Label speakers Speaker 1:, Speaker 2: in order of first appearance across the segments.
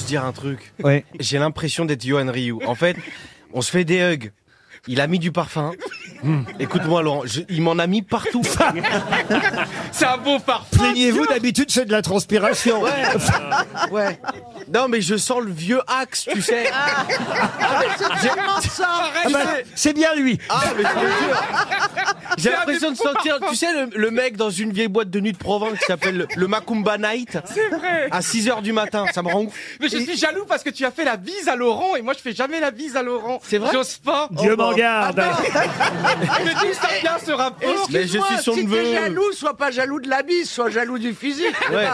Speaker 1: se dire un truc.
Speaker 2: Ouais.
Speaker 1: J'ai l'impression d'être Johan Ryu. En fait, on se fait des hugs. Il a mis du parfum. Hmm. Écoute-moi, Laurent, je- il m'en a mis partout.
Speaker 3: C'est un beau parfum.
Speaker 2: Plaignez-vous, d'habitude, c'est de la transpiration.
Speaker 1: euh, ouais. Non, mais je sens le vieux axe, tu sais.
Speaker 4: Ah, C'est tellement ça.
Speaker 2: Ah bah, c'est bien lui.
Speaker 1: Ah, mais je te jure. J'ai l'impression de sentir, tu sais, le, le mec dans une vieille boîte de nuit de province qui s'appelle le, le Macumba Night
Speaker 3: C'est vrai.
Speaker 1: à 6 heures du matin. Ça me rend ouf.
Speaker 3: Mais je suis jaloux parce que tu as fait la bise à Laurent et moi je fais jamais la bise à Laurent.
Speaker 1: C'est vrai
Speaker 3: J'ose pas. Oh, Ah,
Speaker 2: Dieu m'en garde.
Speaker 3: Mais d'où ça vient ce rapport
Speaker 1: Mais je suis son
Speaker 4: si
Speaker 1: neveu.
Speaker 4: t'es jaloux, sois pas jaloux de la bise, sois jaloux du physique.
Speaker 1: Ouais.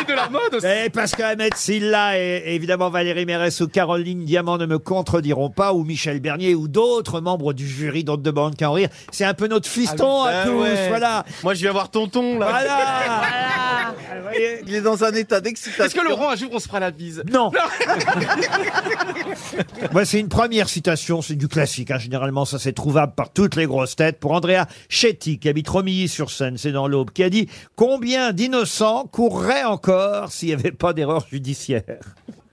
Speaker 3: et de la mode aussi
Speaker 2: Et parce qu'Ahmed Silla et et évidemment Valérie Mérès ou Caroline Diamant ne me contrediront pas, ou Michel Bernier ou d'autres membres du jury dont ne demande qu'à en rire. C'est un peu notre fiston à
Speaker 3: bah
Speaker 1: Ah
Speaker 2: tous.
Speaker 1: ouais.
Speaker 2: Voilà.
Speaker 1: Moi, je vais avoir tonton, là.
Speaker 2: Voilà.
Speaker 5: Il est dans un état d'excitation.
Speaker 3: Est-ce que Laurent, un jour, on se fera la bise
Speaker 2: Non. Voici une première citation, c'est du classique. hein. Généralement, ça c'est trouvable par toutes les grosses têtes. Pour Andrea Chetty, qui habite Romilly-sur-Seine, c'est dans l'Aube, qui a dit « Combien d'innocents courraient encore s'il n'y avait pas d'erreur judiciaire ?»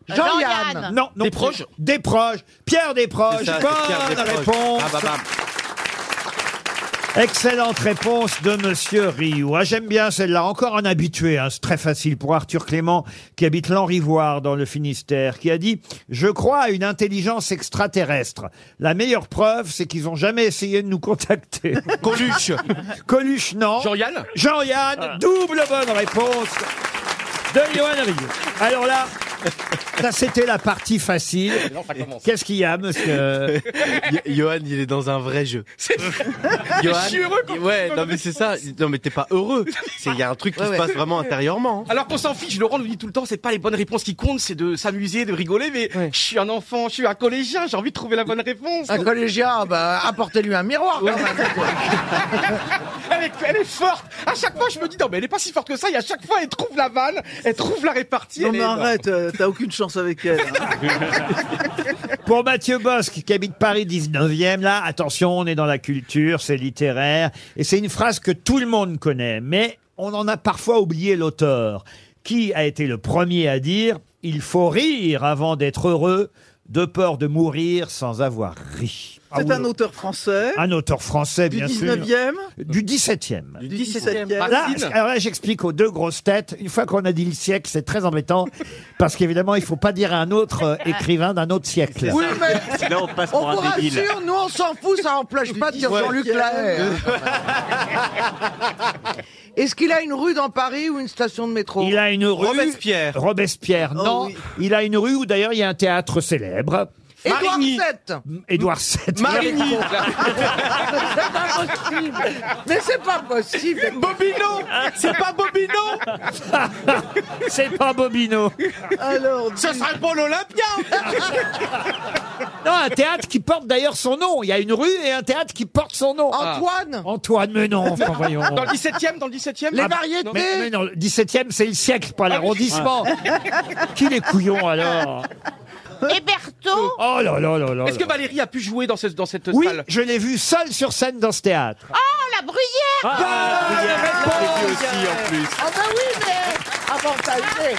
Speaker 4: Jean-Yann.
Speaker 2: Non, non.
Speaker 1: Des proches
Speaker 2: Des proches. Pierre Desproges.
Speaker 1: C'est ça, c'est Pierre
Speaker 2: bonne
Speaker 1: Desproges.
Speaker 2: réponse.
Speaker 1: Ah, bah, bah.
Speaker 2: Excellente réponse de Monsieur Rioux. Ah, J'aime bien celle-là. Encore un habitué. hein. C'est très facile pour Arthur Clément, qui habite l'Enrivoire dans le Finistère, qui a dit « Je crois à une intelligence extraterrestre. La meilleure preuve, c'est qu'ils ont jamais essayé de nous contacter.
Speaker 1: Coluche. »
Speaker 2: Coluche, non.
Speaker 3: Jean-Yann
Speaker 2: Jean-Yann, double bonne réponse de Johan Rioux. Alors là, ça c'était la partie facile. Qu'est-ce qu'il y a, monsieur
Speaker 1: Yo- Johan, il est dans un vrai jeu.
Speaker 2: Ah,
Speaker 1: Johan,
Speaker 3: Je suis heureux qu'on-
Speaker 1: Ouais, non mais c'est ça. Non mais t'es pas heureux. C'est il y a un truc qui se passe vraiment intérieurement. hein.
Speaker 3: Alors qu'on s'en fiche, Laurent nous dit tout le temps, c'est pas les bonnes réponses qui comptent, c'est de s'amuser, de rigoler, mais je suis un enfant, je suis un collégien, j'ai envie de trouver la bonne réponse.
Speaker 4: Un
Speaker 1: ah
Speaker 4: collégien, bah, apportez-lui un miroir. quand même.
Speaker 3: Elle est, elle est forte À chaque fois, je me dis, non mais elle est pas si forte que ça, et à chaque fois, elle trouve la vanne, elle trouve la répartie.
Speaker 5: Non
Speaker 3: elle est
Speaker 5: mais
Speaker 3: énorme.
Speaker 5: arrête, euh, t'as aucune chance avec elle. hein.
Speaker 2: Pour Mathieu Bosque, qui habite Paris 19e, là, attention, on est dans la culture, c'est littéraire, et c'est une phrase que tout le monde connaît, mais on en a parfois oublié l'auteur. Qui a été le premier à dire « Il faut rire avant d'être heureux, de peur de mourir sans avoir ri Ah
Speaker 5: C'est
Speaker 2: oui,
Speaker 5: un auteur français
Speaker 2: un auteur français,
Speaker 5: du
Speaker 2: bien
Speaker 5: 19e,
Speaker 2: sûr, du 17e.
Speaker 5: du 17e.
Speaker 2: Là,
Speaker 3: Racine.
Speaker 2: alors là, j'explique aux deux grosses têtes. Une fois qu'on a dit le siècle, c'est très embêtant parce qu'évidemment, il faut pas dire à un autre euh, écrivain d'un autre siècle.
Speaker 4: Oui, mais
Speaker 6: Sinon, on passe
Speaker 4: on
Speaker 6: pour
Speaker 4: vous
Speaker 6: un débile.
Speaker 4: rassure, nous on s'en fout, ça empêche pas de dire
Speaker 1: Ouais.
Speaker 4: Jean-Luc Lahaye. hein. Est-ce qu'il a une rue dans Paris ou une station de métro
Speaker 2: Il a une rue.
Speaker 1: Robespierre.
Speaker 2: Robespierre,
Speaker 5: Oh
Speaker 2: non.
Speaker 5: oui.
Speaker 2: Il a une rue où d'ailleurs il y a un théâtre célèbre.
Speaker 4: Édouard
Speaker 1: Marigny.
Speaker 4: VII.
Speaker 2: Édouard VII.
Speaker 1: Marigny.
Speaker 4: C'est pas possible. Mais c'est pas possible.
Speaker 1: Bobino. C'est pas Bobino.
Speaker 2: C'est pas Bobino.
Speaker 5: Alors,
Speaker 1: Ce sera pour l'Olympia.
Speaker 2: Non, un théâtre qui porte d'ailleurs son nom. Il y a une rue et un théâtre qui porte son nom.
Speaker 1: Ah.
Speaker 4: Antoine,
Speaker 2: Ah. Antoine, mais non, enfin, voyons.
Speaker 3: Dans le 17ème, dans le Ah 17ème
Speaker 4: les
Speaker 2: bah,
Speaker 4: variétés.
Speaker 2: Mais, mais non, le 17e, c'est le siècle, pas l'arrondissement. qui les couillons alors
Speaker 7: Héberto
Speaker 2: Oh là là là là.
Speaker 3: Est-ce que
Speaker 2: là.
Speaker 3: Valérie a pu jouer dans, ce- dans cette
Speaker 2: Oui,
Speaker 3: salle
Speaker 2: je l'ai vu seul sur scène dans ce théâtre.
Speaker 7: Oh, la bruyère
Speaker 2: Ah, Bonne réponse.
Speaker 4: Ah bah oui, mais avantagé.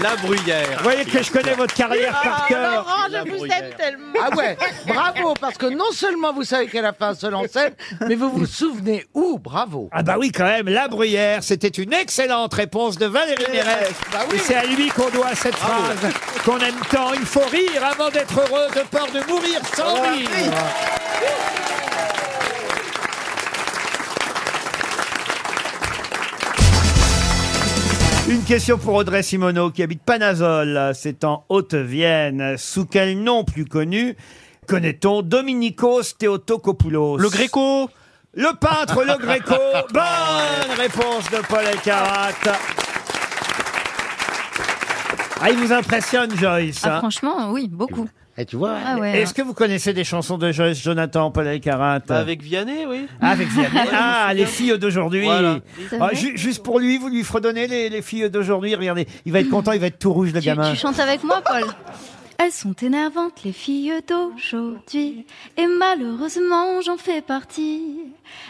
Speaker 1: La Bruyère.
Speaker 2: Vous voyez que je connais votre carrière par cœur.
Speaker 7: Laurent,
Speaker 1: La
Speaker 7: je vous
Speaker 1: bruyère.
Speaker 7: aime tellement
Speaker 4: Ah ouais, bravo, parce que non seulement vous savez qu'elle a fait un seul en scène, mais vous vous souvenez où, bravo.
Speaker 2: Ah bah oui quand même, la bruyère, c'était une excellente réponse de Valérie Mérès. Et c'est à lui qu'on doit cette phrase qu'on aime tant. Il faut rire avant d'être heureux, de peur de mourir sans rire. Une question pour Audrey Simoneau qui habite Panazol, c'est en Haute-Vienne. Sous quel nom plus connu connaît-on Dominikos Theotokopoulos
Speaker 1: Le Gréco.
Speaker 2: le peintre Le Gréco. Bonne réponse de Paul Elkarat. Ah, il vous impressionne, Joyce. hein.
Speaker 8: Ah, franchement, oui, beaucoup.
Speaker 4: Et tu vois,
Speaker 8: Ah ouais.
Speaker 2: Est-ce que vous connaissez des chansons de Joyce Jonathan, Paul Elkarat
Speaker 1: Bah, Avec
Speaker 3: Eh
Speaker 1: Vianney, oui.
Speaker 2: Ah, avec Vianney. Ah, les filles d'aujourd'hui.
Speaker 1: Voilà.
Speaker 8: C'est
Speaker 2: Ah,
Speaker 8: vrai
Speaker 2: ju- juste pour lui, vous lui fredonnez les, les filles d'aujourd'hui. Regardez, il va être content, il va être tout rouge, le
Speaker 8: Tu,
Speaker 2: gamin.
Speaker 8: tu chantes avec moi, Paul Elles sont énervantes, les filles d'aujourd'hui. Et malheureusement, j'en fais partie.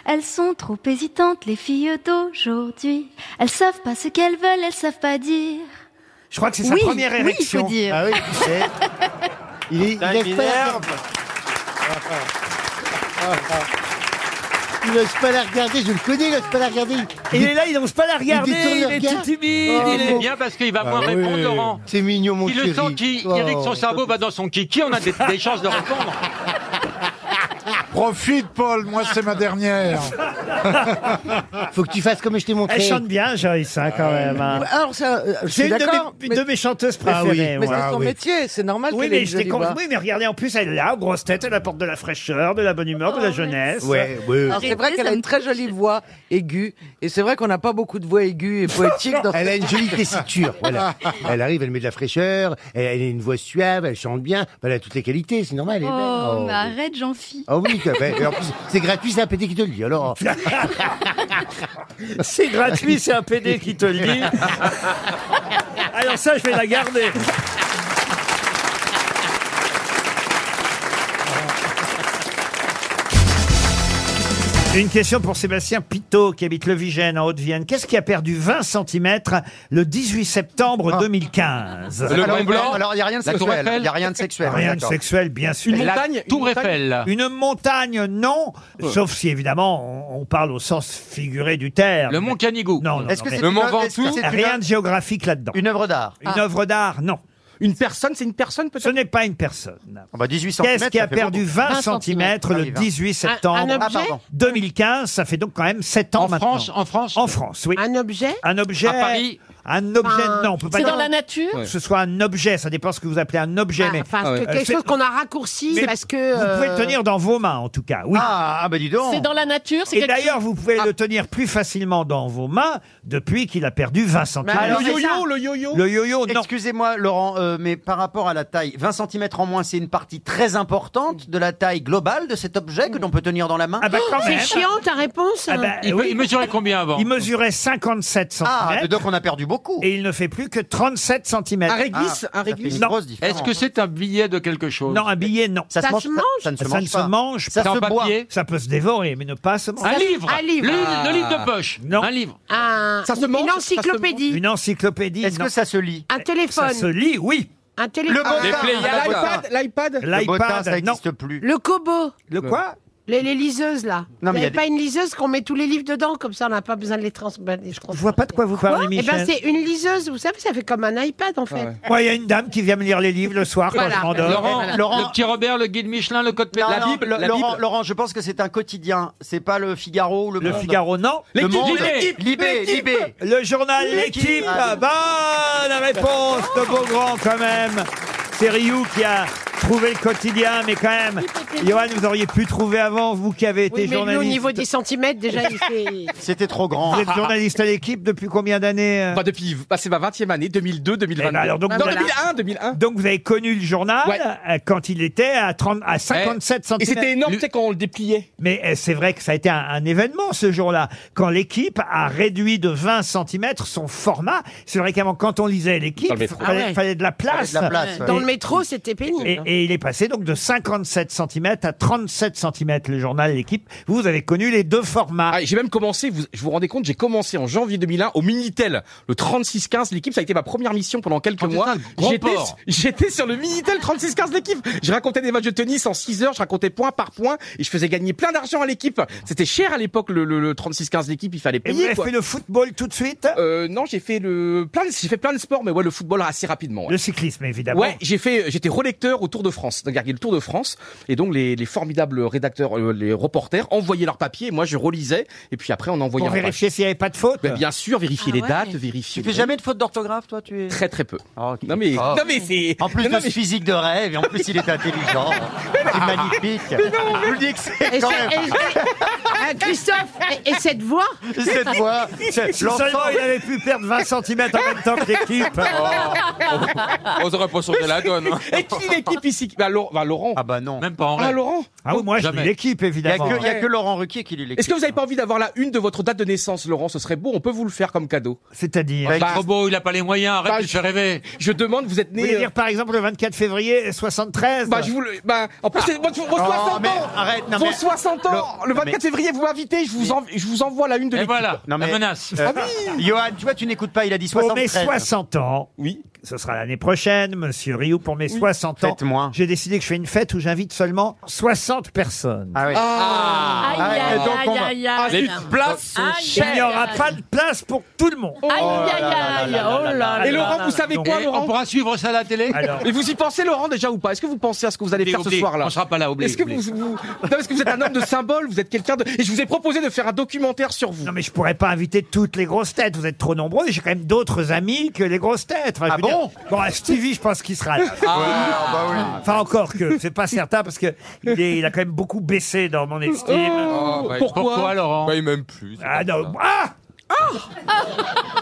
Speaker 8: Elles sont trop hésitantes, les filles d'aujourd'hui. Elles savent pas ce qu'elles veulent, elles savent pas dire.
Speaker 2: Je crois que c'est sa
Speaker 9: Oui,
Speaker 2: première
Speaker 9: oui, il faut
Speaker 2: érection.
Speaker 9: dire. Ah oui,
Speaker 2: Eh, il est,
Speaker 10: Putain, il il est m'énerve.
Speaker 11: Il n'ose pas la regarder, je le connais, il n'ose pas la regarder.
Speaker 2: est là, il n'ose pas la regarder,
Speaker 11: détourne
Speaker 2: il
Speaker 11: le
Speaker 2: est
Speaker 11: regard.
Speaker 2: tout timide.
Speaker 11: Oh,
Speaker 1: Ah,
Speaker 2: il est...
Speaker 11: bon.
Speaker 12: Bien parce qu'il va moins répondre, Laurent.
Speaker 11: C'est mignon, mon
Speaker 12: Il le sent qu'il
Speaker 11: Oh.
Speaker 12: il dirait que son cerveau va dans son kiki, on a des, des chances de répondre.
Speaker 13: Profite, Paul, moi c'est ma dernière.
Speaker 11: Faut que tu fasses comme je t'ai montré.
Speaker 2: Elle chante bien, Joyce, hein,
Speaker 1: Ah,
Speaker 2: quand même. hein.
Speaker 8: Alors, ça, euh, je
Speaker 2: C'est
Speaker 8: suis
Speaker 2: une, de
Speaker 8: d'accord.
Speaker 2: mes- une
Speaker 8: Mais,
Speaker 2: de mes chanteuses
Speaker 13: Ah oui,
Speaker 2: préférées.
Speaker 8: mais
Speaker 2: moi.
Speaker 8: c'est son
Speaker 13: oui.
Speaker 8: métier, c'est normal
Speaker 2: Oui
Speaker 8: qu'elle ait
Speaker 2: mais,
Speaker 8: une
Speaker 2: je l'ai
Speaker 8: jolie
Speaker 2: con-
Speaker 8: voix.
Speaker 2: oui, mais regardez, en plus, elle est là, grosse tête, elle apporte de la fraîcheur, de la bonne humeur,
Speaker 8: Ah,
Speaker 2: de la jeunesse.
Speaker 11: Ouais, ouais.
Speaker 1: Ah,
Speaker 8: Alors, c'est vrai
Speaker 9: J'ai-
Speaker 8: qu'elle a une très jolie voix aiguë, et c'est vrai qu'on n'a pas beaucoup de voix aiguës et poétiques dans
Speaker 11: Elle a une jolie tessiture, voilà. Elle arrive, elle met de la fraîcheur, elle, elle a une voix suave, elle chante bien, ben, elle a toutes les qualités, c'est
Speaker 1: Eh ben,
Speaker 11: normal, elle est belle.
Speaker 9: Oh,
Speaker 11: Oh,
Speaker 9: mais arrête, jean phi
Speaker 11: Ah oui, t'as- ben, et en plus, c'est gratuit, c'est un pété qui te le dit, alors.
Speaker 2: C'est gratuit, c'est un PD qui te le dit. Alors ça, je vais la garder. Une question pour Sébastien Pitot, qui habite Le Vigène, en Haute-Vienne. Qu'est-ce qui a perdu 20 cm le 18 septembre 2015
Speaker 12: Ah. Le Mont Blanc,
Speaker 11: alors, il n'y a rien de
Speaker 12: la Tour
Speaker 11: sexuel.
Speaker 12: Eiffel.
Speaker 11: Il n'y a rien de sexuel.
Speaker 2: Rien de
Speaker 11: d'accord.
Speaker 2: sexuel, bien sûr.
Speaker 3: Une
Speaker 12: La
Speaker 3: montagne,
Speaker 12: Tour
Speaker 3: une montagne.
Speaker 12: Eiffel.
Speaker 2: Une montagne, non.
Speaker 12: Euh.
Speaker 2: Sauf si, évidemment, on, on parle au sens figuré du terme.
Speaker 12: Le Mont Canigou.
Speaker 2: Non, non,
Speaker 11: Est-ce
Speaker 2: non,
Speaker 11: que
Speaker 2: mais
Speaker 11: c'est
Speaker 12: Le
Speaker 11: une-
Speaker 12: Mont
Speaker 11: est-ce que
Speaker 12: Ventoux.
Speaker 11: c'est une- Ah.
Speaker 2: Rien de géographique là-dedans.
Speaker 11: Une œuvre d'art.
Speaker 2: Une œuvre d'art, non.
Speaker 3: Une personne, c'est une personne
Speaker 2: Ce
Speaker 3: peut-être
Speaker 2: n'est pas une personne.
Speaker 11: Ah bah 18
Speaker 2: Qu'est-ce qui a
Speaker 11: ça fait
Speaker 2: perdu
Speaker 11: beaucoup.
Speaker 2: 20 cm
Speaker 11: centimètres
Speaker 2: le
Speaker 11: Allez, 20.
Speaker 2: 18 septembre
Speaker 11: Ah, pardon.
Speaker 2: 2015 Ça fait donc quand même 7 ans
Speaker 12: En
Speaker 2: maintenant.
Speaker 12: France, en France,
Speaker 2: En France, oui.
Speaker 7: Un objet
Speaker 2: Un objet.
Speaker 12: À Paris.
Speaker 2: Un objet, non, on peut pas
Speaker 7: C'est
Speaker 2: dire
Speaker 7: dans la nature
Speaker 2: que ce soit un objet, ça dépend ce que vous appelez un objet. mais
Speaker 7: Enfin,
Speaker 3: Ah
Speaker 7: que
Speaker 3: ouais.
Speaker 2: Euh,
Speaker 7: quelque
Speaker 2: c'est-
Speaker 7: chose qu'on a raccourci
Speaker 2: Mais
Speaker 7: parce que.
Speaker 2: vous pouvez
Speaker 7: euh,
Speaker 2: le tenir dans vos mains, en tout cas, oui.
Speaker 11: Ah, ah bah dis donc.
Speaker 7: C'est dans la nature, c'est
Speaker 2: Et
Speaker 7: quelque Ah.
Speaker 2: d'ailleurs, vous pouvez le tenir plus facilement dans vos mains depuis qu'il a perdu 20 cm.
Speaker 7: Mais Bah, alors,
Speaker 3: Le
Speaker 7: c'est ça.
Speaker 3: yo-yo, le yo-yo.
Speaker 2: le yo-yo, non.
Speaker 11: Excusez-moi Laurent, euh, mais par rapport à la taille, 20 cm en moins, c'est une partie très importante de la taille globale de cet objet que l'on peut tenir dans la main.
Speaker 2: Ah bah quand
Speaker 7: C'est
Speaker 2: même.
Speaker 7: chiant ta réponse
Speaker 2: Ah bah,
Speaker 12: il,
Speaker 2: oui.
Speaker 12: peut- il mesurait combien avant
Speaker 2: Il mesurait 57 cm
Speaker 11: Ah, donc on a perdu beaucoup.
Speaker 2: et il ne fait plus que 37 cm.
Speaker 3: Un réglisse, un
Speaker 11: Ah, Ça fait
Speaker 3: réglisse.
Speaker 11: une
Speaker 2: Non.
Speaker 11: grosse différence. hein.
Speaker 12: Est-ce que c'est un billet de quelque chose
Speaker 2: Non, un billet, non.
Speaker 11: ça,
Speaker 7: Ça
Speaker 11: se mange
Speaker 7: se
Speaker 11: pas-
Speaker 7: mange
Speaker 11: Ça ne se
Speaker 2: Ça
Speaker 11: mange
Speaker 2: ne se
Speaker 11: pas.
Speaker 2: mange
Speaker 11: Ça
Speaker 12: C'est en
Speaker 11: se boit.
Speaker 12: papier
Speaker 2: Ça peut se dévorer, mais ne pas se manger.
Speaker 12: Un livre.
Speaker 7: un livre.
Speaker 12: Le,
Speaker 11: Ah.
Speaker 12: le livre de poche.
Speaker 2: Ah. Non.
Speaker 12: Un livre.
Speaker 7: Un-
Speaker 3: Ça se mange,
Speaker 7: Une
Speaker 3: ça se mange.
Speaker 7: encyclopédie,
Speaker 2: Une encyclopédie.
Speaker 11: Est-ce
Speaker 2: non.
Speaker 11: que ça se lit
Speaker 7: un
Speaker 2: Ça se
Speaker 7: téléphone,
Speaker 2: lit, oui.
Speaker 7: un téléphone,
Speaker 12: Les Pléiades.
Speaker 3: L'iPad, l'iPad.
Speaker 11: Le botin,
Speaker 2: L'iPad,
Speaker 11: ça
Speaker 2: non.
Speaker 11: n'existe plus.
Speaker 7: le kobo,
Speaker 2: Le quoi
Speaker 7: les, les liseuses là.
Speaker 11: Non, mais il y a
Speaker 7: Vous n'avez pas une liseuse qu'on met tous les livres dedans comme ça, on n'a pas besoin de les transmettre. Je
Speaker 2: Je vois pas de quoi vous parlez,
Speaker 7: Eh
Speaker 2: Michel.
Speaker 7: ben c'est une liseuse, vous savez, ça fait comme un iPad en fait.
Speaker 2: Moi, il y a une dame qui vient me lire les livres le soir
Speaker 7: Voilà.
Speaker 2: quand je m'endors.
Speaker 12: Laurent,
Speaker 7: Voilà.
Speaker 11: Laurent-
Speaker 12: le petit Robert, le guide Michelin, le code pénal.
Speaker 11: Non,
Speaker 12: La
Speaker 11: non,
Speaker 12: Bible,
Speaker 11: Laurent,
Speaker 12: la
Speaker 11: Laurent,
Speaker 12: Bible.
Speaker 11: Laurent, je pense que c'est un quotidien. C'est pas le Figaro ou le,
Speaker 2: Le
Speaker 11: Monde.
Speaker 2: Figaro, non.
Speaker 11: Le Monde.
Speaker 12: L'équipe,
Speaker 11: Libé, Libé.
Speaker 2: Le journal
Speaker 11: L'équipe.
Speaker 2: L'équipe. Ah, Bonne réponse de Beaugrand, quand même. C'est Rioux qui a trouvé le quotidien, mais quand même, Johan, vous auriez pu trouver avant, vous qui avez
Speaker 7: Oui,
Speaker 2: été
Speaker 7: mais lui,
Speaker 2: journaliste.
Speaker 7: au niveau des centimètres, déjà, il fait...
Speaker 11: C'était trop grand.
Speaker 2: Vous êtes journaliste à l'équipe depuis combien d'années euh
Speaker 3: Bah, depuis, bah, c'est ma 20e année, 2002, 2022.
Speaker 2: Eh ben alors, donc,
Speaker 3: non,
Speaker 2: voilà.
Speaker 3: 2001, 2001.
Speaker 2: Donc vous avez connu le journal
Speaker 3: Ouais.
Speaker 2: euh, quand il était à, 30, à 57
Speaker 3: Et
Speaker 2: centimètres.
Speaker 3: c'était énorme, tu sais, quand on le dépliait.
Speaker 2: Mais euh, c'est vrai que ça a été un, un événement ce jour-là, quand l'équipe a réduit de 20 cm son format. C'est vrai qu'avant, quand on lisait l'équipe,
Speaker 3: Dans le métro.
Speaker 2: il fallait,
Speaker 7: Ah ouais.
Speaker 2: fallait de la place.
Speaker 11: de la place. ouais.
Speaker 7: Dans le métro, c'était pénible.
Speaker 3: hein.
Speaker 2: Et, et il est passé donc de 57 cm à 37 cm le journal L'équipe. Vous avez connu les deux formats.
Speaker 3: Ah, j'ai même commencé, vous, je vous rendez compte, j'ai commencé en janvier 2001 au Minitel, le 3615 l'équipe, ça a été ma première mission pendant quelques
Speaker 12: 36-15,
Speaker 3: mois.
Speaker 12: grand
Speaker 3: J'étais,
Speaker 12: port.
Speaker 3: j'étais sur le Minitel 3615 l'équipe. Je racontais des matchs de tennis en 6 heures, je racontais point par point et je faisais gagner plein d'argent à l'équipe. C'était cher à l'époque le, le, le 3615 l'équipe, il fallait
Speaker 2: Et vous
Speaker 3: payer
Speaker 2: avez
Speaker 3: quoi.
Speaker 2: fait le football tout de suite
Speaker 3: Euh, non, j'ai fait le plein de, j'ai fait plein de sports mais ouais, le football assez rapidement. ouais.
Speaker 2: Le cyclisme, évidemment.
Speaker 3: Ouais, j'ai fait, j'étais relecteur au Tour de France. Donc, j'ai regardé le Tour de France, et donc les, les formidables rédacteurs, euh, les reporters envoyaient leurs papiers, et moi je relisais, et puis après on envoyait.
Speaker 2: Pour
Speaker 3: en page.
Speaker 2: vérifier s'il n'y avait pas de faute.
Speaker 3: Ben, bien sûr, vérifier
Speaker 7: Ah
Speaker 3: les
Speaker 7: ouais.
Speaker 3: dates, vérifier.
Speaker 11: Tu fais jamais de faute d'orthographe, toi tu es...
Speaker 3: Très très peu.
Speaker 11: Ah, ok.
Speaker 3: Non mais,
Speaker 11: Ah.
Speaker 3: non mais c'est.
Speaker 11: En plus
Speaker 3: non,
Speaker 11: de
Speaker 3: mais-
Speaker 11: ce physique de rêve, et en plus il est intelligent. C'est magnifique. Je vous le dis que c'est
Speaker 7: Et
Speaker 11: quand
Speaker 7: c'est-
Speaker 11: même
Speaker 7: et- Ah, Christophe, et, et cette voix
Speaker 11: cette voix.
Speaker 2: Si seulement il avait pu perdre 20 cm en même temps que l'équipe.
Speaker 12: On n'aurait pas sauté la donne. hein.
Speaker 3: Et qui l'équipe ici Bah Laurent. bah, Laurent.
Speaker 11: Ah bah non.
Speaker 12: Même pas en
Speaker 3: Ah
Speaker 12: rêve.
Speaker 3: Laurent.
Speaker 2: Ah oui, moi je
Speaker 12: Jamais.
Speaker 2: lis l'équipe,
Speaker 11: Il n'y a,
Speaker 2: évidemment.
Speaker 11: que- il y a que Laurent Ruquier qui lit les
Speaker 3: Est-ce que vous n'avez pas envie d'avoir la une de votre date de naissance, Laurent Ce serait beau. On peut vous le faire comme cadeau.
Speaker 2: C'est-à-dire
Speaker 11: Bah,
Speaker 12: Trop beau, il a pas les moyens.
Speaker 3: Bah,
Speaker 12: Arrête, de
Speaker 3: je-
Speaker 12: te faire rêver.
Speaker 3: Je demande. Vous êtes
Speaker 2: Vous voulez
Speaker 3: né. euh,
Speaker 2: dire par exemple le 24 février 73
Speaker 3: Bah je vous le. Bah en plus c'est votre vos 60
Speaker 11: Oh,
Speaker 3: ans.
Speaker 11: mais arrête, non
Speaker 3: Vos
Speaker 11: mais...
Speaker 3: 60 ans.
Speaker 11: Le-
Speaker 3: Le
Speaker 11: non,
Speaker 3: 24 février, vous m'invitez. Je vous en- je vous envoie la une de
Speaker 12: Et
Speaker 3: l'équipe. Ah
Speaker 12: voilà,
Speaker 11: Non, mais-
Speaker 12: la menace.
Speaker 11: Euh, Johan, tu vois, tu n'écoutes pas, il a dit
Speaker 2: Pour mes
Speaker 11: 73.
Speaker 2: 60 ans,
Speaker 3: Oui.
Speaker 2: Ce sera l'année prochaine, Monsieur Rioux, pour mes 60 ans. J'ai décidé que je fais une fête où j'invite seulement 60 personnes. Ah oui.
Speaker 1: Ah. Aïe, aïe, Donc, on va- aïe, aïe, Ah, aïe. les places sont Aïe, chères.
Speaker 2: Il n'y aura pas de place pour tout le monde.
Speaker 1: Aïe, aïe, aïe, oh là là
Speaker 3: Et Laurent, vous savez quoi, Laurent
Speaker 12: suivre ça à la télé
Speaker 2: Alors.
Speaker 3: Et vous y pensez, Laurent, déjà ou pas Est-ce que vous pensez à ce que vous allez
Speaker 12: Oublié,
Speaker 3: faire ce
Speaker 12: oublié.
Speaker 3: soir-là
Speaker 12: On sera pas là, oublié,
Speaker 3: Est-ce que
Speaker 12: oublié.
Speaker 3: vous, vous- Non, parce que vous êtes un homme de symbole, vous êtes quelqu'un de. Et je vous ai proposé de faire un documentaire sur vous.
Speaker 2: Non mais je pourrais pas inviter toutes les grosses têtes, vous êtes trop nombreux, et j'ai quand même d'autres amis que les grosses têtes.
Speaker 11: Ah
Speaker 2: Enfin, je veux
Speaker 11: bon
Speaker 2: dire- Bon, ah, Stevie, je pense qu'il sera là.
Speaker 11: Ah, bah oui.
Speaker 2: Enfin encore que, c'est pas certain parce que il, est- il a quand même beaucoup baissé dans mon estime.
Speaker 12: Oh, bah, pourquoi pourquoi, Laurent Bah, il m'aime plus.
Speaker 2: Ah non, ah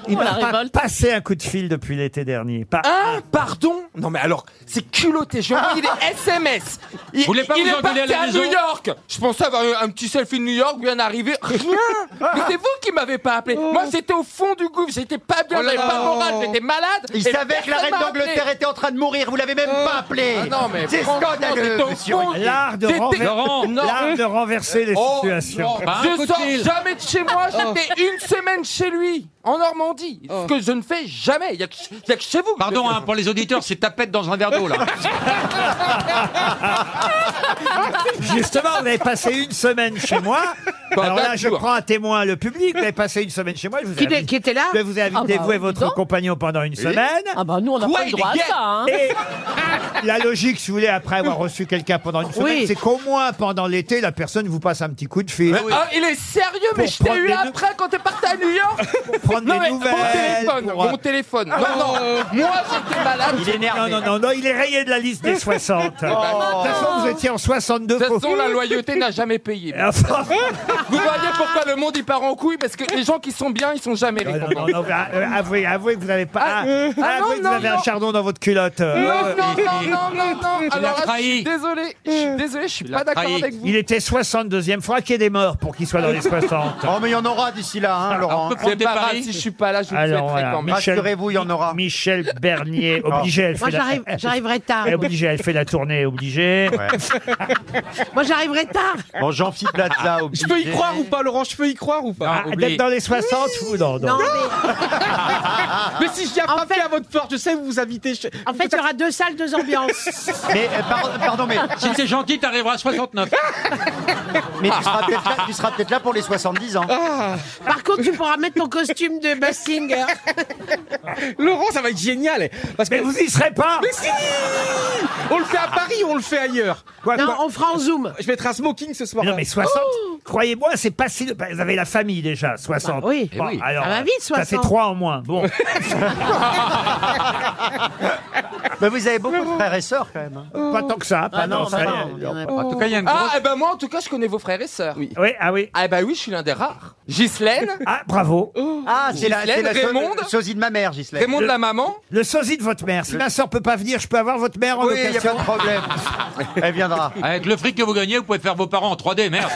Speaker 2: Il
Speaker 1: Oh, la
Speaker 2: m'a pas passé un coup de fil depuis l'été dernier. Pas Ah.
Speaker 1: Ah, pardon Non, mais alors, c'est culotté. J'ai envoyé des SMS. Il,
Speaker 12: Vous voulez pas
Speaker 1: il
Speaker 12: vous
Speaker 1: est
Speaker 12: engueuler à
Speaker 1: parti
Speaker 12: la
Speaker 1: à,
Speaker 12: maison
Speaker 1: New York. Je pensais avoir eu un petit selfie de New York, bien arrivé. Rien Mais c'est vous qui m'avez pas appelé. Moi, c'était au fond du gouffre. J'étais pas bien,
Speaker 11: Oh là
Speaker 1: j'avais
Speaker 11: là.
Speaker 1: pas de morale, j'étais malade.
Speaker 11: Il
Speaker 1: Et
Speaker 11: savait que la
Speaker 1: personne
Speaker 11: reine
Speaker 1: m'a
Speaker 11: d'Angleterre
Speaker 1: appelé.
Speaker 11: était en train de mourir, vous l'avez même pas appelé.
Speaker 1: Ah non, mais
Speaker 11: c'est
Speaker 1: franchement,
Speaker 11: scandaleux,
Speaker 1: c'est au
Speaker 11: monsieur.
Speaker 1: fond.
Speaker 2: L'art de,
Speaker 1: C'était-
Speaker 2: renver-
Speaker 1: Laurent, non.
Speaker 2: l'art de renverser les
Speaker 1: Oh,
Speaker 2: situations.
Speaker 1: non.
Speaker 12: bah,
Speaker 1: je sors jamais de chez moi,
Speaker 11: Oh.
Speaker 1: j'étais une semaine chez lui, en Normandie, ce que je ne fais jamais, il n'y a, que- il y a que chez vous.
Speaker 12: Pardon, hein, pour les auditeurs, c'est tapette dans un verre d'eau, là.
Speaker 2: Justement, vous avez passé une semaine chez moi.
Speaker 12: Bah,
Speaker 2: Alors là,
Speaker 12: d'accord.
Speaker 2: je prends à témoin le public. Vous avez passé une semaine chez moi. Je vous ai
Speaker 7: Qui, était-
Speaker 2: invité-
Speaker 7: qui était là
Speaker 2: Je vous ai invité,
Speaker 7: Ah bah,
Speaker 2: vous et
Speaker 7: dis
Speaker 2: votre
Speaker 7: donc.
Speaker 2: compagnon, pendant une semaine.
Speaker 7: Ah bah nous, on n'a
Speaker 12: Quoi,
Speaker 7: pas le
Speaker 12: il est
Speaker 7: droit à
Speaker 12: gay
Speaker 7: ça. Hein.
Speaker 2: Et la logique, si vous voulez, après avoir reçu quelqu'un pendant une semaine,
Speaker 7: Oui.
Speaker 2: c'est qu'au moins pendant l'été, la personne vous passe un petit coup de fil.
Speaker 1: Ah, il est sérieux, mais
Speaker 2: Pour
Speaker 1: je t'ai
Speaker 2: prendre
Speaker 1: eu
Speaker 2: des
Speaker 1: après quand t'es parti à New York.
Speaker 2: Pour prendre
Speaker 1: Non,
Speaker 2: des
Speaker 1: mais mon
Speaker 2: nouvelles.
Speaker 1: téléphone,
Speaker 2: pour-
Speaker 1: mon téléphone. Non, non, moi j'étais malade. Eh ben,
Speaker 11: Il est
Speaker 2: Non,
Speaker 11: énervé.
Speaker 2: non, non, non, il est rayé de la liste des 60. De toute façon, vous étiez en 62.
Speaker 1: Oh. De toute
Speaker 2: faut-
Speaker 1: façon, la loyauté n'a jamais payé.
Speaker 2: Enfin,
Speaker 1: Vous voyez pourquoi le monde il part en couille Parce que les gens qui sont bien, ils sont jamais
Speaker 2: non, non,
Speaker 1: récompensés.
Speaker 2: non, non, euh, avouez, avouez que vous n'avez pas.
Speaker 1: Ah,
Speaker 11: euh,
Speaker 2: ah,
Speaker 1: ah,
Speaker 2: avouez que
Speaker 1: non,
Speaker 2: vous
Speaker 1: non,
Speaker 2: avez un
Speaker 1: non.
Speaker 2: chardon dans votre culotte. euh,
Speaker 1: Non,
Speaker 2: euh,
Speaker 1: non, non,
Speaker 12: il-
Speaker 1: non, non, non.
Speaker 12: il
Speaker 1: Alors
Speaker 12: a
Speaker 1: là, je suis
Speaker 12: trahi.
Speaker 1: désolé, je suis désolé, je suis
Speaker 12: Il a
Speaker 1: pas d'accord
Speaker 12: trahi.
Speaker 1: avec vous.
Speaker 2: Il était 62e. Faudra qu'il y ait des morts pour qu'il soit dans les 60.
Speaker 11: Oh, mais il y en aura d'ici là, hein, Laurent.
Speaker 12: on peut prendre
Speaker 1: C'est
Speaker 12: des
Speaker 1: pas grave
Speaker 12: paris.
Speaker 1: si je suis pas là, je vous le
Speaker 2: Alors
Speaker 1: souhaiterai
Speaker 2: voilà,
Speaker 1: quand même.
Speaker 2: Michel-
Speaker 11: Rassurez-vous, il y en aura. Oh.
Speaker 2: Michel Bernier, obligé, elle fait
Speaker 7: Moi,
Speaker 2: la-
Speaker 7: j'arrive- j'arriverai tard.
Speaker 2: Elle est obligée, elle fait la tournée, obligée.
Speaker 7: Moi, j'arriverai tard.
Speaker 11: Bon, Jean-Phi
Speaker 1: Ah,
Speaker 11: Plaza,
Speaker 3: Je peux y croire ou pas, Laurent Je peux y croire ou pas
Speaker 2: Ah, D'être dans les 60, vous, non, non.
Speaker 7: Non, mais
Speaker 3: Mais si je viens frapper à votre porte, je sais où vous invitez. je-
Speaker 7: en fait, il y aura deux salles, deux ambiances.
Speaker 11: Mais, euh, par- pardon, mais,
Speaker 12: Si t'es gentil, t'arriveras à 69.
Speaker 11: mais tu seras peut-être là, tu seras peut-être là pour les 70
Speaker 3: Ah.
Speaker 11: ans.
Speaker 7: Par contre, tu pourras mettre ton costume Ah. de Bassinger.
Speaker 3: Laurent, ça va être génial. eh. Parce que
Speaker 2: Mais vous y serez pas
Speaker 3: Mais si On le fait à Paris, on le fait ailleurs.
Speaker 2: Quoi,
Speaker 7: Non,
Speaker 2: quoi
Speaker 7: on fera en zoom.
Speaker 3: Je mettrai un smoking ce soir.
Speaker 2: Mais non, mais 60, croyez-moi, c'est pas si... bah, Vous avez la famille, déjà, 60.
Speaker 7: Oh. Bah oui.
Speaker 2: Bon,
Speaker 12: Eh oui.
Speaker 2: alors,
Speaker 7: Ça va vite,
Speaker 2: Ça fait
Speaker 7: 60.
Speaker 2: 3 en moins, bon.
Speaker 11: Mais vous avez beaucoup de frères et sœurs quand même. hein.
Speaker 2: pas tant que ça,
Speaker 12: Ah
Speaker 2: pas tant que ça.
Speaker 12: En tout cas, il y a une grosse...
Speaker 1: Ah, eh ben moi, en tout cas, je connais vos frères et sœurs.
Speaker 2: Oui, ah oui.
Speaker 3: eh
Speaker 1: Ah,
Speaker 3: ben
Speaker 1: bah oui, je suis l'un des rares. Ghislaine,
Speaker 2: Ah, bravo.
Speaker 3: Oh.
Speaker 11: Ah, c'est la, c'est la so-
Speaker 1: Raymonde
Speaker 11: sosie de ma mère, Gisèle.
Speaker 1: Raymond de la maman.
Speaker 2: Le sosie de votre mère. Si ma soeur peut pas venir, je peux avoir votre mère en
Speaker 11: Oui, il n'y a
Speaker 2: location
Speaker 11: pas de problème. Elle viendra.
Speaker 12: Avec le fric que vous gagnez, vous pouvez faire vos parents en 3D, merde.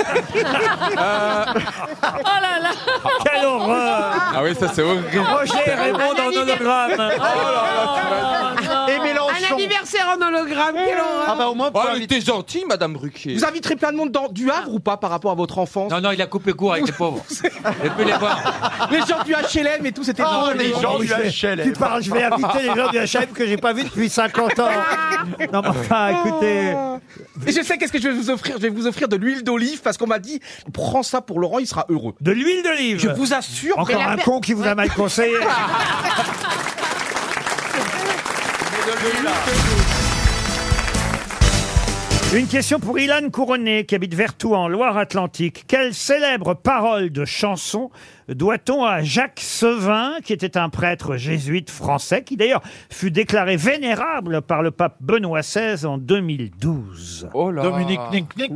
Speaker 2: Quelle horreur
Speaker 12: Ah oui, ça c'est horrible.
Speaker 2: Roger Raymond en
Speaker 11: Oh
Speaker 2: hologramme
Speaker 3: Oh
Speaker 11: Et
Speaker 7: Un
Speaker 11: Mélenchon.
Speaker 7: anniversaire en hologramme. quelle horreur.
Speaker 11: Ah bah au moins,
Speaker 1: Oh,
Speaker 11: pour
Speaker 1: mais t'es gentille, Madame Ruquier.
Speaker 3: Vous inviterez plein de monde dans, du Havre ou pas par rapport à votre enfance
Speaker 12: Non, non, il a coupé court avec les pauvres. J'ai pu les voir.
Speaker 3: Les gens du HLM et tout, c'était
Speaker 11: Oh,
Speaker 3: gentil.
Speaker 11: les gens du
Speaker 2: Je vais- Tu
Speaker 11: HLM.
Speaker 2: parles, je vais inviter les gens du HM que j'ai pas vu depuis 50 ans. Non, mais enfin,
Speaker 6: Oh.
Speaker 2: écoutez.
Speaker 3: Ah. Et je sais qu'est-ce que je vais vous offrir. Je vais vous offrir de l'huile d'olive parce qu'on m'a dit prends ça pour Laurent, il sera heureux.
Speaker 2: De l'huile d'olive.
Speaker 3: Je vous assure.
Speaker 2: Encore
Speaker 7: Mais la
Speaker 2: un
Speaker 7: per-
Speaker 2: con qui vous a mal conseillé. Une question pour Ilan Couronné, qui habite Vertou en Loire-Atlantique. Quelle célèbre parole de chanson doit-on à Jacques Sevin, qui était un prêtre jésuite français, qui d'ailleurs fut déclaré vénérable par le pape Benoît XVI en 2012
Speaker 1: Oh
Speaker 11: bah,
Speaker 1: là. Dominique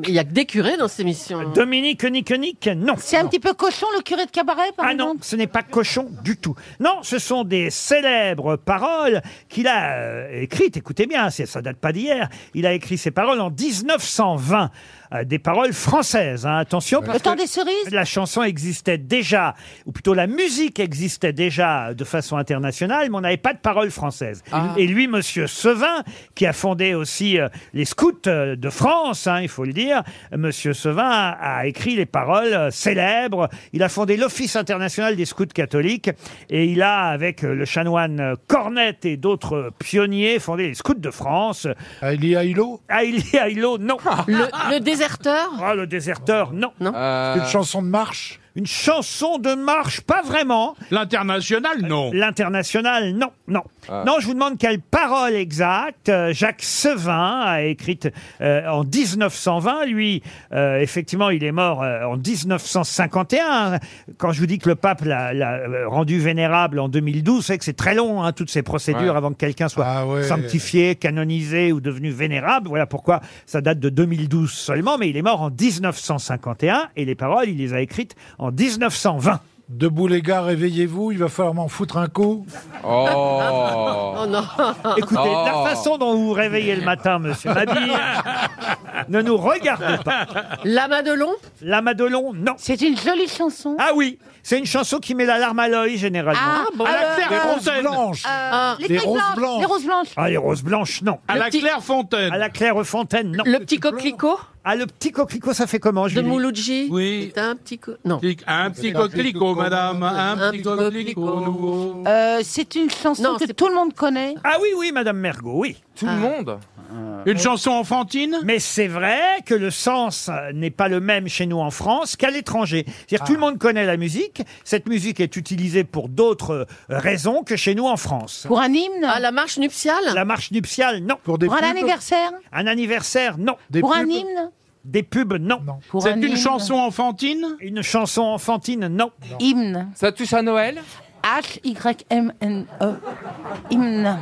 Speaker 7: Il n'y a que des curés dans cette émission.
Speaker 2: Dominique Niconic, non.
Speaker 14: Euh, C'est un petit peu cochon, le curé de cabaret, par
Speaker 2: Ah non,
Speaker 14: exemple
Speaker 2: ce n'est pas cochon du tout. Non, ce sont des célèbres paroles qu'il a euh, écrites. Écoutez bien, c'est- ça date pas d'hier. Il a écrit ces paroles en 1920. euh, des paroles françaises. hein. Attention, parce
Speaker 14: Le temps
Speaker 2: que
Speaker 14: des cerises
Speaker 2: La chanson existait déjà, ou plutôt la musique existait déjà de façon internationale, mais on n'avait pas de paroles françaises.
Speaker 7: Ah.
Speaker 2: Et lui, Monsieur Sevin, qui a fondé aussi euh, les scouts euh, de France, hein, il faut le dire, Monsieur Sevin a, a écrit les paroles euh, célèbres. Il a fondé l'Office international des scouts catholiques et il a, avec euh, le chanoine euh, Cornette et d'autres euh, pionniers, fondé les scouts de France. Aïli Aïlo Aïli Aïlo, non.
Speaker 7: Ah. Le- le déserteur
Speaker 2: Ah, le déserteur, non.
Speaker 13: Une chanson de marche
Speaker 2: Une chanson de marche, pas vraiment. L'international, non. Ah. L'international, non, non.
Speaker 13: Ah.
Speaker 2: Non, je vous demande quelle parole exacte euh, Jacques Sevin a écrite euh, en 1920. Lui, euh, effectivement, il est mort euh, en 1951. Quand je vous dis que le pape l'a l'a, euh, rendu vénérable en 2012, c'est que c'est très long, hein, toutes ces procédures
Speaker 13: Ouais. Ah
Speaker 2: avant que quelqu'un soit
Speaker 13: ouais.
Speaker 2: sanctifié, canonisé ou devenu vénérable. Voilà pourquoi ça date de 2012 seulement, mais il est mort en 1951 et les paroles, il les a écrites en 1920.
Speaker 13: Debout les gars, réveillez-vous, il va falloir m'en foutre un coup.
Speaker 12: Oh.
Speaker 7: non.
Speaker 2: Écoutez,
Speaker 13: Oh.
Speaker 2: la façon dont vous vous réveillez le matin, monsieur Mabille, ne nous regardez pas.
Speaker 7: La Madelon
Speaker 2: La Madelon, non.
Speaker 14: C'est une jolie chanson.
Speaker 2: Ah oui, c'est une chanson qui met la larme à l'œil, généralement.
Speaker 14: Ah, bon, À la alors- Claire
Speaker 13: Des roses Fontaine. blanches.
Speaker 14: Euh, les
Speaker 2: Des
Speaker 14: feuilles
Speaker 2: Ah.
Speaker 14: blanches,
Speaker 2: roses blanches.
Speaker 14: Les roses blanches.
Speaker 2: Ah, les roses blanches, non.
Speaker 14: À Le la petit-
Speaker 2: Claire Fontaine. À la Claire Fontaine, non. Le petit coquelicot Ah, le petit coquelicot, ça fait comment,
Speaker 7: de
Speaker 2: Julie
Speaker 7: Mouloudji Oui. C'est un petit. co- Non.
Speaker 2: Un
Speaker 1: petit coquelicot, madame, un petit coquelicot nouveau.
Speaker 14: Euh, c'est une chanson
Speaker 7: Non,
Speaker 14: que
Speaker 7: c'est-
Speaker 14: tout le monde connaît.
Speaker 2: Ah oui, oui, Madame Mergot, oui. Tout le monde Euh, Une chanson enfantine Mais c'est vrai que le sens euh, n'est pas le même chez nous en France qu'à l'étranger. C'est-à-dire tout le monde connaît la musique. Cette musique est utilisée pour d'autres euh, raisons que chez nous en France.
Speaker 14: Pour un hymne
Speaker 7: Ah, la marche nuptiale
Speaker 2: La marche nuptiale, non. Pour,
Speaker 14: Pour un anniversaire
Speaker 2: Un anniversaire, non.
Speaker 14: Pour un hymne
Speaker 2: Des pubs, non.
Speaker 14: Pour C'est un une hymne. chanson
Speaker 2: enfantine Une chanson enfantine, non.
Speaker 14: Hymne.
Speaker 2: Ça touche à Noël
Speaker 14: H-Y-M-N-E. E. Hymne.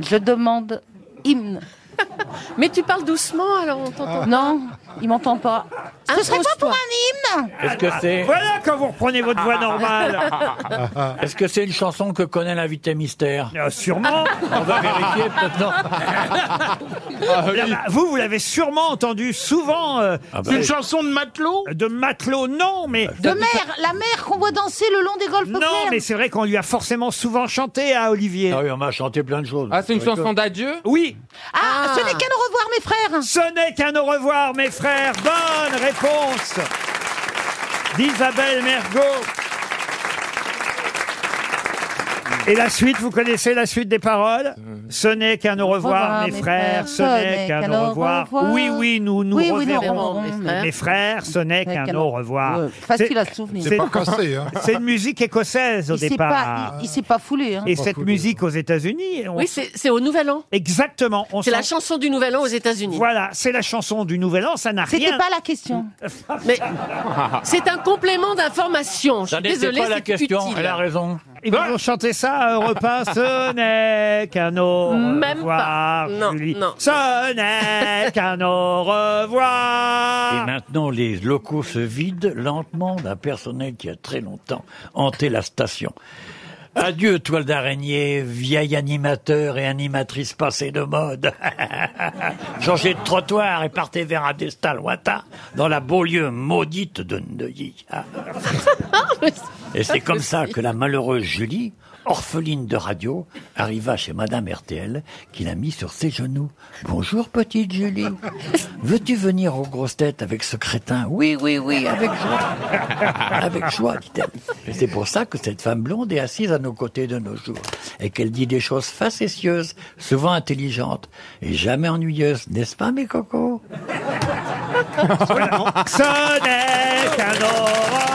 Speaker 14: Je demande hymne. Ah.
Speaker 7: Mais tu parles doucement, alors on t'entend. Ah,
Speaker 14: Non, il m'entend pas. Ce serait pas pour un hymne
Speaker 15: Est-ce que c'est. Ah.
Speaker 2: Voilà quand vous reprenez votre voix normale.
Speaker 15: Est-ce que c'est une chanson que connaît l'invité mystère
Speaker 2: Sûrement.
Speaker 15: On va vérifier peut-être. Ah,
Speaker 2: Là, bah, Vous, vous l'avez sûrement entendu souvent. euh,
Speaker 15: bah C'est une oui.
Speaker 2: chanson de matelot De matelot, non, mais. Euh,
Speaker 14: De mer, la mer qu'on voit danser le long des golfes
Speaker 2: Non, mais c'est vrai qu'on lui a forcément souvent chanté à Olivier. Ah
Speaker 15: oui, on m'a chanté plein de choses.
Speaker 2: Ah, c'est
Speaker 1: une chanson
Speaker 2: d'adieu Oui.
Speaker 14: Ah, ce n'est qu'un au revoir, mes frères
Speaker 2: Ce n'est qu'un au revoir, mes frères. Bonne réponse d'Isabelle Mergot. Et la suite, vous connaissez la suite des paroles Ce n'est qu'un au revoir, mes frères, ce n'est qu'un au revoir. Oui, oui, nous nous
Speaker 14: Oui, oui, nous
Speaker 2: reverrons,
Speaker 14: reverrons, mes frères.
Speaker 2: mes frères, ce n'est qu'un au revoir.
Speaker 14: Ouais, facile
Speaker 2: C'est-
Speaker 14: à se souvenir.
Speaker 2: c'est-
Speaker 14: C'est pas cassé, hein.
Speaker 2: C'est une musique écossaise au
Speaker 14: Il s'est pas,
Speaker 2: départ.
Speaker 14: il, il s'est pas foulé. hein.
Speaker 2: Et cette musique aux États-Unis, on-
Speaker 7: Oui, c'est c'est au Nouvel An.
Speaker 2: exactement. on
Speaker 7: C'est la
Speaker 2: s'en-
Speaker 7: chanson du Nouvel An aux États-Unis.
Speaker 2: Voilà, c'est la chanson du Nouvel An, ça n'a rien.
Speaker 7: C'était pas
Speaker 14: la question.
Speaker 7: Mais c'est un complément d'information. Je suis désolée, c'est utile.
Speaker 15: raison.
Speaker 2: Ils vont chanter ça à Europa. Ce n'est qu'un au
Speaker 7: Même
Speaker 2: revoir.
Speaker 7: pas. Non,
Speaker 2: Julie.
Speaker 7: non.
Speaker 2: Ce n'est qu'un au revoir.
Speaker 15: Et maintenant, les locaux se vident lentement d'un personnel qui a très longtemps hanté la station. Adieu, toile d'araignée, vieil animateur et animatrice passée de mode. Changez de trottoir et partez vers un destin lointain dans la banlieue maudite de Neuilly. Ah. Et c'est comme ça que la malheureuse Julie, orpheline de radio, arriva chez Madame RTL, qui l'a mise sur ses genoux. Bonjour, petite Julie. Veux-tu venir aux grosses têtes avec ce crétin Oui, oui, oui, avec joie. Avec joie, dit-elle. Et c'est pour ça que cette femme blonde est assise à nos côtés de nos jours. Et qu'elle dit des choses facétieuses, souvent intelligentes, et jamais ennuyeuses, n'est-ce pas, mes cocos
Speaker 2: Ce n'est qu'un au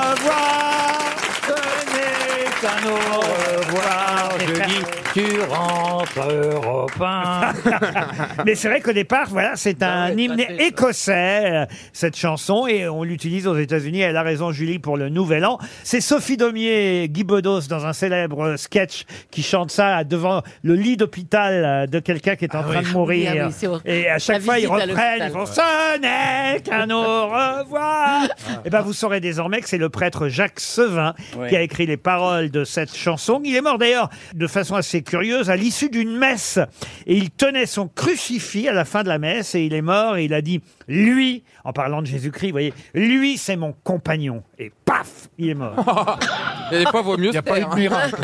Speaker 2: revoir.
Speaker 15: Ce n'est qu'un au revoir. Julie, tu rentres européen.
Speaker 2: Mais c'est vrai qu'au départ, voilà, c'est
Speaker 7: Bah
Speaker 2: un hymne écossais, euh, cette chanson, et on l'utilise aux États-Unis. Elle a raison, Julie, pour le Nouvel An. C'est Sophie Domier et Guy Bedos dans un célèbre euh, sketch qui chante ça devant le lit d'hôpital euh, de quelqu'un qui est en train de mourir.
Speaker 7: Oui, ah oui, c'est horrible.
Speaker 2: et à chaque
Speaker 7: La
Speaker 2: fois, ils
Speaker 7: visite à
Speaker 2: reprennent,
Speaker 7: l'hôpital.
Speaker 2: ils font ce n'est qu'un au revoir. et ben, vous saurez désormais que c'est le prêtre Jacques Sevin
Speaker 15: Ouais.
Speaker 2: qui a écrit les paroles de cette chanson. Il est mort d'ailleurs de façon assez curieuse, à l'issue d'une messe. Et il tenait son crucifix à la fin de la messe et il est mort et il a dit Lui, en parlant de Jésus-Christ, vous voyez, lui, c'est mon compagnon. Et paf, il est mort.
Speaker 1: Et des fois, vaut mieux. Il n'y a pas eu de miracle.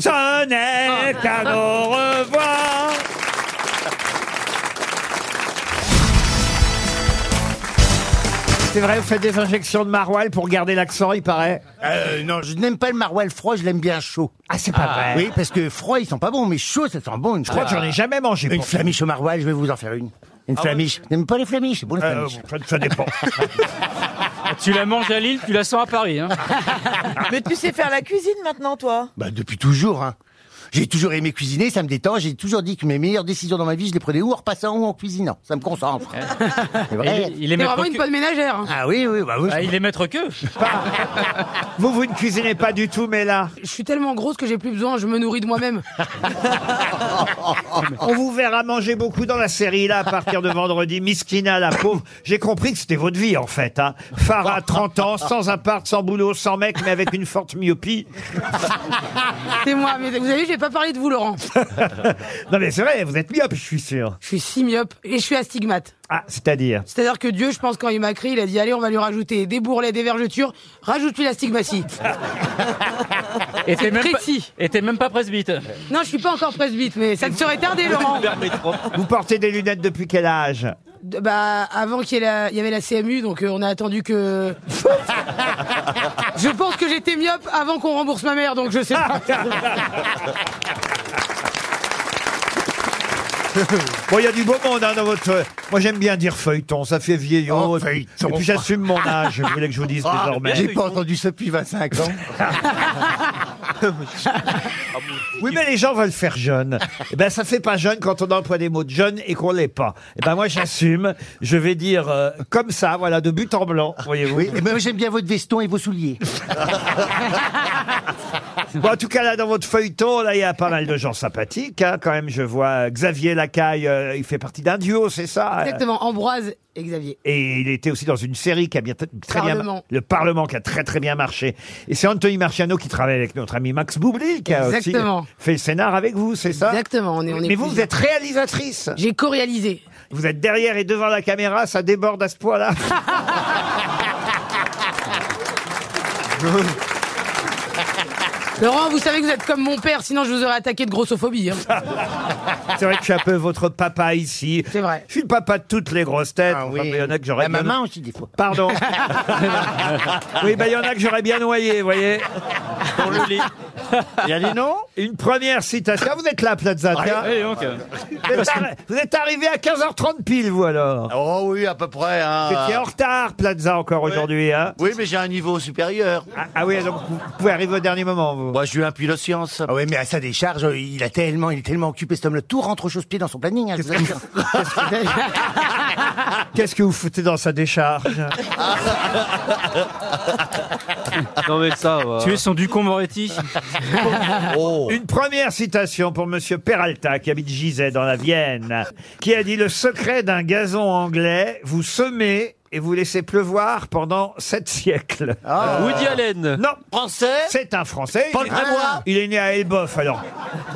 Speaker 2: Ça n'est qu'à au revoir. C'est vrai, vous faites des injections de maroilles pour garder l'accent, il paraît.
Speaker 16: Euh, non, je n'aime pas le maroilles froid, je l'aime bien chaud.
Speaker 2: Ah, c'est pas vrai.
Speaker 16: Oui, parce que froid, ils sont pas bons, mais chaud, ça sent bon. Une Ah.
Speaker 2: Je crois que j'en ai jamais mangé,
Speaker 16: Une
Speaker 2: pour-
Speaker 16: flamiche au maroilles, je vais vous en faire une. Une
Speaker 2: Ah
Speaker 16: flamiche. N'aime pas les flamiches, c'est bon les
Speaker 2: Euh,
Speaker 16: flamiches.
Speaker 2: ça, ça dépend.
Speaker 17: Tu la manges à Lille, tu la sens à Paris. Hein.
Speaker 4: Mais tu sais faire la cuisine maintenant, toi
Speaker 16: Bah, depuis toujours, hein. J'ai toujours aimé cuisiner, ça me détend. J'ai toujours dit que mes meilleures décisions dans ma vie, je les prenais ou en repassant ou en cuisinant. Ça me concentre. C'est vrai.
Speaker 17: Il est vraiment une bonne
Speaker 18: hein.
Speaker 17: ménagère.
Speaker 16: Ah oui, oui, bah oui.
Speaker 17: Ah, il est maître que.
Speaker 2: Vous, vous ne cuisinez pas du tout, mais là.
Speaker 18: Je suis tellement grosse que j'ai plus besoin, je me nourris de moi-même.
Speaker 2: On vous verra manger beaucoup dans la série là à partir de vendredi. Miskina, la pauvre. J'ai compris que c'était votre vie en fait. Hein. Farah, 30 ans, sans appart, sans boulot, sans mec, mais avec une forte myopie.
Speaker 18: C'est moi, mais vous avez vu, j'ai pas parlé de vous, Laurent.
Speaker 2: non mais c'est vrai, vous êtes myope, je suis sûr.
Speaker 18: Je suis si myope et je suis astigmate.
Speaker 2: Ah, c'est-à-dire
Speaker 18: C'est-à-dire que Dieu, je pense, quand il m'a créé, il a dit allez, on va lui rajouter des bourrelets, des vergetures, rajoute-lui la stigmatie.
Speaker 17: Et t'es même, pas- et t'es même pas presbyte.
Speaker 18: non, je suis pas encore presbyte, mais ça ne serait tardé, Laurent.
Speaker 2: Vous portez des lunettes depuis quel âge
Speaker 18: De- Bah, avant qu'il y, ait la- il y avait la CMU, donc euh, on a attendu que. je pense que j'étais myope avant qu'on rembourse ma mère, donc je sais
Speaker 3: Ah,
Speaker 18: pas.
Speaker 2: Bon, il y a du beau monde hein, dans votre. Moi, j'aime bien dire feuilleton, ça fait vieillot. et puis- Et puis, j'assume mon âge, je voulais que je vous dise
Speaker 16: Oh, Ah,
Speaker 2: désormais.
Speaker 16: J'ai pas entendu ça depuis 25 ans.
Speaker 2: Oui, mais les gens veulent faire jeune. Eh ben, ça fait pas jeune quand on emploie des mots de jeune et qu'on l'est pas. Eh ben, moi, j'assume. Je vais dire euh, comme ça, voilà, de but en blanc, voyez-vous.
Speaker 16: Oui, et moi j'aime bien votre veston et vos souliers.
Speaker 2: Bon, en tout cas, là, dans votre feuilleton, là, il y a pas mal de gens sympathiques. hein. Quand même, je vois euh, Xavier Lacaille, euh, il fait partie d'un duo, c'est ça hein.
Speaker 18: Exactement, Ambroise et Xavier.
Speaker 2: Et il était aussi dans une série qui a bien très bien
Speaker 18: Parlement.
Speaker 2: le Parlement qui a très très bien marché. Et c'est Anthony Marciano qui travaille avec notre ami Max Boublil qui a aussi
Speaker 18: Exactement.
Speaker 2: fait le scénar avec vous, c'est ça
Speaker 18: Exactement, on est- on est
Speaker 2: Mais vous,
Speaker 18: plusieurs.
Speaker 2: vous êtes réalisatrice.
Speaker 18: J'ai co-réalisé.
Speaker 2: Vous êtes derrière et devant la caméra, ça déborde à ce point-là.
Speaker 18: Laurent, vous savez que vous êtes comme mon père, sinon je vous aurais attaqué de grossophobie. hein.
Speaker 2: c'est vrai que je suis un peu votre papa ici. C'est vrai. Je suis le papa de toutes les grosses têtes. Enfin, mais il y en a que j'aurais
Speaker 16: Ah La
Speaker 2: bien-
Speaker 16: maman aussi des fois.
Speaker 2: Pardon. oui, bah, il y en a que j'aurais bien noyé, vous voyez. Dans le lit. Il y a des noms Une première citation. Ah, euh. Vous êtes là, Plaza. tiens.
Speaker 17: Allez, donc.
Speaker 2: Vous êtes arri- Vous êtes arrivé à 15h30 pile, vous alors
Speaker 6: Oh oui, à peu près.
Speaker 2: Vous étiez en
Speaker 6: Hein.
Speaker 2: retard, Plaza, encore aujourd'hui. Hein
Speaker 6: Oui, mais j'ai un niveau supérieur.
Speaker 2: Ah, ah oui, donc vous pouvez arriver au dernier moment, vous.
Speaker 6: Moi, je suis un pilote science.
Speaker 16: Ah ouais, mais à sa décharge, euh, il a tellement, il est tellement occupé cet homme-là, tout rentre au chausse-pied dans son planning. hein, je vous assure.
Speaker 2: Qu'est-ce que vous foutez dans sa décharge
Speaker 17: Non mais ça. Tu es son Ducon Moretti.
Speaker 15: Ah,
Speaker 2: Une première citation pour Monsieur Peralta, qui habite Gizet dans la Vienne, qui a dit Le secret d'un gazon anglais, vous semez et vous laissez pleuvoir pendant sept siècles.
Speaker 17: Euh,
Speaker 2: Euh,
Speaker 17: Woody Allen.
Speaker 2: Non. Français C'est un Français.
Speaker 17: Paul
Speaker 2: Il est-
Speaker 17: Grégoire.
Speaker 2: Il est né à Elbeuf, alors.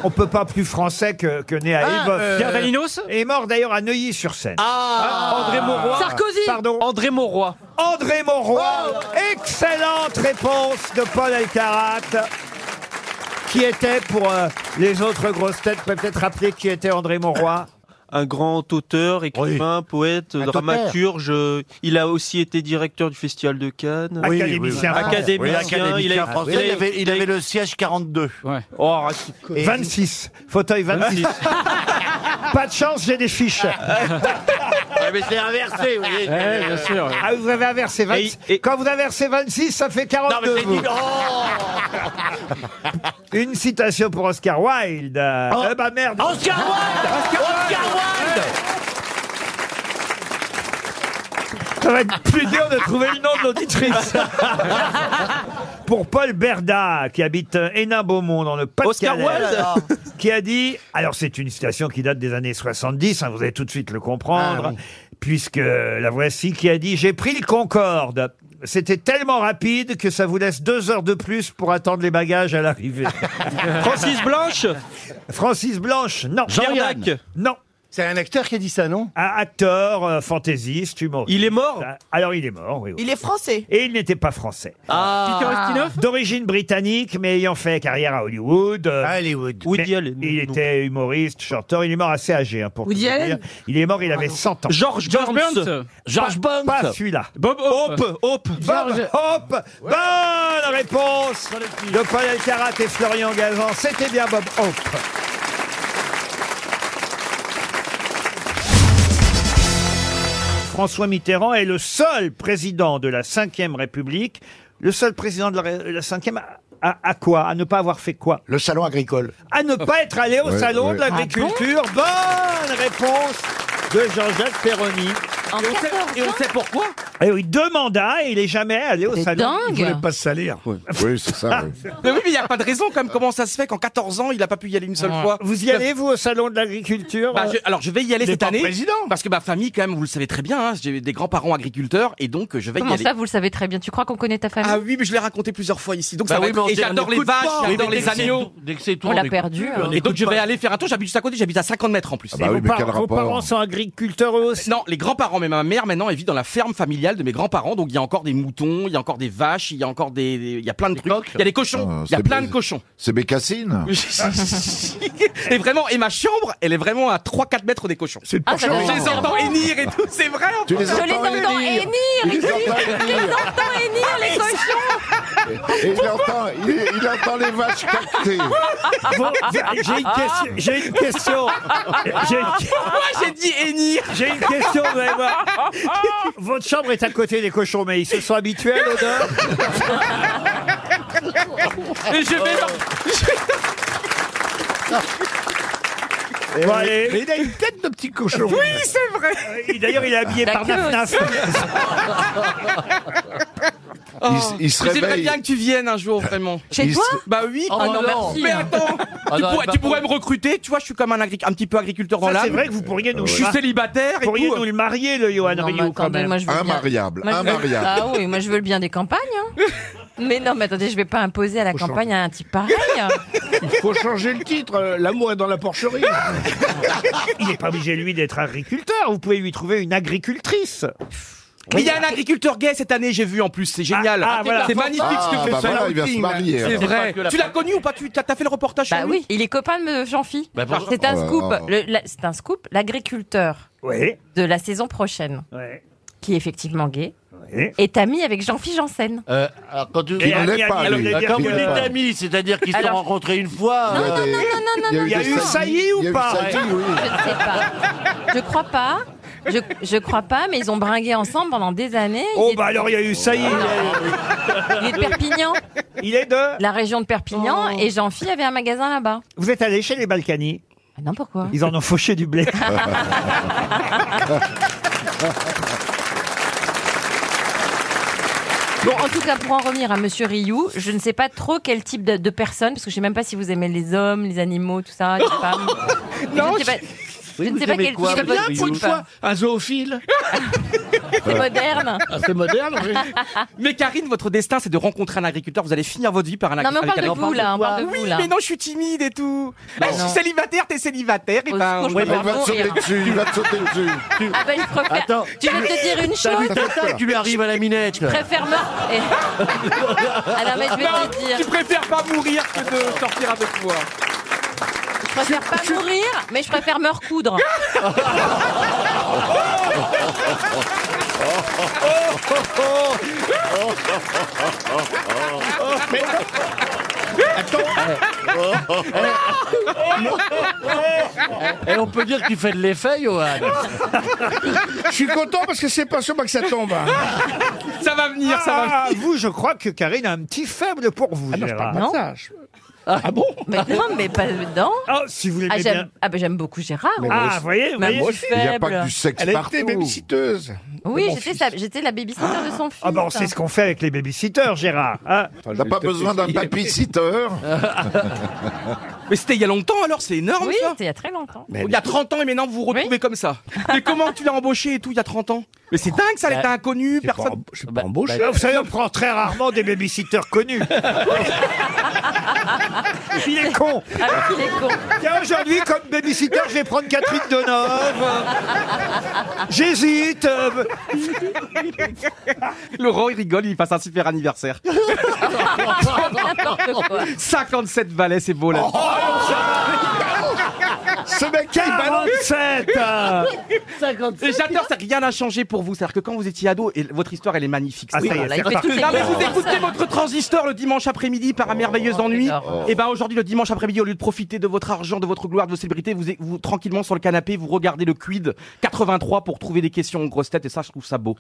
Speaker 2: On peut pas plus français que, que né à
Speaker 17: Ah,
Speaker 2: Elbeuf.
Speaker 17: euh, Pierre Ah, Daninos
Speaker 2: Est mort d'ailleurs à Neuilly-sur-Seine. Ah,
Speaker 17: André Mauroy.
Speaker 2: Sarkozy Pardon
Speaker 17: André Mauroy. Oh.
Speaker 2: André Monroy. Excellente réponse de Paul Alcarat. Qui était pour euh, les autres grosses têtes peut-être rappeler qui était André Monroy
Speaker 19: Un grand auteur, écrivain, poète,
Speaker 2: Un
Speaker 19: dramaturge. euh, Il a aussi été directeur du Festival de Cannes.
Speaker 2: Oui, Académicien oui, oui. français.
Speaker 19: Académicien,
Speaker 2: Oui, académicien
Speaker 19: il a-
Speaker 2: français.
Speaker 19: il a-
Speaker 2: Il avait-
Speaker 19: il avait le siège 42. Oh, raciste.
Speaker 2: 26. Fauteuil 26. Pas de chance, j'ai des fiches. Eh,
Speaker 6: mais c'est inversé, vous voyez.
Speaker 2: Ah, vous avez inversé 26. Quand vous inversez 26, ça fait
Speaker 1: Ah,
Speaker 2: 42.
Speaker 6: Non, mais j'ai dit-
Speaker 2: vous. Oh. Une citation pour Oscar Wilde.
Speaker 6: Oh.
Speaker 2: Eh ben, merde.
Speaker 6: Oscar Wilde Oscar, Wilde
Speaker 2: ben, Ça va être plus dur de trouver le nom de l'auditrice. Pour Paul Berda, qui habite Hénin-Beaumont dans le Pas-de-Calais,
Speaker 19: Oscar Wilde
Speaker 2: alors, qui a dit, alors c'est une citation qui date des années 70, hein, vous
Speaker 19: Ah
Speaker 2: allez tout de suite le comprendre, puisque la voici, qui a dit, j'ai pris le Concorde C'était tellement rapide que ça vous laisse deux heures de plus pour attendre les bagages à l'arrivée.
Speaker 13: Francis
Speaker 2: Blanche Francis Blanche, non.
Speaker 13: Jean-Yann
Speaker 2: Pierre Dac Non. C'est un acteur qui a dit ça, non Un acteur, euh, fantaisiste, humoriste. Il est mort Alors, il est mort, oui. oui.
Speaker 7: Il est français.
Speaker 2: Et il n'était pas français.
Speaker 7: Ah. Peter Ustinov
Speaker 2: D'origine britannique, mais ayant fait carrière à Hollywood. Hollywood. il était humoriste, chanteur. Il est mort assez âgé, hein, pour
Speaker 20: Woody
Speaker 2: tout vous
Speaker 20: Allen
Speaker 2: dire. Il est mort, il avait 100 ans.
Speaker 13: George George Burns. Burns. George
Speaker 2: Pas-
Speaker 13: Burns.
Speaker 2: Pas celui-là.
Speaker 13: Bob Hope.
Speaker 2: Hope. Hope. Bob
Speaker 13: George-
Speaker 2: Hope. Bonne réponse de Paul Alcarat et Florian Gazan. C'était bien Bob Hope. François Mitterrand est le seul président de la Ve République, le seul président de la, Ré- la Ve à- à, à quoi À ne pas avoir fait quoi Ah, Le salon agricole. À ne pas être allé au
Speaker 1: Ouais,
Speaker 2: salon
Speaker 1: ouais.
Speaker 2: de l'agriculture.
Speaker 19: Ah
Speaker 2: Bonne réponse de Jean-Jacques Perroni.
Speaker 13: Et on, sait, et on sait pourquoi
Speaker 2: Et eh oui, deux mandats et il est jamais allé au
Speaker 13: C'est
Speaker 2: salon.
Speaker 13: dingue. Il voulait
Speaker 2: pas se salir.
Speaker 1: Oui, c'est ça. oui.
Speaker 3: Mais oui, mais il n'y a pas de raison quand même. Comment ça se fait qu'en 14 ans, il n'a pas pu y aller une seule
Speaker 13: Ouais.
Speaker 3: fois
Speaker 2: Vous y allez, vous, au salon de l'agriculture
Speaker 3: Bah, je- Alors, je vais y aller
Speaker 13: Il est
Speaker 3: cette
Speaker 13: pas
Speaker 3: année.
Speaker 13: président.
Speaker 3: Parce que ma famille, quand même, vous le savez très bien, hein, j'ai des grands-parents agriculteurs et donc euh, je vais y
Speaker 10: Comment
Speaker 3: aller.
Speaker 10: ça, vous le savez très bien Tu crois qu'on connaît ta famille
Speaker 3: ah oui, mais je l'ai raconté plusieurs fois ici. Donc
Speaker 10: Bah
Speaker 3: ça va
Speaker 10: oui,
Speaker 3: être-
Speaker 10: mais on
Speaker 3: Et
Speaker 10: dit- on
Speaker 3: j'adore les
Speaker 10: n'écoute
Speaker 3: vaches,
Speaker 10: pas. Oui,
Speaker 3: j'adore
Speaker 10: mais
Speaker 3: les
Speaker 10: dès que c'est
Speaker 3: agneaux.
Speaker 10: tout- dès que c'est tout, On on l'a écoute perdu, hein. plus, alors. on
Speaker 3: Et donc
Speaker 10: n'écoute
Speaker 3: je vais
Speaker 10: pas.
Speaker 3: aller faire un tour. J'habite juste à côté, j'habite à 50 mètres en plus. Euh,
Speaker 2: Ah bah Et oui, vos mais par- quel vos rapport parents sont agriculteurs eux aussi
Speaker 3: Non, les grands-parents, mais ma mère maintenant, elle vit dans la ferme familiale de mes grands-parents. Donc il y a encore des moutons, il y a encore des vaches, il y a encore des, des- il y a plein de trucs. Il y a des
Speaker 1: Ah,
Speaker 3: cochons, il y
Speaker 1: c'est
Speaker 3: a plein
Speaker 1: bé-
Speaker 3: de cochons.
Speaker 1: C'est Bécassine
Speaker 3: et vraiment, et ma chambre, elle est vraiment à 3-4 mètres des cochons. C'est
Speaker 1: Ah, ça porcherie.
Speaker 3: Je
Speaker 1: doit
Speaker 3: les
Speaker 6: hein.
Speaker 1: faire
Speaker 3: entends
Speaker 1: bon.
Speaker 3: hennir et tout, c'est vrai. en
Speaker 1: Tu
Speaker 3: plus.
Speaker 1: les Je entends les entends hennir. hennir, Tu les ici. entends Je les hennir. entends
Speaker 10: hennir,
Speaker 3: Ah,
Speaker 10: les
Speaker 1: cochons. Et il entend, il, il entend les vaches cacter.
Speaker 2: Bon, J'ai une question. J'ai une question. J'ai une-
Speaker 6: Moi, j'ai dit hennir.
Speaker 2: J'ai une question, vous allez voir. Votre chambre est à côté des cochons, mais ils se sont habitués à l'odeur.
Speaker 6: Et je vais leur...
Speaker 2: Bon, allez.
Speaker 21: Eh Mais il a une tête de petit cochon.
Speaker 6: Oui, c'est vrai.
Speaker 2: Et D'ailleurs, Euh, il est habillé
Speaker 6: La
Speaker 2: par
Speaker 6: queue
Speaker 2: Naf
Speaker 6: aussi.
Speaker 3: Oh.
Speaker 1: Il, il se
Speaker 3: Mais J'aimerais
Speaker 1: réveille.
Speaker 3: bien que tu viennes un jour, vraiment.
Speaker 1: Chez Il toi se-
Speaker 3: Bah oui.
Speaker 1: Oh,
Speaker 3: ah
Speaker 1: non, merci.
Speaker 3: Mais attends,
Speaker 1: Ah
Speaker 3: tu,
Speaker 1: non,
Speaker 3: pourrais,
Speaker 1: elle va
Speaker 3: tu pourrais
Speaker 1: pas-
Speaker 3: me recruter. Tu vois, je suis comme un, agri- un petit peu agriculteur dans
Speaker 2: Ça,
Speaker 3: l'âme.
Speaker 2: c'est vrai que vous pourriez nous.
Speaker 3: Je suis
Speaker 2: Ah.
Speaker 3: célibataire et
Speaker 2: pourriez
Speaker 3: tout.
Speaker 2: nous le marier, le Johan
Speaker 10: Non, mais
Speaker 2: Rioux, quand
Speaker 10: attendez,
Speaker 2: même.
Speaker 10: moi, je veux bien- moi, je veux- Ah oui, moi je veux le bien des campagnes. hein. Mais non, mais attendez, je vais pas imposer à la campagne à un type pareil. hein.
Speaker 21: Faut changer le titre, euh, l'amour est dans la porcherie.
Speaker 2: Il n'est pas obligé, lui, d'être agriculteur. Vous pouvez lui trouver une agricultrice.
Speaker 3: Mais il y a un agriculteur gay cette année, j'ai vu en plus, c'est génial.
Speaker 2: Ah, ah, voilà.
Speaker 3: C'est magnifique ce
Speaker 1: Ah,
Speaker 3: que fait
Speaker 1: bah
Speaker 3: ce
Speaker 1: voilà, il va se
Speaker 3: outing.
Speaker 1: marier,
Speaker 3: C'est
Speaker 1: alors.
Speaker 3: vrai.
Speaker 1: C'est pas que la-
Speaker 3: Tu l'as connu ou pas Tu t'as t'as fait le reportage
Speaker 10: Bah
Speaker 3: sur lui
Speaker 10: oui, il est cophile de Jean-Phi.
Speaker 3: Bah, bonjour.
Speaker 10: c'est un
Speaker 3: Oh là
Speaker 10: scoop.
Speaker 3: là.
Speaker 10: Le- la- C'est un scoop. L'agriculteur
Speaker 2: Oui.
Speaker 10: de la saison prochaine, qui est effectivement gay,
Speaker 2: Oui.
Speaker 10: est ami avec Jean-Phi Janssen.
Speaker 6: Euh, alors quand tu...
Speaker 2: Qui ne l'est pas,
Speaker 6: alors,
Speaker 2: lui. Qui
Speaker 6: quand
Speaker 2: ne
Speaker 6: vous
Speaker 2: l'est
Speaker 6: dites
Speaker 2: pas.
Speaker 6: amis, c'est-à-dire qu'ils se sont
Speaker 10: Alors-
Speaker 6: rencontrés une fois.
Speaker 10: Non,
Speaker 6: euh,
Speaker 10: non, non, non, non, non, non.
Speaker 2: Il y a eu saillie ou pas
Speaker 10: Je ne sais pas. Je crois pas. Je, je crois pas, mais ils ont bringué ensemble pendant des années.
Speaker 2: Oh,
Speaker 10: Il est-
Speaker 2: bah alors, il y a eu saillie.
Speaker 10: Il est de Perpignan.
Speaker 2: Il est de. Oh.
Speaker 10: La région de Perpignan. Et Jean-Phi avait un magasin là-bas.
Speaker 2: Vous êtes allé chez les Balkany
Speaker 10: Ah Non, pourquoi
Speaker 2: Ils en ont fauché du blé.
Speaker 10: Bon, en tout cas, pour en revenir à Monsieur Rioux, je ne sais pas trop quel type de, de personne, parce que je sais même pas si vous aimez les hommes, les animaux, tout ça, les femmes. Et
Speaker 6: Non,
Speaker 10: je ne sais pas,
Speaker 6: Oui,
Speaker 10: je ne
Speaker 6: vous
Speaker 10: sais pas
Speaker 6: aimez
Speaker 10: quel
Speaker 6: quoi,
Speaker 10: type de
Speaker 6: monsieur
Speaker 10: type.
Speaker 6: Rioux Une fois,
Speaker 3: un zoophile.
Speaker 10: C'est moderne.
Speaker 6: Ah,
Speaker 3: Mais Karine, votre destin, c'est de rencontrer un agriculteur. Vous allez finir votre vie par un
Speaker 10: Non, mais on
Speaker 3: agriculteur.
Speaker 10: parle de vous, là, on parle de
Speaker 3: oui,
Speaker 10: vous, là.
Speaker 3: mais non, je suis timide et tout.
Speaker 10: Bah
Speaker 3: Ah, je suis
Speaker 10: non.
Speaker 3: célibataire, t'es célibataire. Et
Speaker 10: Au
Speaker 3: ben,
Speaker 10: secours, je Ouais, peux bah, pas il va te mourir. sauter dessus, il va te
Speaker 1: sauter dessus.
Speaker 10: Ah ben, je préfère.
Speaker 6: Attends.
Speaker 10: tu veux te dire une
Speaker 6: T'as vu
Speaker 10: chose
Speaker 6: ta taille, tu lui arrives à la minette.
Speaker 10: Je préfère mort. Et... Ah non, mais je vais
Speaker 6: Non,
Speaker 10: te dire.
Speaker 3: Tu préfères pas mourir que de sortir avec moi.
Speaker 10: Je préfère pas mourir, mais je préfère me recoudre.
Speaker 6: Mais attends. Et on peut dire que tu fais de l'effet, Johan.
Speaker 21: Je suis content parce que c'est pas sûr que ça tombe. hein.
Speaker 3: Ça va venir, ça va
Speaker 2: Ah, vous, je crois que Karine a un petit faible pour vous, Gérard.
Speaker 10: Non.
Speaker 2: Ah bon
Speaker 10: Mais non, mais pas dedans.
Speaker 2: Ah, si vous
Speaker 10: Ah,
Speaker 2: l'aimez
Speaker 10: j'aime
Speaker 2: bien.
Speaker 10: ah, ben, j'aime beaucoup Gérard.
Speaker 2: Mais
Speaker 10: hein.
Speaker 2: moi aussi. Ah, voyez, vous
Speaker 10: Ma
Speaker 2: voyez,
Speaker 10: bouche
Speaker 1: Il n'y a
Speaker 10: faible.
Speaker 1: pas que du sexe
Speaker 21: Elle a
Speaker 1: partout.
Speaker 21: été babysitteuse.
Speaker 10: Oui,
Speaker 21: de mon
Speaker 10: j'étais sa- j'étais la babysitter de son fils.
Speaker 2: bah, Ah bon, c'est ce qu'on fait avec les babysitters, Gérard. hein.
Speaker 1: T'as pas besoin d'un babysitter
Speaker 3: Mais c'était il y a longtemps alors, c'est énorme
Speaker 10: Oui,
Speaker 3: ça
Speaker 10: c'était il y a très longtemps.
Speaker 3: Il y a 30 ans et maintenant vous vous retrouvez comme ça. Mais comment tu l'as embauché et tout il y a 30 ans Mais c'est dingue
Speaker 6: Bah,
Speaker 3: ça, elle était inconnue, personne.
Speaker 2: Je suis pas embauché. Vous savez, on prend très rarement des babysitters connus. Il est con.
Speaker 6: Alors qu'il Ah, est con.
Speaker 2: Tiens, aujourd'hui, comme babysitter, je vais prendre Catherine Deneuve. J'hésite. euh,
Speaker 3: Laurent il rigole, il passe un super anniversaire. 57 valets, c'est beau là.
Speaker 1: Oh,
Speaker 6: Oh,
Speaker 3: Ce mec il balance.
Speaker 2: 47
Speaker 3: Et j'adore, c'est que rien n'a changé pour vous. C'est-à-dire que quand vous étiez ado, et votre histoire, elle est magnifique.
Speaker 2: Ah, ça y est,
Speaker 3: Non,
Speaker 2: c'est Oh. reparti.
Speaker 3: mais vous écoutez votre transistor le dimanche après-midi par un
Speaker 2: Oh,
Speaker 3: merveilleux ennui.
Speaker 2: énorme.
Speaker 3: Et ben aujourd'hui, le dimanche après-midi, au lieu de profiter de votre argent, de votre gloire, de vos célébrités, vous, vous tranquillement sur le canapé, vous regardez le quid 83 pour trouver des questions aux grosses têtes. Et ça, je trouve ça beau.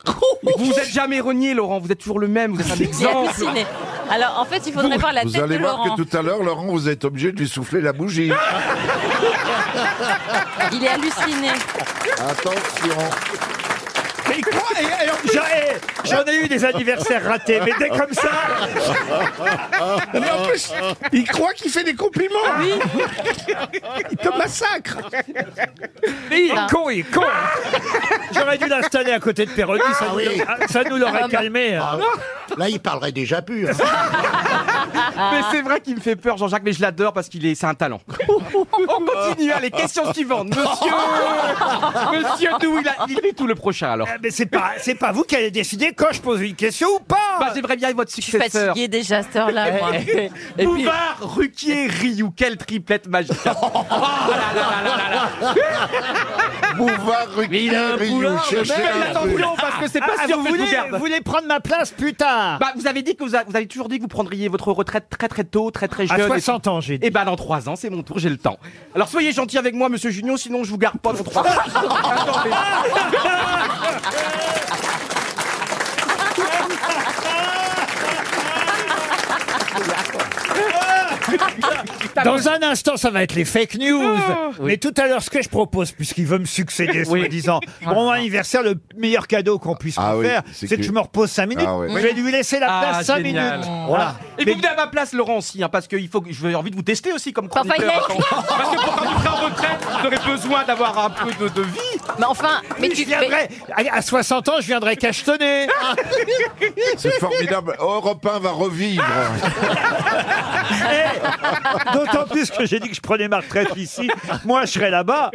Speaker 3: vous êtes jamais renié, Laurent. Vous êtes toujours le même. Vous êtes un
Speaker 10: J'ai
Speaker 3: exemple.
Speaker 10: halluciné. Alors, en fait, il faudrait voir la
Speaker 1: vous
Speaker 10: tête
Speaker 1: allez
Speaker 10: de
Speaker 1: voir
Speaker 10: Laurent.
Speaker 1: que tout à l'heure, Laurent, vous êtes obligé de lui souffler la bougie.
Speaker 10: Il est halluciné.
Speaker 1: Attention.
Speaker 2: Mais quoi Et alors, j'en ai- J'en ai eu des anniversaires ratés, mais dès comme ça.
Speaker 1: Mais en plus,
Speaker 2: il croit qu'il fait des compliments.
Speaker 1: Il te massacre.
Speaker 2: Mais il
Speaker 3: Ah.
Speaker 2: est con, il est con. J'aurais dû l'installer à côté de Péroni, ça, nous- ah, ça nous l'aurait calmé. hein.
Speaker 22: Là, il parlerait déjà plus.
Speaker 6: hein. Ah.
Speaker 3: Mais c'est vrai qu'il me fait peur, Jean-Jacques, mais je l'adore parce qu'il est, c'est un talent. On continue, hein, allez, question suivante. Monsieur, monsieur Dou, il, a- il est tout le prochain alors.
Speaker 2: Mais c'est pas, c'est pas vous qui allez décider quand je pose une question ou pas.
Speaker 3: Bah, j'aimerais bien votre
Speaker 10: Je suis
Speaker 3: successeur.
Speaker 10: fatiguée déjà à cette heure-là, moi.
Speaker 3: Bouvard, Ruquier, Rioux, quelle triplette magique. Oh là là là là là là.
Speaker 1: Bouvard, Ruquier, Rioux, cherchez
Speaker 3: Mais
Speaker 1: un truc.
Speaker 3: attention, parce que c'est pas
Speaker 2: Ah,
Speaker 3: sûr
Speaker 2: vous
Speaker 3: que je vous
Speaker 2: voulez,
Speaker 3: garde.
Speaker 2: vous voulez prendre ma place plus tard
Speaker 3: Bah, vous avez dit que vous, a- vous avez toujours dit que vous prendriez votre retraite très très tôt, très très
Speaker 2: À
Speaker 3: jeune.
Speaker 2: 60 ans, j'ai dit.
Speaker 3: Et bah, dans 3 ans, c'est mon tour, j'ai le temps. Alors, soyez gentil avec moi, monsieur Junior, sinon je vous garde pas dans 3 ans. Attendez.
Speaker 2: Dans un instant, ça va être les fake news. Mais tout à l'heure, ce que je propose, puisqu'il veut me succéder,
Speaker 23: Oui.
Speaker 2: soi-disant, pour mon anniversaire, le meilleur cadeau qu'on puisse
Speaker 1: Ah
Speaker 2: me
Speaker 1: oui,
Speaker 2: faire,
Speaker 1: c'est
Speaker 2: c'est que...
Speaker 1: que-
Speaker 2: je me repose 5 minutes.
Speaker 1: Ah ouais.
Speaker 2: Je vais lui laisser la place 5
Speaker 3: génial. Ah.
Speaker 2: minutes.
Speaker 3: Voilà.
Speaker 2: Voilà.
Speaker 3: Et vous venez à ma place, Laurent, aussi, hein, parce que il faut que j'ai envie de vous tester aussi comme
Speaker 10: Enfin,
Speaker 3: chroniqueur.
Speaker 10: il
Speaker 3: attends. parce que pour quand vous serez en retraite, vous aurez besoin d'avoir un peu de, de vie.
Speaker 10: Mais enfin, mais
Speaker 2: je
Speaker 10: tu
Speaker 2: viendrai, à à 60 ans, je viendrai cachetonner.
Speaker 1: C'est formidable. Europe 1 va revivre.
Speaker 2: Eh, D'autant plus que j'ai dit que je prenais ma retraite ici. Moi, je serai
Speaker 3: Ah.
Speaker 2: là-bas.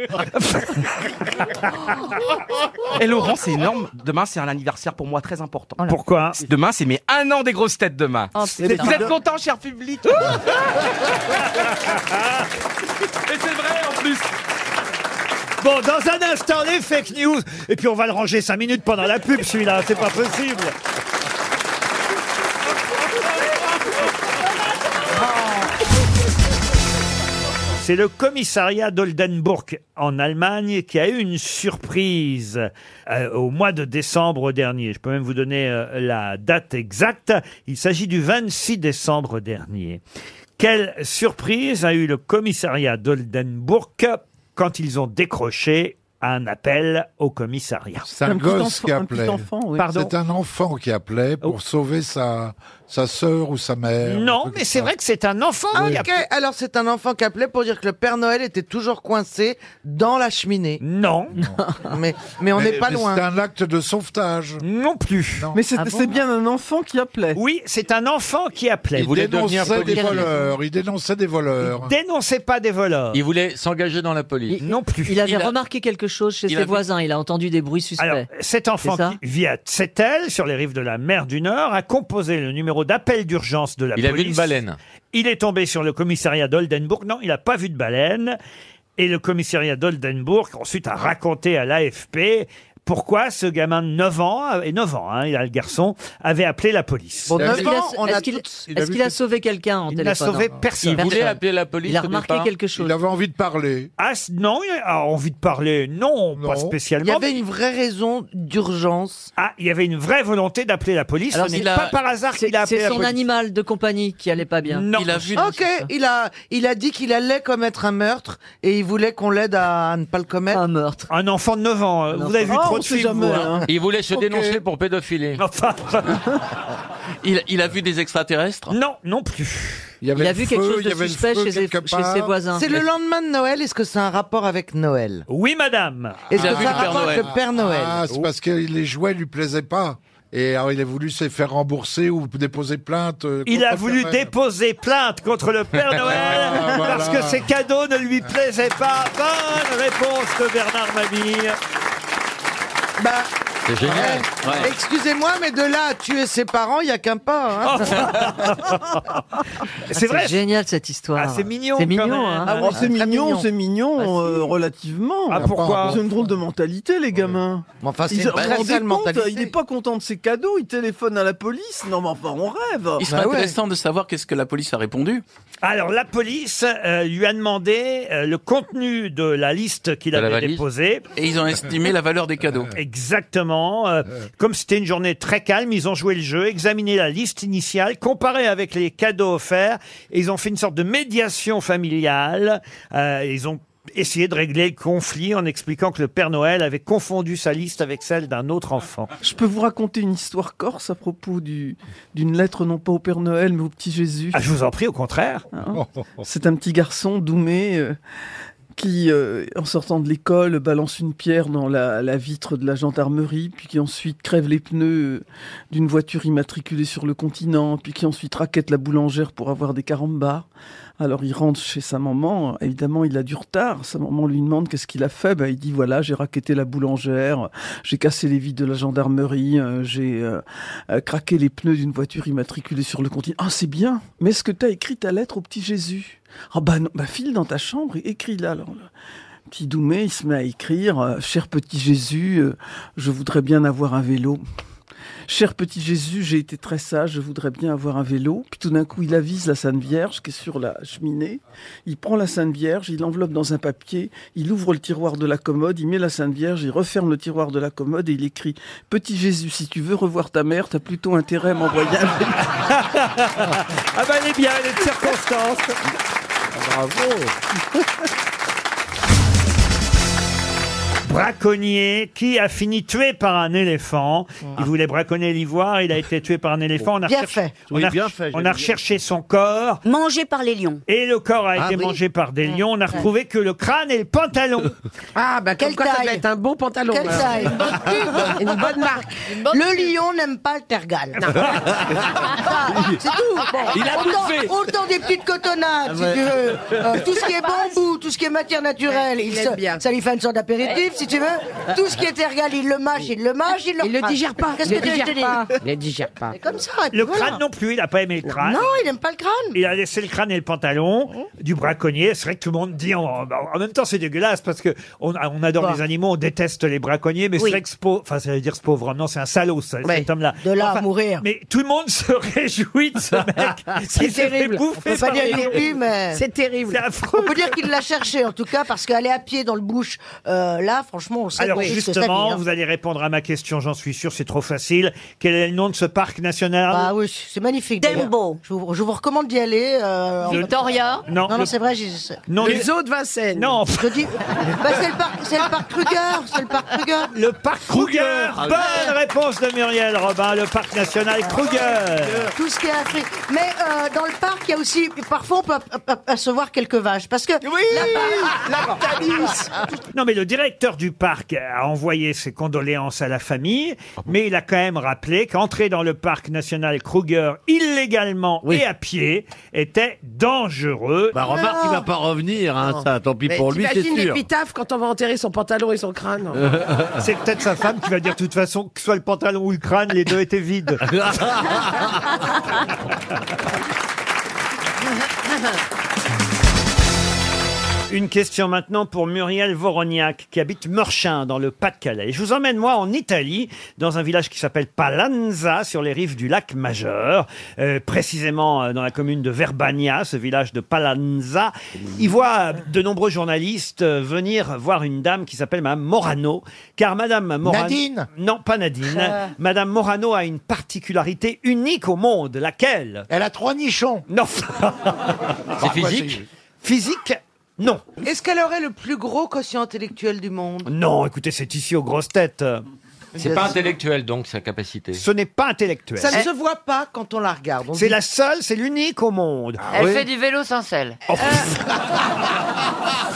Speaker 3: Et Laurent, c'est énorme. Demain, c'est un anniversaire pour moi très important.
Speaker 2: Pourquoi
Speaker 3: Demain, c'est mes un an des grosses têtes demain.
Speaker 10: Oh,
Speaker 7: Eh ben,
Speaker 3: Et
Speaker 10: putain.
Speaker 3: vous êtes content, cher public Et c'est vrai en plus.
Speaker 2: Bon, dans un instant, les fake news. Et puis, on va le ranger 5 minutes pendant la pub, celui-là. C'est pas possible. C'est le commissariat d'Oldenburg en Allemagne qui a eu une surprise euh, au mois de décembre dernier. Je peux même vous donner euh, la date exacte. Il s'agit du 26 décembre dernier. Quelle surprise a eu le commissariat d'Oldenburg quand ils ont décroché un appel au commissariat
Speaker 1: C'est un, gosse qui appelait.
Speaker 2: Pardon Oh.
Speaker 1: C'est un enfant qui appelait pour sauver sa, sa sœur ou sa
Speaker 4: Euh,
Speaker 1: mère. Un
Speaker 2: Non,
Speaker 1: truc
Speaker 2: mais
Speaker 1: comme
Speaker 2: c'est
Speaker 1: ça.
Speaker 2: vrai que c'est un enfant.
Speaker 4: Ah,
Speaker 2: qui a-
Speaker 4: ok, alors c'est un enfant qui appelait pour dire que le Père Noël était toujours coincé dans la cheminée.
Speaker 2: Non,
Speaker 4: Mais, mais on
Speaker 1: Mais-
Speaker 4: n'est pas
Speaker 1: mais C'est
Speaker 4: loin.
Speaker 1: un acte de sauvetage.
Speaker 2: non plus.
Speaker 1: Non.
Speaker 5: Mais c'est
Speaker 4: Ah bon
Speaker 5: c'est bien un enfant qui appelait.
Speaker 2: Oui, c'est un enfant qui appelait.
Speaker 1: Il
Speaker 2: Vous
Speaker 23: voulait devenir
Speaker 1: dénonçait des
Speaker 23: policier.
Speaker 1: voleurs. Il dénonçait des voleurs.
Speaker 2: dénoncez pas des voleurs.
Speaker 23: Il voulait s'engager dans la police.
Speaker 2: Non plus.
Speaker 15: Il avait
Speaker 23: Il a-
Speaker 15: remarqué quelque chose chez
Speaker 23: il
Speaker 15: ses
Speaker 23: a-
Speaker 15: voisins. Il a entendu des bruits suspects.
Speaker 2: Alors, cet enfant
Speaker 15: C'est ça
Speaker 2: qui vit à Tsetel, sur les rives de la mer du Nord, a composé le numéro d'appel d'urgence de la
Speaker 23: Il a
Speaker 2: police.
Speaker 23: vu une baleine.
Speaker 2: Il est tombé sur le commissariat d'Oldenburg. Non, il n'a pas vu de baleine. Et le commissariat d'Oldenburg, ensuite, a raconté à l'AFP pourquoi ce gamin de 9 ans, et 9 ans, hein, il a le garçon, avait appelé la police.
Speaker 4: Bon,
Speaker 1: Il a
Speaker 4: neuf
Speaker 1: vu-
Speaker 4: ans,
Speaker 15: Il a-
Speaker 4: on
Speaker 15: Est-ce
Speaker 4: a
Speaker 15: qu'il
Speaker 4: tous-
Speaker 1: il a
Speaker 15: est-ce
Speaker 1: vu
Speaker 15: qu'il a
Speaker 1: quelque-
Speaker 15: sauvé quelqu'un en
Speaker 2: il n'a
Speaker 15: téléphone
Speaker 2: sauvé
Speaker 23: Il
Speaker 2: personne.
Speaker 23: voulait
Speaker 15: Personne.
Speaker 23: appeler la police.
Speaker 15: Il a
Speaker 23: au
Speaker 15: remarqué
Speaker 23: départ.
Speaker 15: quelque chose.
Speaker 1: Il avait envie de parler.
Speaker 2: Ah, c- non, il a envie de parler. Non,
Speaker 1: Non.
Speaker 2: pas
Speaker 4: Il y
Speaker 2: spécialement.
Speaker 4: avait une vraie raison d'urgence.
Speaker 2: Ah, il y avait une vraie volonté d'appeler la police.
Speaker 15: Alors,
Speaker 2: Ce n'est
Speaker 15: il a-
Speaker 2: pas par hasard
Speaker 15: C'est
Speaker 2: qu'il a appelé
Speaker 15: c'est
Speaker 2: la
Speaker 15: son
Speaker 2: police.
Speaker 15: animal de compagnie qui allait pas bien.
Speaker 2: Non.
Speaker 23: Il a vu.
Speaker 4: Ok, il a, il a dit qu'il allait commettre un meurtre et il voulait qu'on l'aide à, à ne pas le commettre.
Speaker 15: Un meurtre.
Speaker 2: Un enfant de 9
Speaker 4: euh,
Speaker 2: ans. Vous avez vu
Speaker 15: Ah,
Speaker 2: trop
Speaker 15: on
Speaker 2: de
Speaker 15: sait
Speaker 2: films,
Speaker 15: jamais,
Speaker 2: vous, hein.
Speaker 15: hein.
Speaker 23: Il voulait se dénoncer pour pédophilie.
Speaker 2: Enfin,
Speaker 23: Il, il a vu des extraterrestres.
Speaker 2: non, non plus.
Speaker 23: y avait
Speaker 24: il a
Speaker 23: le
Speaker 24: vu quelque
Speaker 23: feu,
Speaker 24: chose
Speaker 23: il
Speaker 24: de
Speaker 23: y avait le
Speaker 24: suspect
Speaker 23: feu
Speaker 24: chez, ses-
Speaker 23: quelque
Speaker 24: chez
Speaker 23: part.
Speaker 24: ses voisins.
Speaker 8: C'est le lendemain de Noël, est-ce que c'est un rapport avec Noël
Speaker 2: Oui, madame. Oh.
Speaker 8: Est-ce que ça a rapport avec le Père Noël
Speaker 23: Ah, c'est parce que les jouets lui plaisaient pas. Et alors, il a voulu se faire rembourser ou déposer plainte. euh,
Speaker 2: Il
Speaker 23: contre
Speaker 2: a
Speaker 23: le
Speaker 2: voulu
Speaker 23: Père Noël.
Speaker 2: déposer plainte contre le Père Noël
Speaker 23: Ah, voilà.
Speaker 2: parce que ses cadeaux ne lui plaisaient pas. Bonne réponse de Bernard Mabille.
Speaker 8: Bah,
Speaker 2: C'est génial.
Speaker 8: ouais. Excusez-moi, mais de là à tuer ses parents, il n'y a qu'un pas. hein.
Speaker 2: C'est vrai.
Speaker 24: génial cette histoire.
Speaker 2: Ah, c'est mignon,
Speaker 24: C'est
Speaker 2: quand
Speaker 24: mignon.
Speaker 2: même.
Speaker 24: Hein.
Speaker 2: Ah oui,
Speaker 24: Ouais.
Speaker 5: Oh, c'est
Speaker 24: Très Bah,
Speaker 5: mignon, c'est mignon, euh, relativement.
Speaker 2: Ah, pourquoi
Speaker 5: Ils ont une drôle de mentalité, les gamins.
Speaker 8: Mais enfin, c'est
Speaker 5: Ils-
Speaker 8: une
Speaker 5: vous vous
Speaker 8: très
Speaker 5: rendez
Speaker 8: sale
Speaker 5: compte
Speaker 8: mentalité.
Speaker 5: Il n'est pas content de ses cadeaux, il téléphone à la police. Non, mais enfin, on rêve.
Speaker 10: Il
Speaker 2: Bah
Speaker 4: Bah
Speaker 10: serait intéressant de savoir qu'est-ce que la police a répondu.
Speaker 2: Alors la police euh, lui a demandé euh, le contenu de la liste qu'il
Speaker 10: De la
Speaker 2: avait
Speaker 10: valise.
Speaker 2: déposée.
Speaker 10: Et ils ont estimé la valeur des cadeaux.
Speaker 2: Exactement. euh, comme c'était une journée très calme, ils ont joué le jeu, examiné la liste initiale, comparé avec les cadeaux offerts. Et ils ont fait une sorte de médiation familiale. Euh, ils ont essayé de régler le conflit en expliquant que le Père Noël avait confondu sa liste avec celle d'un autre enfant.
Speaker 5: Je peux vous raconter une histoire corse à propos du- d'une lettre, non pas au Père Noël, mais au petit Jésus.
Speaker 2: Ah, je vous en prie, au contraire.
Speaker 5: Hein C'est un petit garçon, Doumé, euh, qui, euh, en sortant de l'école, balance une pierre dans la, la vitre de la gendarmerie, puis qui ensuite crève les pneus euh, d'une voiture immatriculée sur le continent, puis qui ensuite raquette la boulangère pour avoir des carambars. Alors il rentre chez sa maman, évidemment il a du retard, sa maman lui demande qu'est-ce qu'il a fait, ben, il dit voilà j'ai raquetté la boulangère, j'ai cassé les vitres de la gendarmerie, euh, j'ai euh, euh, craqué les pneus d'une voiture immatriculée sur le continent. Ah c'est bien, mais est-ce que t'as écrit ta lettre au petit Jésus Ah bah non, bah file dans ta chambre et écris-la alors. Petit Doumé, il se met à écrire euh, Cher petit Jésus, euh, je voudrais bien avoir un vélo. Cher petit Jésus, j'ai été très sage, je voudrais bien avoir un vélo. Puis tout d'un coup, il avise la Sainte Vierge qui est sur la cheminée. Il prend la Sainte Vierge, il l'enveloppe dans un papier, il ouvre le tiroir de la commode, il met la Sainte Vierge, il referme le tiroir de la commode et il écrit Petit Jésus, si tu veux revoir ta mère, t'as plutôt intérêt à m'envoyer un vélo.
Speaker 2: Ah bah elle est bien, elle est de circonstance.
Speaker 5: Bravo
Speaker 2: Braconnier qui a fini tué par un éléphant. Il voulait braconner l'ivoire, il a été tué par un éléphant. On a
Speaker 25: Ah. Bien
Speaker 2: recherché-
Speaker 25: fait.
Speaker 2: On
Speaker 25: Oui,
Speaker 2: a,
Speaker 25: bien
Speaker 2: recherché-
Speaker 25: fait,
Speaker 2: on a
Speaker 25: j'allais dire.
Speaker 2: recherché son corps.
Speaker 25: Mangé par les lions.
Speaker 2: Et le corps a
Speaker 25: Ah
Speaker 2: été
Speaker 25: oui.
Speaker 2: mangé par des lions. On a
Speaker 25: Ouais.
Speaker 2: retrouvé que le crâne et le pantalon.
Speaker 25: Ah, bah,
Speaker 2: comme quoi, ça doit être
Speaker 25: un bon pantalon. Quelle
Speaker 2: alors.
Speaker 25: taille Une bonne, marque. le lion n'aime pas le tergal. C'est tout. Bon.
Speaker 5: Il a
Speaker 25: autant,
Speaker 5: bouffé.
Speaker 25: autant des petites cotonnades,
Speaker 5: Ah ouais.
Speaker 25: si tu veux. Euh, tout ce qui est bambou, tout ce qui est matière naturelle,
Speaker 5: Il
Speaker 25: il
Speaker 5: aime
Speaker 25: se- ça lui fait une sorte d'apéritif, si tu veux. Tout ce qui est tergal, il le mâche, il le mâche, il le
Speaker 7: Il le
Speaker 25: repasse.
Speaker 7: digère pas.
Speaker 25: Qu'est-ce
Speaker 7: Il
Speaker 25: que tu
Speaker 7: le
Speaker 25: veux que je te
Speaker 7: digère pas.
Speaker 25: dise
Speaker 7: Il le digère pas.
Speaker 25: C'est comme ça. et puis
Speaker 2: Le
Speaker 25: voilà.
Speaker 2: crâne non plus, il n'a pas aimé le crâne.
Speaker 25: Non, il n'aime pas le crâne. Oh.
Speaker 2: Il a laissé le crâne et le pantalon du braconnier. C'est vrai que tout le monde dit. En, en- en même temps, c'est dégueulasse parce que on, on adore
Speaker 25: Bah.
Speaker 2: les animaux, on déteste les braconniers, mais
Speaker 25: Oui.
Speaker 2: c'est vrai que ce pauvre, enfin, ça veut dire ce pauvre homme, non, c'est un salaud, ce-
Speaker 25: Ouais.
Speaker 2: cet homme-là.
Speaker 25: De là
Speaker 2: Enfin,
Speaker 25: à mourir.
Speaker 2: Mais tout le monde se réjouit de ce mec.
Speaker 25: C'est
Speaker 2: qui s'est fait
Speaker 25: terrible. On
Speaker 2: bouffer
Speaker 25: peut pas
Speaker 2: par
Speaker 25: dire
Speaker 2: les
Speaker 25: qu'il est
Speaker 2: loups.
Speaker 25: bu, mais
Speaker 2: Ah, C'est terrible.
Speaker 25: On peut dire qu'il l'a cherché en tout cas parce qu'aller à pied dans le bouche, euh, là, franchement, on sait
Speaker 2: Alors
Speaker 25: qu'on risque sa vie,
Speaker 2: justement,
Speaker 25: hein.
Speaker 2: vous allez répondre à ma question, j'en suis sûr, c'est trop facile. Quel est le nom de ce parc national
Speaker 25: Ah oui, c'est magnifique. Dembo. Je vous, je vous recommande d'y aller. euh, en-
Speaker 2: Victoria.
Speaker 25: Non,
Speaker 2: Non,
Speaker 25: non,
Speaker 2: le-
Speaker 25: c'est vrai. j'y- c'est-
Speaker 2: Non, Les le-
Speaker 25: eaux de Vincennes.
Speaker 2: Non.
Speaker 25: Je dis, bah, c'est le parc, c'est le parc Kruger, c'est le parc Kruger.
Speaker 2: Le parc Kruger.
Speaker 25: Ah oui.
Speaker 2: Bonne réponse de Muriel Robin, le parc national Kruger.
Speaker 25: Tout ce qui est Afrique. Mais euh, dans le parc, il y a aussi parfois on peut ap- ap- apercevoir quelques vaches parce que oui,
Speaker 2: Non, mais le directeur du parc a envoyé ses condoléances à la famille, mais il a quand même rappelé qu'entrer dans le parc national Kruger illégalement et à pied était dangereux.
Speaker 6: Bah, remarque, il va pas revenir,
Speaker 2: Ah,
Speaker 6: hein, ça, tant pis pour lui, c'est sûr.
Speaker 7: l'épitaphe quand on va enterrer son pantalon et son
Speaker 2: Euh,
Speaker 7: crâne.
Speaker 2: C'est peut-être sa femme qui va dire de toute façon que soit le pantalon ou le crâne, les deux étaient vides. Une question maintenant pour Muriel Vorognac, qui habite Meurchin, dans le Pas-de-Calais. Je vous emmène, moi, en Italie, dans un village qui s'appelle Palanza, sur les rives du lac Majeur, euh, précisément euh, dans la commune de Verbania, ce village de Palanza. Il voit euh, de nombreux journalistes euh, venir voir une dame qui s'appelle Madame Morano, car Madame Morano...
Speaker 16: Nadine
Speaker 2: Non, pas Nadine. Ah.
Speaker 16: Euh.
Speaker 2: Madame Morano a une particularité unique au monde, laquelle Elle a trois nichons. Non.
Speaker 8: C'est physique
Speaker 2: Physique Non.
Speaker 8: Est-ce qu'elle aurait le plus gros quotient intellectuel du monde
Speaker 2: Non, écoutez, c'est ici aux grosses têtes.
Speaker 15: C'est pas intellectuel donc sa capacité.
Speaker 2: Ce n'est pas intellectuel. Eh,
Speaker 4: Ça ne se voit pas quand on la regarde. on
Speaker 2: C'est
Speaker 4: dit-
Speaker 2: la seule, c'est l'unique au monde.
Speaker 12: Elle fait du vélo sans selle.
Speaker 2: Oh,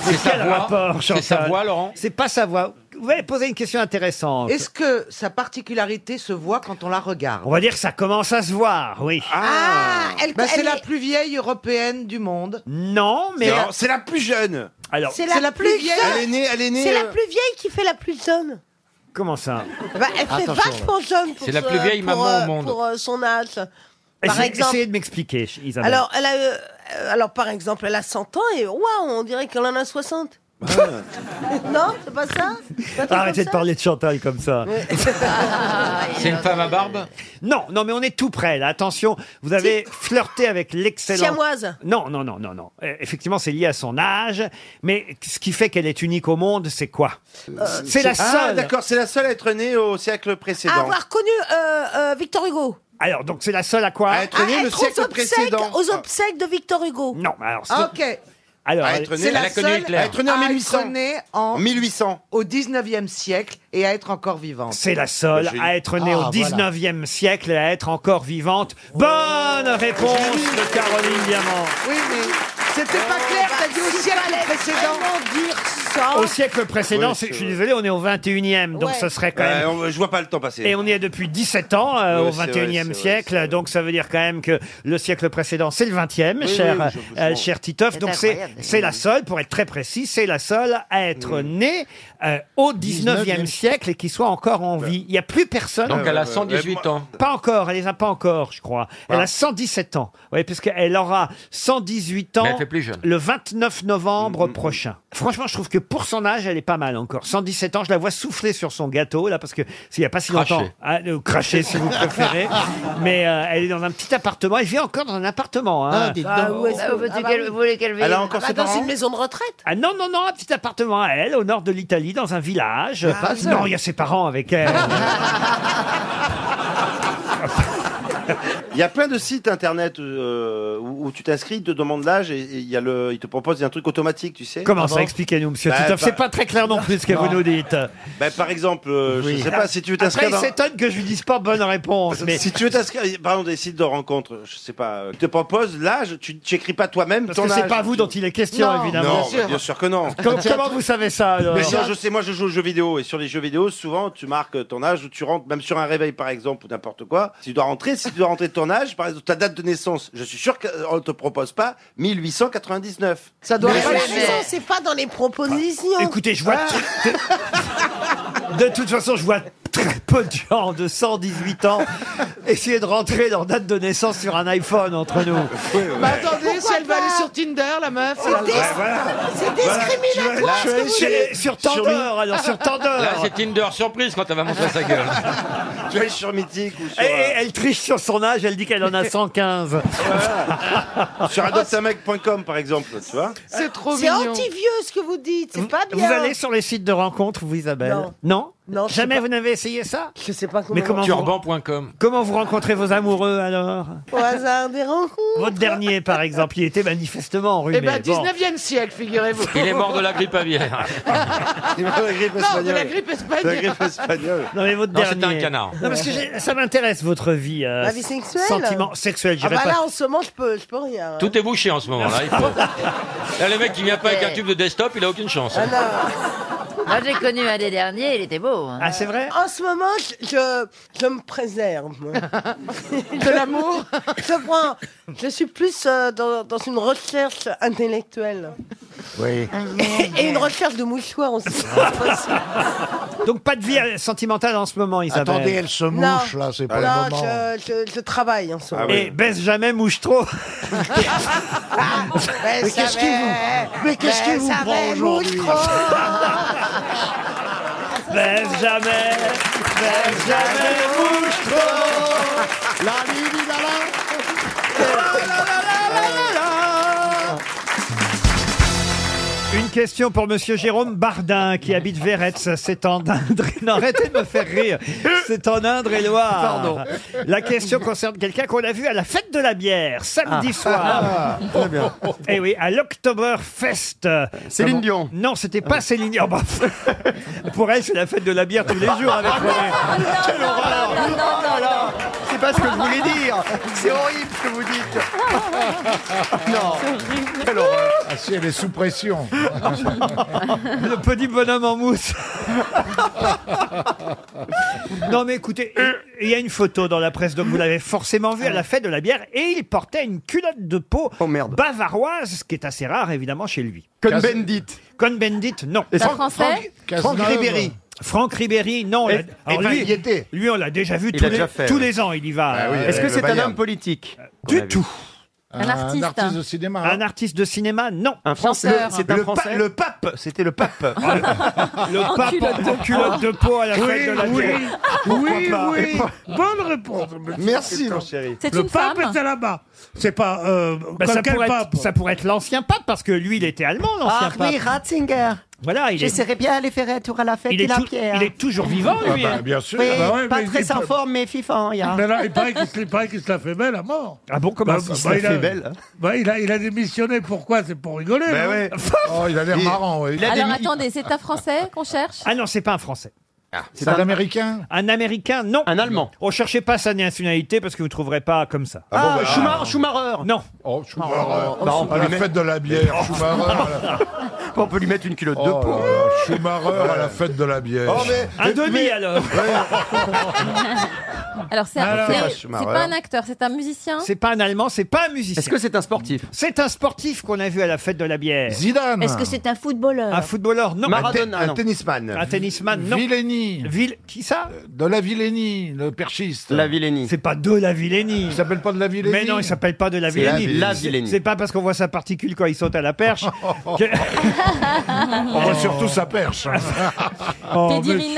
Speaker 2: C'est
Speaker 12: sa voix
Speaker 15: C'est sa voix, Laurent
Speaker 2: C'est pas sa voix. Vous allez poser une question intéressante.
Speaker 4: Est-ce que sa particularité se voit quand on la regarde
Speaker 2: On va dire que ça commence à se voir, oui.
Speaker 4: Ah,
Speaker 7: elle-
Speaker 4: Bah, C'est
Speaker 7: elle
Speaker 4: la
Speaker 7: est-
Speaker 4: plus vieille européenne du monde.
Speaker 2: Non, mais...
Speaker 4: Non,
Speaker 9: c'est la plus jeune.
Speaker 2: Alors,
Speaker 4: Ah, C'est la plus vieille.
Speaker 9: Elle est née. Elle est née.
Speaker 7: C'est la
Speaker 9: euh,
Speaker 7: plus vieille qui fait la plus jeune.
Speaker 2: comment ça
Speaker 7: Bah, elle fait
Speaker 2: Attention,
Speaker 7: vachement jeune pour
Speaker 2: C'est la
Speaker 7: ce-
Speaker 2: plus vieille
Speaker 7: pour,
Speaker 2: maman au
Speaker 7: euh,
Speaker 2: monde.
Speaker 7: Pour euh, son âge. Par
Speaker 2: Essayez,
Speaker 7: exemple.
Speaker 2: essayez de m'expliquer, Isabelle.
Speaker 7: Alors, elle a, euh, euh, alors, par exemple, elle a 100 ans et waouh, on dirait qu'elle en a 60. non, c'est pas ça C'est pas un truc
Speaker 2: Arrêtez de parler de Chantal comme ça.
Speaker 7: comme ça
Speaker 15: C'est une femme à barbe
Speaker 2: Non, non, mais on est tout près, là. Attention, vous avez flirté avec l'excellence.
Speaker 7: Siamoise.
Speaker 2: Non, non, non, non, non. Euh, Effectivement, c'est lié à son âge, mais ce qui fait qu'elle est unique au monde, c'est quoi C'est la seule.
Speaker 9: Ah, d'accord, c'est la seule à être née au siècle précédent.
Speaker 7: Avoir connu euh, euh, Victor Hugo. Ah,
Speaker 2: Alors, donc, c'est la seule à quoi À
Speaker 9: être née le
Speaker 7: Être
Speaker 9: siècle
Speaker 7: aux obsèques,
Speaker 9: précédent.
Speaker 7: aux obsèques de Victor Hugo.
Speaker 2: Non, alors.
Speaker 7: Ah,
Speaker 4: ok.
Speaker 2: Alors, euh,
Speaker 9: À être
Speaker 4: C'est la seule
Speaker 9: à être née en
Speaker 4: à
Speaker 9: 1800.
Speaker 4: être née en
Speaker 9: En 1800.
Speaker 4: au 19e siècle et à être encore vivante.
Speaker 2: C'est la
Speaker 9: Bah,
Speaker 2: seule à être née
Speaker 4: Ah,
Speaker 2: au
Speaker 4: voilà.
Speaker 2: 19e siècle et à être encore vivante. Bonne réponse de Caroline Diamant.
Speaker 4: Oui, mais c'était pas
Speaker 7: Oh,
Speaker 4: clair, t'as
Speaker 7: bah,
Speaker 4: dit au siècle précédent.
Speaker 7: dire ça.
Speaker 2: Au siècle précédent,
Speaker 9: Oui,
Speaker 2: c'est-
Speaker 9: c'est
Speaker 2: je suis désolé, on est au 21e, donc
Speaker 9: Ouais.
Speaker 2: ce serait quand
Speaker 9: Ouais,
Speaker 2: même...
Speaker 9: on- je vois pas le temps passer.
Speaker 2: Et on y est depuis 17 ans euh,
Speaker 9: Oui,
Speaker 2: au
Speaker 9: c'est vrai,
Speaker 2: 21e
Speaker 9: c'est vrai,
Speaker 2: siècle, donc ça veut dire quand même que le siècle précédent, c'est le 20e,
Speaker 9: Oui,
Speaker 2: cher,
Speaker 9: oui, je- je
Speaker 2: euh,
Speaker 9: sens.
Speaker 2: cher Titoff.
Speaker 9: C'est
Speaker 2: Donc c'est
Speaker 9: incroyable.
Speaker 2: c'est la seule, pour être très précis, c'est la seule à être née euh, au 19e siècle et qui soit encore en vie. Il n'y a plus personne.
Speaker 15: Donc elle a 118 ans.
Speaker 2: Pas encore, elle les a pas encore, je crois. Elle a 117 ans. Oui, parce qu'elle aura 118 ans
Speaker 15: Mais elle fait plus jeune. Mm,
Speaker 2: le 29 novembre prochain. Franchement, je trouve que pour son âge, elle est pas mal encore. 117 ans, je la vois souffler sur son gâteau, là, parce que s'il n'y a pas si
Speaker 15: Cracher.
Speaker 2: longtemps... Ah, euh, cracher, si vous préférez. Mais euh, elle est dans un petit appartement. Elle vit encore dans un appartement. hein.
Speaker 12: Ah, où est-ce que-
Speaker 7: Ah, bah,
Speaker 12: tu-
Speaker 7: oui.
Speaker 12: quel- vous voulez qu'elle vive
Speaker 2: Elle a encore
Speaker 7: Ah, bah,
Speaker 2: ses
Speaker 7: Dans
Speaker 2: parents
Speaker 7: une maison de retraite.
Speaker 2: Ah non, non, non, un petit appartement à elle, au nord de l'Italie, dans un village.
Speaker 7: Ah, pas
Speaker 2: non,
Speaker 7: ça.
Speaker 2: il y a ses parents avec elle.
Speaker 9: Il y a plein de sites internet euh, où, où tu t'inscris, ils te demandent l'âge et, et il y a le, ils te proposent un truc automatique, tu sais.
Speaker 2: Comment ça Expliquez-nous, monsieur
Speaker 9: Bah,
Speaker 2: Titoff.
Speaker 9: bah-
Speaker 2: C'est pas très clair non plus ce que vous
Speaker 9: Non.
Speaker 2: nous dites.
Speaker 9: Ben, par exemple, euh, je sais pas si tu veux
Speaker 2: Après,
Speaker 9: t'inscrire.
Speaker 2: il
Speaker 9: dans-
Speaker 2: s'étonne que je lui dise pas bonne réponse. Mais...
Speaker 9: Si tu veux t'inscrire, par exemple, des sites de rencontres, je sais pas, euh, ils te proposent l'âge, tu n'écris pas toi-même
Speaker 2: Parce
Speaker 9: ton
Speaker 2: que c'est
Speaker 9: âge.
Speaker 2: pas vous dont il est question,
Speaker 9: Non,
Speaker 2: évidemment.
Speaker 9: Non, bah, bien sûr que non.
Speaker 2: Comment, comment vous savez ça alors
Speaker 9: Mais sinon, je sais, moi je joue aux jeux vidéo et sur les jeux vidéo, souvent tu marques ton âge ou tu rentres, même sur un réveil par exemple ou n'importe quoi. Si tu dois rentrer, si tu dois rentrer ton âge, par exemple ta date de naissance, je suis sûr qu'on ne te propose pas 1899.
Speaker 7: Ça
Speaker 9: doit
Speaker 7: être.
Speaker 9: être-
Speaker 7: C'est Ah, pas dans les propositions.
Speaker 2: Écoutez, je vois.
Speaker 9: Ah,
Speaker 2: tr- De toute façon, je vois très peu de gens de 118 ans essayer de rentrer leur date de naissance sur un iPhone entre nous.
Speaker 1: Bah, attendez, si elle va aller sur Tinder, la meuf.
Speaker 7: C'est
Speaker 1: alors-
Speaker 7: dis- c'est discriminatoire ce que vous dites.
Speaker 2: sur Tinder, alors sur Tinder.
Speaker 15: Là, c'est Tinder surprise quand elle va montrer sa gueule.
Speaker 9: Tu vas sur Mythique ou sur.
Speaker 2: Et elle triche sur son âge, elle dit qu'elle en a 115.
Speaker 9: euh, sur adotamec.com par exemple, tu vois.
Speaker 7: C'est
Speaker 1: trop
Speaker 7: C'est
Speaker 1: mignon.
Speaker 7: anti-vieux ce que vous dites, c'est pas
Speaker 2: Vous
Speaker 7: bien.
Speaker 2: allez sur les sites de rencontres, vous, Isabelle
Speaker 7: Non.
Speaker 2: Non Jamais vous n'avez essayé ça
Speaker 7: Je sais pas comment.
Speaker 2: Mais comment vous,
Speaker 15: Turban.com.
Speaker 2: comment vous rencontrez vos amoureux alors
Speaker 7: Au hasard des rencontres.
Speaker 2: Votre dernier, par exemple, il était manifestement enrhumé.
Speaker 1: Eh ben,
Speaker 2: Bon.
Speaker 1: 19e siècle, figurez-vous.
Speaker 15: Il est mort de la grippe aviaire.
Speaker 9: Il m'a la grippe
Speaker 1: Non, de la
Speaker 9: espagnole.
Speaker 1: grippe
Speaker 9: De la
Speaker 1: espagnole.
Speaker 9: grippe espagnole.
Speaker 2: Non, mais votre
Speaker 15: Non,
Speaker 2: dernier.
Speaker 15: c'était un canard.
Speaker 2: Non, parce que j'ai- ça m'intéresse, votre vie. euh,
Speaker 7: Ma vie sexuelle
Speaker 2: Sentiment sexuel,
Speaker 7: Ah
Speaker 2: j'irai
Speaker 7: bah
Speaker 2: pas.
Speaker 7: là, en ce moment, je peux, je peux rien. hein.
Speaker 15: Tout est bouché en ce moment-là. il faut- Là, le mec qui vient pas avec un tube de desktop, il a aucune chance.
Speaker 7: Ah non.
Speaker 12: Moi, j'ai connu un des derniers, il était beau. hein.
Speaker 2: Ah, c'est vrai
Speaker 7: En ce moment, je, je, je me préserve. moi.
Speaker 1: De l'amour.
Speaker 7: Je, prends, je suis plus euh, dans, dans une recherche intellectuelle.
Speaker 23: Oui.
Speaker 7: Et une recherche de mouchoirs aussi. si possible.
Speaker 2: Donc, pas de vie euh, sentimentale en ce moment, Isabelle.
Speaker 6: Attendez, elle se mouche, là, c'est pas
Speaker 7: non,
Speaker 6: le moment.
Speaker 1: euh,
Speaker 7: Je, je- je travaille en
Speaker 15: Ah
Speaker 7: ce moment.
Speaker 2: Et baisse jamais, mouche trop.
Speaker 7: Ah, Mais
Speaker 6: qu'est-ce qui vous- mais qu'est-ce qui vous prend aujourd'hui
Speaker 2: baisse jamais, baisse jamais, mouche trop.
Speaker 6: La Lili, la la.
Speaker 2: La, la, la, la, la, la, la. Une question pour Monsieur Jérôme Bardin qui habite Véretz, c'est en Indre. Non, arrêtez de me faire rire. C'est en Indre-et-Loire.
Speaker 6: Pardon.
Speaker 2: La question concerne quelqu'un qu'on a vu à la fête de la bière samedi
Speaker 6: Ah.
Speaker 2: soir.
Speaker 6: Ah, très bien.
Speaker 2: Eh oui, à l'Octoberfest.
Speaker 6: Céline
Speaker 2: Dion. Non, c'était pas Céline Dion. Bah, pour elle, c'est la fête de la bière tous les jours avec moi.
Speaker 6: Quelle horreur Oh là là C'est pas ce que je voulais dire C'est horrible ce que vous dites Non Quelle horreur
Speaker 1: Ah si, elle est sous pression.
Speaker 2: Le petit bonhomme en mousse. non mais écoutez, il y a une photo dans la presse, donc vous l'avez forcément
Speaker 6: Ah
Speaker 2: vu à la fête de la bière, et il portait une culotte de peau
Speaker 6: Oh,
Speaker 2: bavaroise, ce qui est assez rare évidemment chez lui. Cohn-Bendit. Cohn-Bendit, non.
Speaker 6: Et Franck- Français Franck- Franck Cazeneuve. Ribéry.
Speaker 2: Franck Ribéry, non.
Speaker 6: Et-
Speaker 2: on l'a- alors
Speaker 6: et ben,
Speaker 2: lui,
Speaker 6: il y était.
Speaker 2: lui, on l'a déjà vu
Speaker 6: Il
Speaker 2: tous,
Speaker 6: l'a
Speaker 2: les,
Speaker 6: déjà fait,
Speaker 2: tous
Speaker 6: ouais.
Speaker 2: les ans, il y va.
Speaker 6: Ah oui, Est-ce avec que le c'est un Bayern. homme
Speaker 2: politique Du tout.
Speaker 1: Un artiste. artiste de cinéma.
Speaker 2: Un artiste de cinéma, non.
Speaker 1: Un Français. Chanteur.
Speaker 2: Le-
Speaker 1: C'est un
Speaker 2: le
Speaker 1: Français.
Speaker 2: pa-
Speaker 1: Le
Speaker 2: pape, c'était le pape. le
Speaker 6: En
Speaker 2: pape
Speaker 6: culotte de
Speaker 2: en, en culotte de peau à la
Speaker 6: Oui,
Speaker 2: fête de la
Speaker 6: oui.
Speaker 2: bière.
Speaker 6: Oui,
Speaker 2: Pourquoi pas
Speaker 6: oui.
Speaker 23: Bonne réponse. monsieur
Speaker 2: Merci,
Speaker 23: Pétan.
Speaker 2: mon chéri. C'est
Speaker 23: Le
Speaker 2: une
Speaker 23: pape
Speaker 2: femme
Speaker 23: était là-bas. C'est pas. Euh,
Speaker 2: Bah,
Speaker 23: quel-
Speaker 2: ça,
Speaker 23: quel
Speaker 2: pourrait
Speaker 23: pape
Speaker 2: être, ça pourrait être l'ancien pape, parce que lui, il était allemand, l'ancien pape.
Speaker 26: Ah, Ratzinger.
Speaker 2: Voilà, il est,
Speaker 26: J'essaierai bien d'aller faire un tour à la fête
Speaker 2: il,
Speaker 26: de
Speaker 2: est
Speaker 26: la
Speaker 2: tout-
Speaker 26: pierre.
Speaker 2: il est toujours vivant,
Speaker 23: Ah
Speaker 2: lui.
Speaker 23: bah,
Speaker 2: hein.
Speaker 23: bien sûr.
Speaker 26: Oui,
Speaker 23: Ah bah ouais,
Speaker 26: pas
Speaker 23: mais
Speaker 26: très
Speaker 23: il-
Speaker 26: en forme, mais fifant.
Speaker 11: hein.
Speaker 26: ya.
Speaker 23: Mais là, il paraît qu'il se, il paraît qu'il se la fait belle à mort.
Speaker 2: Ah bon,
Speaker 23: Bah, bah, il a- hein. bah, il, a, il a démissionné, pourquoi C'est pour rigoler.
Speaker 1: Bah
Speaker 23: non
Speaker 1: ouais. Oh, il a l'air Il- marrant, oui.
Speaker 23: Ah.
Speaker 1: il a
Speaker 10: Alors attendez, c'est un Français qu'on cherche
Speaker 2: Ah non, c'est pas un Français.
Speaker 1: C'est un Américain
Speaker 2: Un Américain, non. Un Allemand. On cherchez pas sa nationalité parce que vous trouverez pas comme ça.
Speaker 1: Ah bon, Ah, bah, Schumar- ah.
Speaker 2: Schumacher. Non.
Speaker 1: Oh, Schumacher.
Speaker 2: Oh,
Speaker 1: à la
Speaker 2: Schumacher.
Speaker 1: fête de la bière, Schumacher.
Speaker 23: On peut lui mettre une culotte
Speaker 1: Oh là là, Schumacher à la fête de la bière.
Speaker 23: Oh, mais-
Speaker 2: Un demi alors. Ah,
Speaker 10: Alors c'est
Speaker 2: Alors,
Speaker 10: un,
Speaker 2: c'est
Speaker 10: c'est-
Speaker 2: pas
Speaker 10: c'est
Speaker 2: Schumacher.
Speaker 10: pas un acteur, c'est un musicien.
Speaker 2: Ah, C'est pas un Allemand, c'est pas un musicien. Est-ce que c'est un sportif C'est un sportif qu'on a vu à la fête de la bière.
Speaker 1: Zidane.
Speaker 10: un footballeur
Speaker 2: un footballeur Non.
Speaker 1: Maradona,
Speaker 2: un,
Speaker 1: non.
Speaker 2: tennisman. Un tennisman, non.
Speaker 1: Villeni. Euh,
Speaker 2: Ville, qui ça
Speaker 1: De la Villeni, le perchiste.
Speaker 2: La
Speaker 1: Villeni.
Speaker 2: C'est pas de la Villeni. Il
Speaker 1: s'appelle pas de la Villeni.
Speaker 2: Mais non, il s'appelle pas de la
Speaker 1: C'est la
Speaker 2: Villeni.
Speaker 1: Ville- la
Speaker 2: C'est-
Speaker 1: Villeni.
Speaker 2: C'est pas parce qu'on voit sa particule quand il saute à la perche. que-
Speaker 1: On voit surtout sa perche.
Speaker 10: Teddy Riner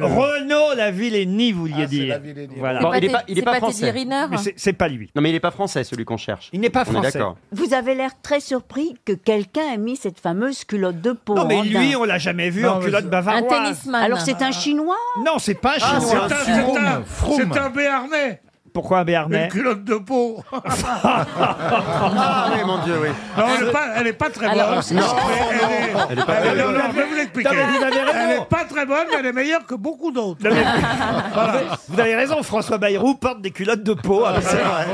Speaker 2: Oh, Renaud, la Villeni, vous vouliez dire. Voilà.
Speaker 11: C'est Bon, pas il est Ted- pas- il est c'est pas pas Teddy français. Riner
Speaker 2: Mais c'est- C'est pas lui.
Speaker 11: Non, mais il n'est pas français, celui qu'on cherche.
Speaker 2: Il n'est pas
Speaker 11: On
Speaker 2: français.
Speaker 11: est d'accord.
Speaker 27: Vous avez l'air très surpris que quelqu'un ait mis cette fameuse culotte de peau.
Speaker 2: Non, mais
Speaker 27: en
Speaker 2: lui,
Speaker 27: daim.
Speaker 2: on l'a jamais vu
Speaker 27: Non,
Speaker 2: en
Speaker 27: mais
Speaker 2: culotte
Speaker 27: c'est-
Speaker 2: bavaroise.
Speaker 27: Alors c'est un chinois
Speaker 2: Non, c'est pas un
Speaker 27: Ah,
Speaker 2: chinois.
Speaker 23: c'est un- c'est Froome, un- Froome. c'est un
Speaker 2: béarnais. Pourquoi un béarnais
Speaker 23: Une culotte de peau.
Speaker 2: Ah,
Speaker 23: oui, mon Dieu, oui. Non, elle n'est pas, elle est pas Ah, très bonne.
Speaker 2: Alors, on
Speaker 23: Mais
Speaker 2: cherche- Non,
Speaker 23: elle est-
Speaker 2: non,
Speaker 23: elle est pas très
Speaker 2: non,
Speaker 23: bonne.
Speaker 2: non,
Speaker 23: Je vais vous l'expliquer.
Speaker 2: non, mais vous avez raison.
Speaker 23: Elle n'est pas très bonne, mais elle est meilleure que beaucoup d'autres.
Speaker 2: Non, mais-
Speaker 23: Voilà.
Speaker 2: Vous avez raison, François Bayrou porte des culottes de peau. Ah, bah, c'est vrai.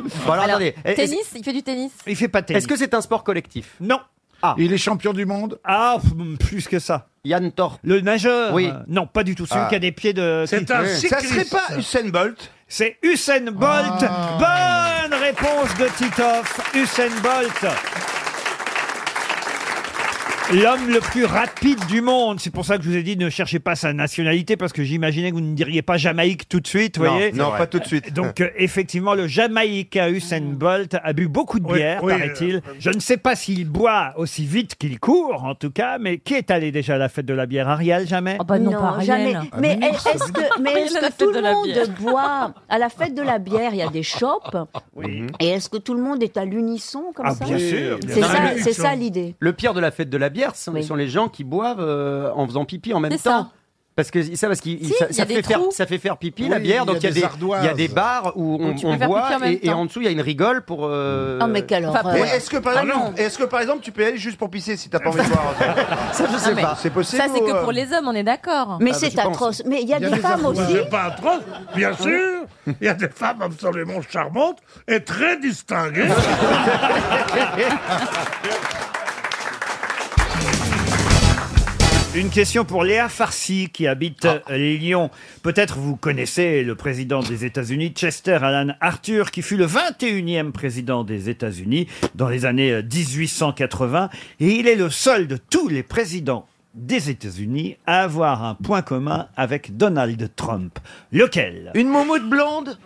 Speaker 11: Bon, alors, attendez. Est-ce-
Speaker 10: Tennis, il fait du tennis.
Speaker 2: Il fait pas de tennis.
Speaker 11: Est-ce que c'est un sport collectif
Speaker 2: Non.
Speaker 4: Ah.
Speaker 1: Il est champion du monde
Speaker 2: Ah, pff, plus que ça.
Speaker 11: Yann Thor.
Speaker 2: Le nageur
Speaker 11: Oui.
Speaker 2: euh, Non, pas du tout. Celui
Speaker 11: Ah.
Speaker 2: qui a des pieds de.
Speaker 11: C'est
Speaker 2: qui-
Speaker 11: un Oui. cycliste. Ça serait pas
Speaker 2: Usain Bolt C'est Usain Bolt.
Speaker 9: Ah.
Speaker 2: Bonne réponse de Titoff. Usain Bolt. L'homme le plus rapide du monde. C'est pour ça que je vous ai dit ne cherchez pas sa nationalité parce que j'imaginais que vous ne diriez pas Jamaïque tout de suite, vous
Speaker 9: Non,
Speaker 2: voyez
Speaker 9: non, pas tout de suite.
Speaker 2: Donc euh, effectivement, le Jamaïcain Usain Bolt a bu beaucoup de
Speaker 23: Oui,
Speaker 2: bière,
Speaker 23: oui,
Speaker 2: paraît-il.
Speaker 9: euh,
Speaker 2: Je ne sais pas s'il boit aussi vite qu'il court, en tout cas. Mais qui est allé déjà à la fête de la bière, bah Ariel Jamais
Speaker 27: Ah jamais. Mais est-ce que, mais est-ce
Speaker 10: Il a la
Speaker 27: que
Speaker 10: fête
Speaker 27: tout
Speaker 10: de
Speaker 27: le
Speaker 10: la
Speaker 27: monde
Speaker 10: bière.
Speaker 27: boit à la fête de la bière Il y a des shops.
Speaker 11: Oui.
Speaker 27: Et est-ce que tout le monde est à l'unisson comme
Speaker 2: Ah,
Speaker 27: ça
Speaker 11: Non,
Speaker 27: C'est ça,
Speaker 11: mais-
Speaker 27: c'est ça l'idée.
Speaker 11: Le pire de la fête de la bière, ce sont,
Speaker 27: Oui.
Speaker 11: sont les gens qui boivent euh, en faisant pipi en même
Speaker 10: C'est ça.
Speaker 11: temps. Parce que ça, parce qu'il
Speaker 10: Si,
Speaker 11: ça,
Speaker 10: il y
Speaker 11: ça
Speaker 10: a des
Speaker 11: fait faire,
Speaker 10: trous.
Speaker 11: ça fait faire pipi
Speaker 10: Oui,
Speaker 11: la
Speaker 10: il
Speaker 11: bière,
Speaker 10: y
Speaker 11: donc
Speaker 10: a
Speaker 11: il y a
Speaker 10: des
Speaker 11: des,
Speaker 10: ardoises.
Speaker 11: il y a des bars où on,
Speaker 10: Donc tu
Speaker 11: on
Speaker 10: peux faire pipi en
Speaker 11: boit
Speaker 10: même
Speaker 11: et, et
Speaker 10: temps.
Speaker 11: en dessous il y a une rigole pour. euh,
Speaker 10: Ah, mais quelle
Speaker 11: Enfin,
Speaker 10: horreur.
Speaker 11: pour-
Speaker 9: Et Est-ce que, par
Speaker 11: Ah,
Speaker 9: exemple, est-ce que par exemple tu peux aller juste pour pisser si t'as pas envie de boire Ça
Speaker 10: Ah, mais
Speaker 9: C'est possible.
Speaker 10: Ça c'est
Speaker 9: ou,
Speaker 10: que
Speaker 9: euh,
Speaker 10: pour les hommes, on est d'accord.
Speaker 2: Ah, bah,
Speaker 27: Mais c'est atroce. Mais il y a des femmes aussi.
Speaker 23: C'est pas atroce, bien sûr. Il y a des femmes absolument charmantes et très distinguées.
Speaker 2: Une question pour Léa Farsi qui habite
Speaker 10: Ah.
Speaker 2: euh, Lyon. Peut-être vous connaissez le président des États-Unis, Chester Alan Arthur, qui fut le 21e président des États-Unis dans les années euh, 1880. Et il est le seul de tous les présidents des États-Unis à avoir un point commun avec Donald Trump. Lequel Une de blonde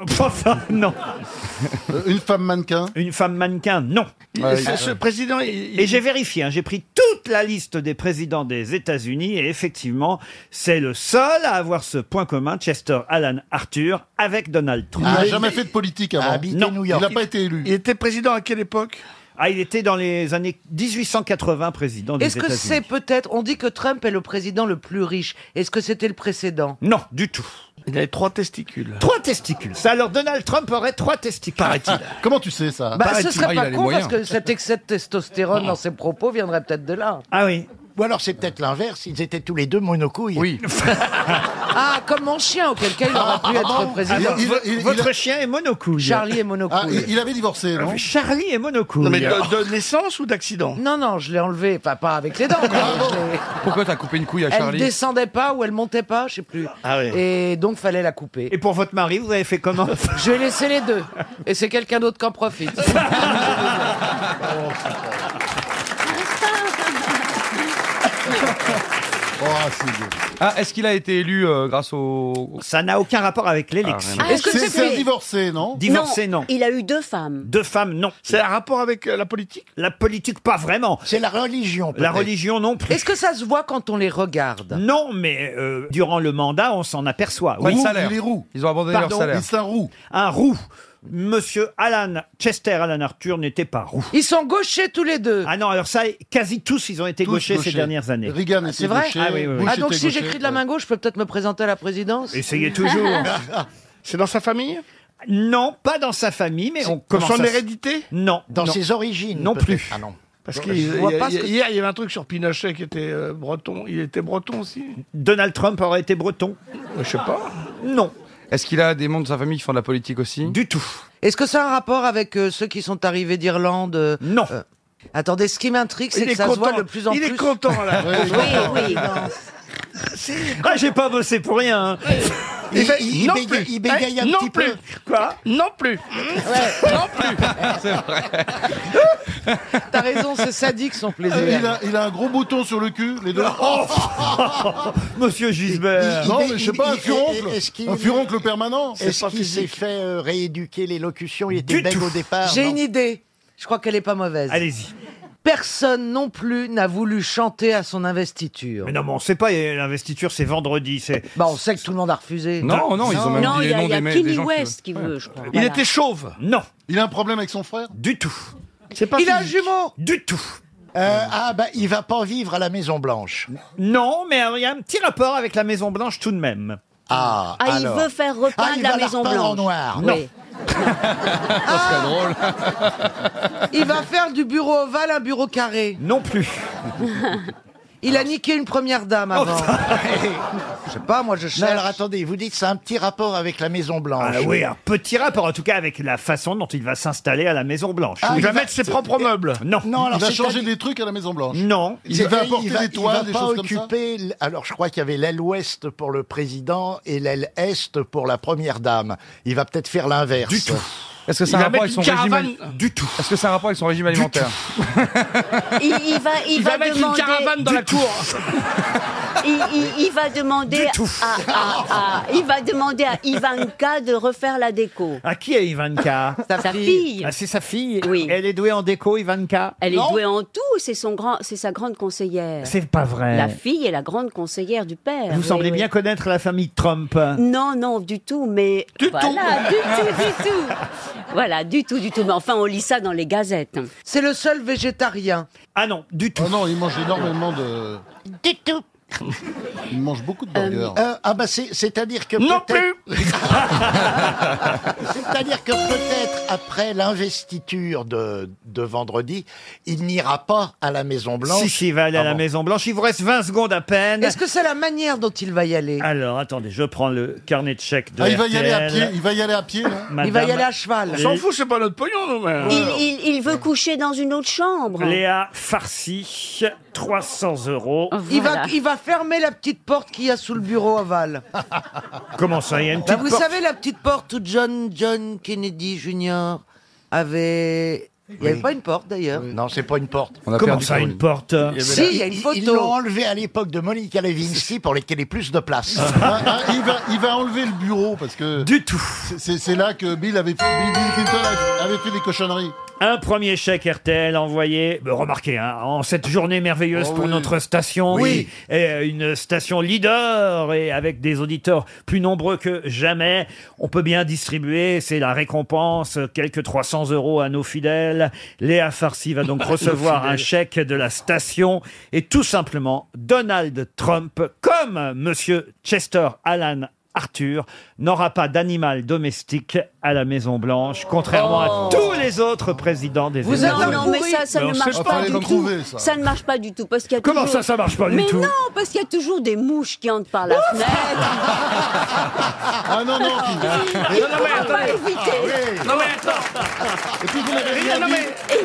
Speaker 2: Non. Euh, Une femme mannequin Une femme mannequin, non.
Speaker 1: Ouais, Ce- il- ce
Speaker 2: président. Et j'ai vérifié, hein, j'ai pris toute la liste des présidents des États-Unis et effectivement, c'est le seul à avoir ce point commun, Chester Alan Arthur, avec Donald Trump.
Speaker 4: Il n'a Ah, jamais fait de politique avant.
Speaker 2: habité Non. New York.
Speaker 4: Il n'a pas été élu.
Speaker 23: Il était président à quelle époque
Speaker 2: Ah, il était dans les années 1880 président des
Speaker 4: Est-ce que
Speaker 2: États-Unis.
Speaker 4: c'est peut-être. On dit que Trump est le président le plus riche. Est-ce que c'était le précédent
Speaker 2: Non, du tout.
Speaker 4: Il avait trois testicules.
Speaker 2: Trois testicules. Ça, alors Donald Trump aurait trois testicules. Paraît-il.
Speaker 4: Comment tu sais ça bah, Ce
Speaker 2: Paraît-il. Ah,
Speaker 4: serait
Speaker 2: il a
Speaker 4: pas
Speaker 2: les
Speaker 4: con
Speaker 2: moyens.
Speaker 4: parce que cet excès de testostérone dans ses propos viendrait peut-être de là.
Speaker 2: Ah oui.
Speaker 1: Ou alors c'est peut-être l'inverse, ils étaient tous les deux monocouilles. Oui.
Speaker 4: Ah, comme mon chien, auquel cas il aurait pu être président.
Speaker 2: Votre chien est monocouille.
Speaker 4: Charlie est monocouille.
Speaker 2: avait divorcé, non Charlie est monocouille.
Speaker 4: Non, mais de-
Speaker 2: naissance ou d'accident
Speaker 4: Non, non, je l'ai enlevé, enfin pas avec les dents. mais
Speaker 1: Ah,
Speaker 4: je l'ai-
Speaker 3: Pourquoi t'as coupé une couille à
Speaker 4: elle
Speaker 3: Charlie
Speaker 4: descendait pas ou elle montait pas, je sais plus.
Speaker 3: Ah oui.
Speaker 4: Et donc fallait la couper.
Speaker 2: Et pour votre mari, vous avez fait comment
Speaker 4: Je vais laisser les deux. Et c'est quelqu'un d'autre qui en profite.
Speaker 6: Oh,
Speaker 5: Oh,
Speaker 3: Ah, est-ce qu'il a été élu euh, grâce au...
Speaker 2: Ça n'a aucun rapport avec l'élection.
Speaker 3: Ah, rien à
Speaker 2: Est-ce que
Speaker 3: voir.
Speaker 2: c'est C'est- fait- c'est
Speaker 1: divorcé, non
Speaker 2: Divorcé, non.
Speaker 28: Il a eu deux femmes.
Speaker 2: Deux femmes, non. C'est un rapport avec
Speaker 1: euh,
Speaker 2: la politique La politique, pas vraiment.
Speaker 1: C'est la religion.
Speaker 2: La religion, non plus.
Speaker 4: Est-ce que ça se voit quand on les regarde
Speaker 2: Non, mais euh, durant le mandat, on s'en aperçoit.
Speaker 3: Pas de salaire. Ils ont abandonné
Speaker 2: Pardon,
Speaker 3: leur salaire.
Speaker 2: un roux. Un roux. Monsieur Alan, Chester Alan Arthur n'était pas roux.
Speaker 4: Ils sont gauchers tous les deux.
Speaker 2: Ah non, alors ça, quasi tous, ils ont été
Speaker 1: Tous
Speaker 2: gauchers,
Speaker 1: gauchers.
Speaker 2: ces dernières années.
Speaker 1: Reagan
Speaker 4: C'est vrai
Speaker 2: Ah oui, oui, oui.
Speaker 4: Ah, donc si j'écris de la main gauche, je peux peut-être me présenter à la présidence
Speaker 2: Essayez toujours.
Speaker 4: C'est dans sa famille
Speaker 2: Non, pas dans sa famille, mais on commence.
Speaker 4: son
Speaker 2: à-
Speaker 4: hérédité
Speaker 2: Non.
Speaker 1: Dans
Speaker 2: Non.
Speaker 1: ses origines.
Speaker 2: Non
Speaker 1: peut-être.
Speaker 2: plus.
Speaker 1: Ah non.
Speaker 14: Parce
Speaker 1: Je
Speaker 14: qu'il il y
Speaker 1: vois
Speaker 14: a-
Speaker 1: pas ce que-
Speaker 14: hier, il y avait un truc sur Pinochet qui était euh, breton. Il était breton aussi.
Speaker 2: Donald Trump aurait été breton
Speaker 14: Je sais pas.
Speaker 2: Non.
Speaker 3: Est-ce qu'il a des membres de sa famille qui font de la politique aussi
Speaker 2: Du tout.
Speaker 4: Est-ce que ça a un rapport avec euh, ceux qui sont arrivés d'Irlande euh,
Speaker 2: Non.
Speaker 4: attendez, ce qui m'intrigue, c'est
Speaker 14: Il
Speaker 4: que
Speaker 14: est
Speaker 4: ça se voit
Speaker 14: content.
Speaker 4: de plus en
Speaker 14: Il
Speaker 4: plus.
Speaker 14: est content, là. Oui, il est Oui, content. oui, non.
Speaker 2: Ah, j'ai pas bossé pour rien. hein.
Speaker 6: Eh ben,
Speaker 14: Il fait-
Speaker 1: il
Speaker 14: non
Speaker 1: bégaye-
Speaker 14: plus.
Speaker 1: il bégaye un
Speaker 14: non
Speaker 1: petit
Speaker 14: plus.
Speaker 2: Quoi
Speaker 14: Non plus. non plus.
Speaker 3: C'est vrai.
Speaker 4: T'as raison, c'est sadique son
Speaker 14: Ah
Speaker 4: plaisir.
Speaker 1: Euh,
Speaker 17: Il a, il a un gros bouton sur le cul, les deux.
Speaker 2: Oh Monsieur Gisbert.
Speaker 17: non, mais je sais pas, un furoncle.
Speaker 1: Est-ce qu'il-
Speaker 17: Un furoncle permanent.
Speaker 1: Est-ce qu'il s'est fait euh, rééduquer l'élocution Il était
Speaker 4: Du
Speaker 1: bègue
Speaker 4: tout.
Speaker 1: au départ.
Speaker 4: J'ai
Speaker 1: non
Speaker 4: une idée. Je crois qu'elle est pas mauvaise.
Speaker 2: Allez-y.
Speaker 4: Personne non plus n'a voulu chanter à son investiture.
Speaker 2: Mais non, mais on sait pas, et l'investiture, c'est vendredi. c'est...
Speaker 4: Bah, on sait que tout le monde a refusé.
Speaker 3: Non, non, ils ont même dit les noms des, des gens
Speaker 28: qui veut, je crois.
Speaker 3: Il était
Speaker 2: chauve Ah, Non.
Speaker 17: Il a un problème avec son frère
Speaker 2: Du tout.
Speaker 4: Il a un jumeau
Speaker 2: Du tout.
Speaker 1: Euh, ah bah il va pas vivre à la Maison Blanche.
Speaker 2: Non, mais alors, il y a un petit rapport avec la Maison Blanche tout de même.
Speaker 1: Ah,
Speaker 28: Ah, il veut faire repeindre
Speaker 1: Ah, il
Speaker 28: la
Speaker 1: va la
Speaker 28: Maison
Speaker 1: repeindre en
Speaker 28: Blanche.
Speaker 1: noir.
Speaker 2: Non.
Speaker 28: Oui.
Speaker 6: Ah.
Speaker 4: Il va faire du bureau ovale un bureau carré.
Speaker 2: Non plus.
Speaker 4: Il a niqué une première dame
Speaker 2: Oh,
Speaker 4: avant.
Speaker 1: Je
Speaker 4: sais pas, moi je
Speaker 1: cherche. alors attendez, vous dites c'est un petit rapport avec la Maison Blanche.
Speaker 2: Ah oui, un petit rapport, en tout cas, avec la façon dont il va s'installer à la Maison Blanche.
Speaker 1: Ah,
Speaker 2: Oui.
Speaker 1: il va mettre
Speaker 17: ses propres
Speaker 2: meubles. Non.
Speaker 1: Non, alors
Speaker 17: il va
Speaker 1: c'est
Speaker 17: changer
Speaker 1: pas-
Speaker 17: des trucs à la Maison Blanche.
Speaker 2: Non.
Speaker 17: Il va apporter
Speaker 1: il va-
Speaker 17: des toiles,
Speaker 1: il va
Speaker 17: des
Speaker 1: pas
Speaker 17: choses comme ça.
Speaker 1: occuper, l- Alors, je crois qu'il y avait l'aile ouest pour le président et l'aile est pour la première dame. Il va peut-être faire l'inverse.
Speaker 2: Du tout.
Speaker 3: Est-ce que ça a
Speaker 1: Il
Speaker 3: un
Speaker 1: va
Speaker 3: rapport avec
Speaker 1: mettre
Speaker 3: son
Speaker 1: une
Speaker 3: régime
Speaker 1: caravane-
Speaker 3: alimentaire Du tout. Est-ce que ça a un rapport avec son régime alimentaire
Speaker 28: Il, il va, il
Speaker 14: Il
Speaker 28: va,
Speaker 14: va mettre une
Speaker 28: demander,
Speaker 14: caravane dans la cour.
Speaker 28: il, il- il va demander
Speaker 2: Du tout.
Speaker 28: à, à- à- il va demander à Ivanka de refaire la déco.
Speaker 2: À Ah, qui est Ivanka
Speaker 28: Sa fille.
Speaker 2: Ah, c'est sa fille
Speaker 28: Oui.
Speaker 2: Elle est douée en déco, Ivanka
Speaker 28: Elle est
Speaker 2: Non.
Speaker 28: douée en tout, c'est son grand, c'est sa grande conseillère.
Speaker 2: C'est pas vrai.
Speaker 28: La fille est la grande conseillère du père.
Speaker 2: Vous
Speaker 28: oui,
Speaker 2: semblez
Speaker 28: oui.
Speaker 2: bien connaître la famille Trump.
Speaker 28: Non, non, du tout, mais du voilà,
Speaker 2: tout.
Speaker 28: du tout, du tout. Voilà, du tout, du tout. Mais enfin, on lit ça dans les gazettes.
Speaker 4: C'est le seul végétarien.
Speaker 2: Ah non, du tout.
Speaker 17: Oh non, il mange énormément de.
Speaker 28: Du tout.
Speaker 17: Il mange beaucoup de burgers.
Speaker 1: Euh, ah bah c'est- c'est-à-dire que
Speaker 14: Non
Speaker 1: peut-être- c'est-à-dire que peut-être après l'investiture de, de vendredi, il n'ira pas à la Maison Blanche.
Speaker 2: Si, si, il va aller à
Speaker 1: Ah
Speaker 2: la
Speaker 1: bon.
Speaker 2: Maison Blanche. Il vous reste 20 secondes à peine.
Speaker 4: Est-ce que c'est la manière dont il va y aller
Speaker 2: Alors, attendez, je prends le carnet de chèques de
Speaker 17: Ah, il va y aller à
Speaker 2: RTL.
Speaker 17: pied. Il va y aller à pied. hein.
Speaker 2: Madame
Speaker 4: Il va y aller à cheval.
Speaker 14: On
Speaker 2: Et-
Speaker 14: s'en fout, c'est pas notre pognon, nous, mais.
Speaker 28: Il, il- il veut coucher dans une autre chambre.
Speaker 2: Léa Farsi, 300 euros.
Speaker 4: Il,
Speaker 28: Voilà.
Speaker 4: va, il va fermer la petite porte qu'il y a sous le bureau aval.
Speaker 2: Comment ça, il y a une
Speaker 4: Bah,
Speaker 2: petite
Speaker 4: vous
Speaker 2: porte
Speaker 4: savez la petite porte où John, John Kennedy Jr. avait... Il n'y avait
Speaker 1: Oui.
Speaker 4: pas une porte d'ailleurs.
Speaker 1: Non, c'est pas une porte.
Speaker 3: On a
Speaker 2: Comment
Speaker 3: perdu
Speaker 2: ça,
Speaker 3: pour
Speaker 2: une porte
Speaker 4: Si, il y a une
Speaker 1: Ils-
Speaker 4: photo.
Speaker 1: Ils l'ont enlevé à l'époque de Monica Lewinsky pour qu'elle ait plus de place.
Speaker 17: Ah, ah, il, va, il va enlever le bureau parce que
Speaker 2: Du tout.
Speaker 17: c'est- c'est c'est là que Bill avait fait, Bill Clinton avait avait fait des cochonneries.
Speaker 2: Un premier chèque RTL envoyé, ben, remarquez, hein, en cette journée merveilleuse
Speaker 10: Oh
Speaker 2: pour
Speaker 10: oui.
Speaker 2: notre station,
Speaker 10: Oui.
Speaker 2: qui est, euh, une station leader et avec des auditeurs plus nombreux que jamais. On peut bien distribuer, c'est la récompense, euh, quelques 300 euros à nos fidèles. Léa Farsi va donc recevoir
Speaker 10: Nos
Speaker 2: un
Speaker 10: fidèles.
Speaker 2: chèque de la station et tout simplement Donald Trump, comme Monsieur Chester Alan Arthur, n'aura pas d'animal domestique à la Maison Blanche, contrairement
Speaker 17: Oh.
Speaker 2: à tous les autres présidents des
Speaker 29: Vous êtes
Speaker 2: États-Unis.
Speaker 29: un
Speaker 27: Non, mais ça, ça
Speaker 2: Mais on
Speaker 27: ne
Speaker 2: sait
Speaker 27: marche pas
Speaker 2: les
Speaker 27: du tout.
Speaker 2: trouver,
Speaker 27: ça.
Speaker 2: ça.
Speaker 27: ne marche pas du tout. Parce qu'il y a
Speaker 2: Comment
Speaker 27: toujours-
Speaker 2: ça, ça marche pas du
Speaker 27: mais
Speaker 2: tout
Speaker 27: Mais non, parce qu'il y a toujours des mouches qui entrent par la fenêtre.
Speaker 17: Ah non, non. puis-
Speaker 29: Il
Speaker 17: non, mais
Speaker 29: faudra pas
Speaker 17: attendez.
Speaker 29: éviter.
Speaker 17: Ah oui.
Speaker 29: Non,
Speaker 17: mais attends. Et puis vous n'avez rien
Speaker 29: Non,
Speaker 17: dit.
Speaker 29: mais-
Speaker 17: Mais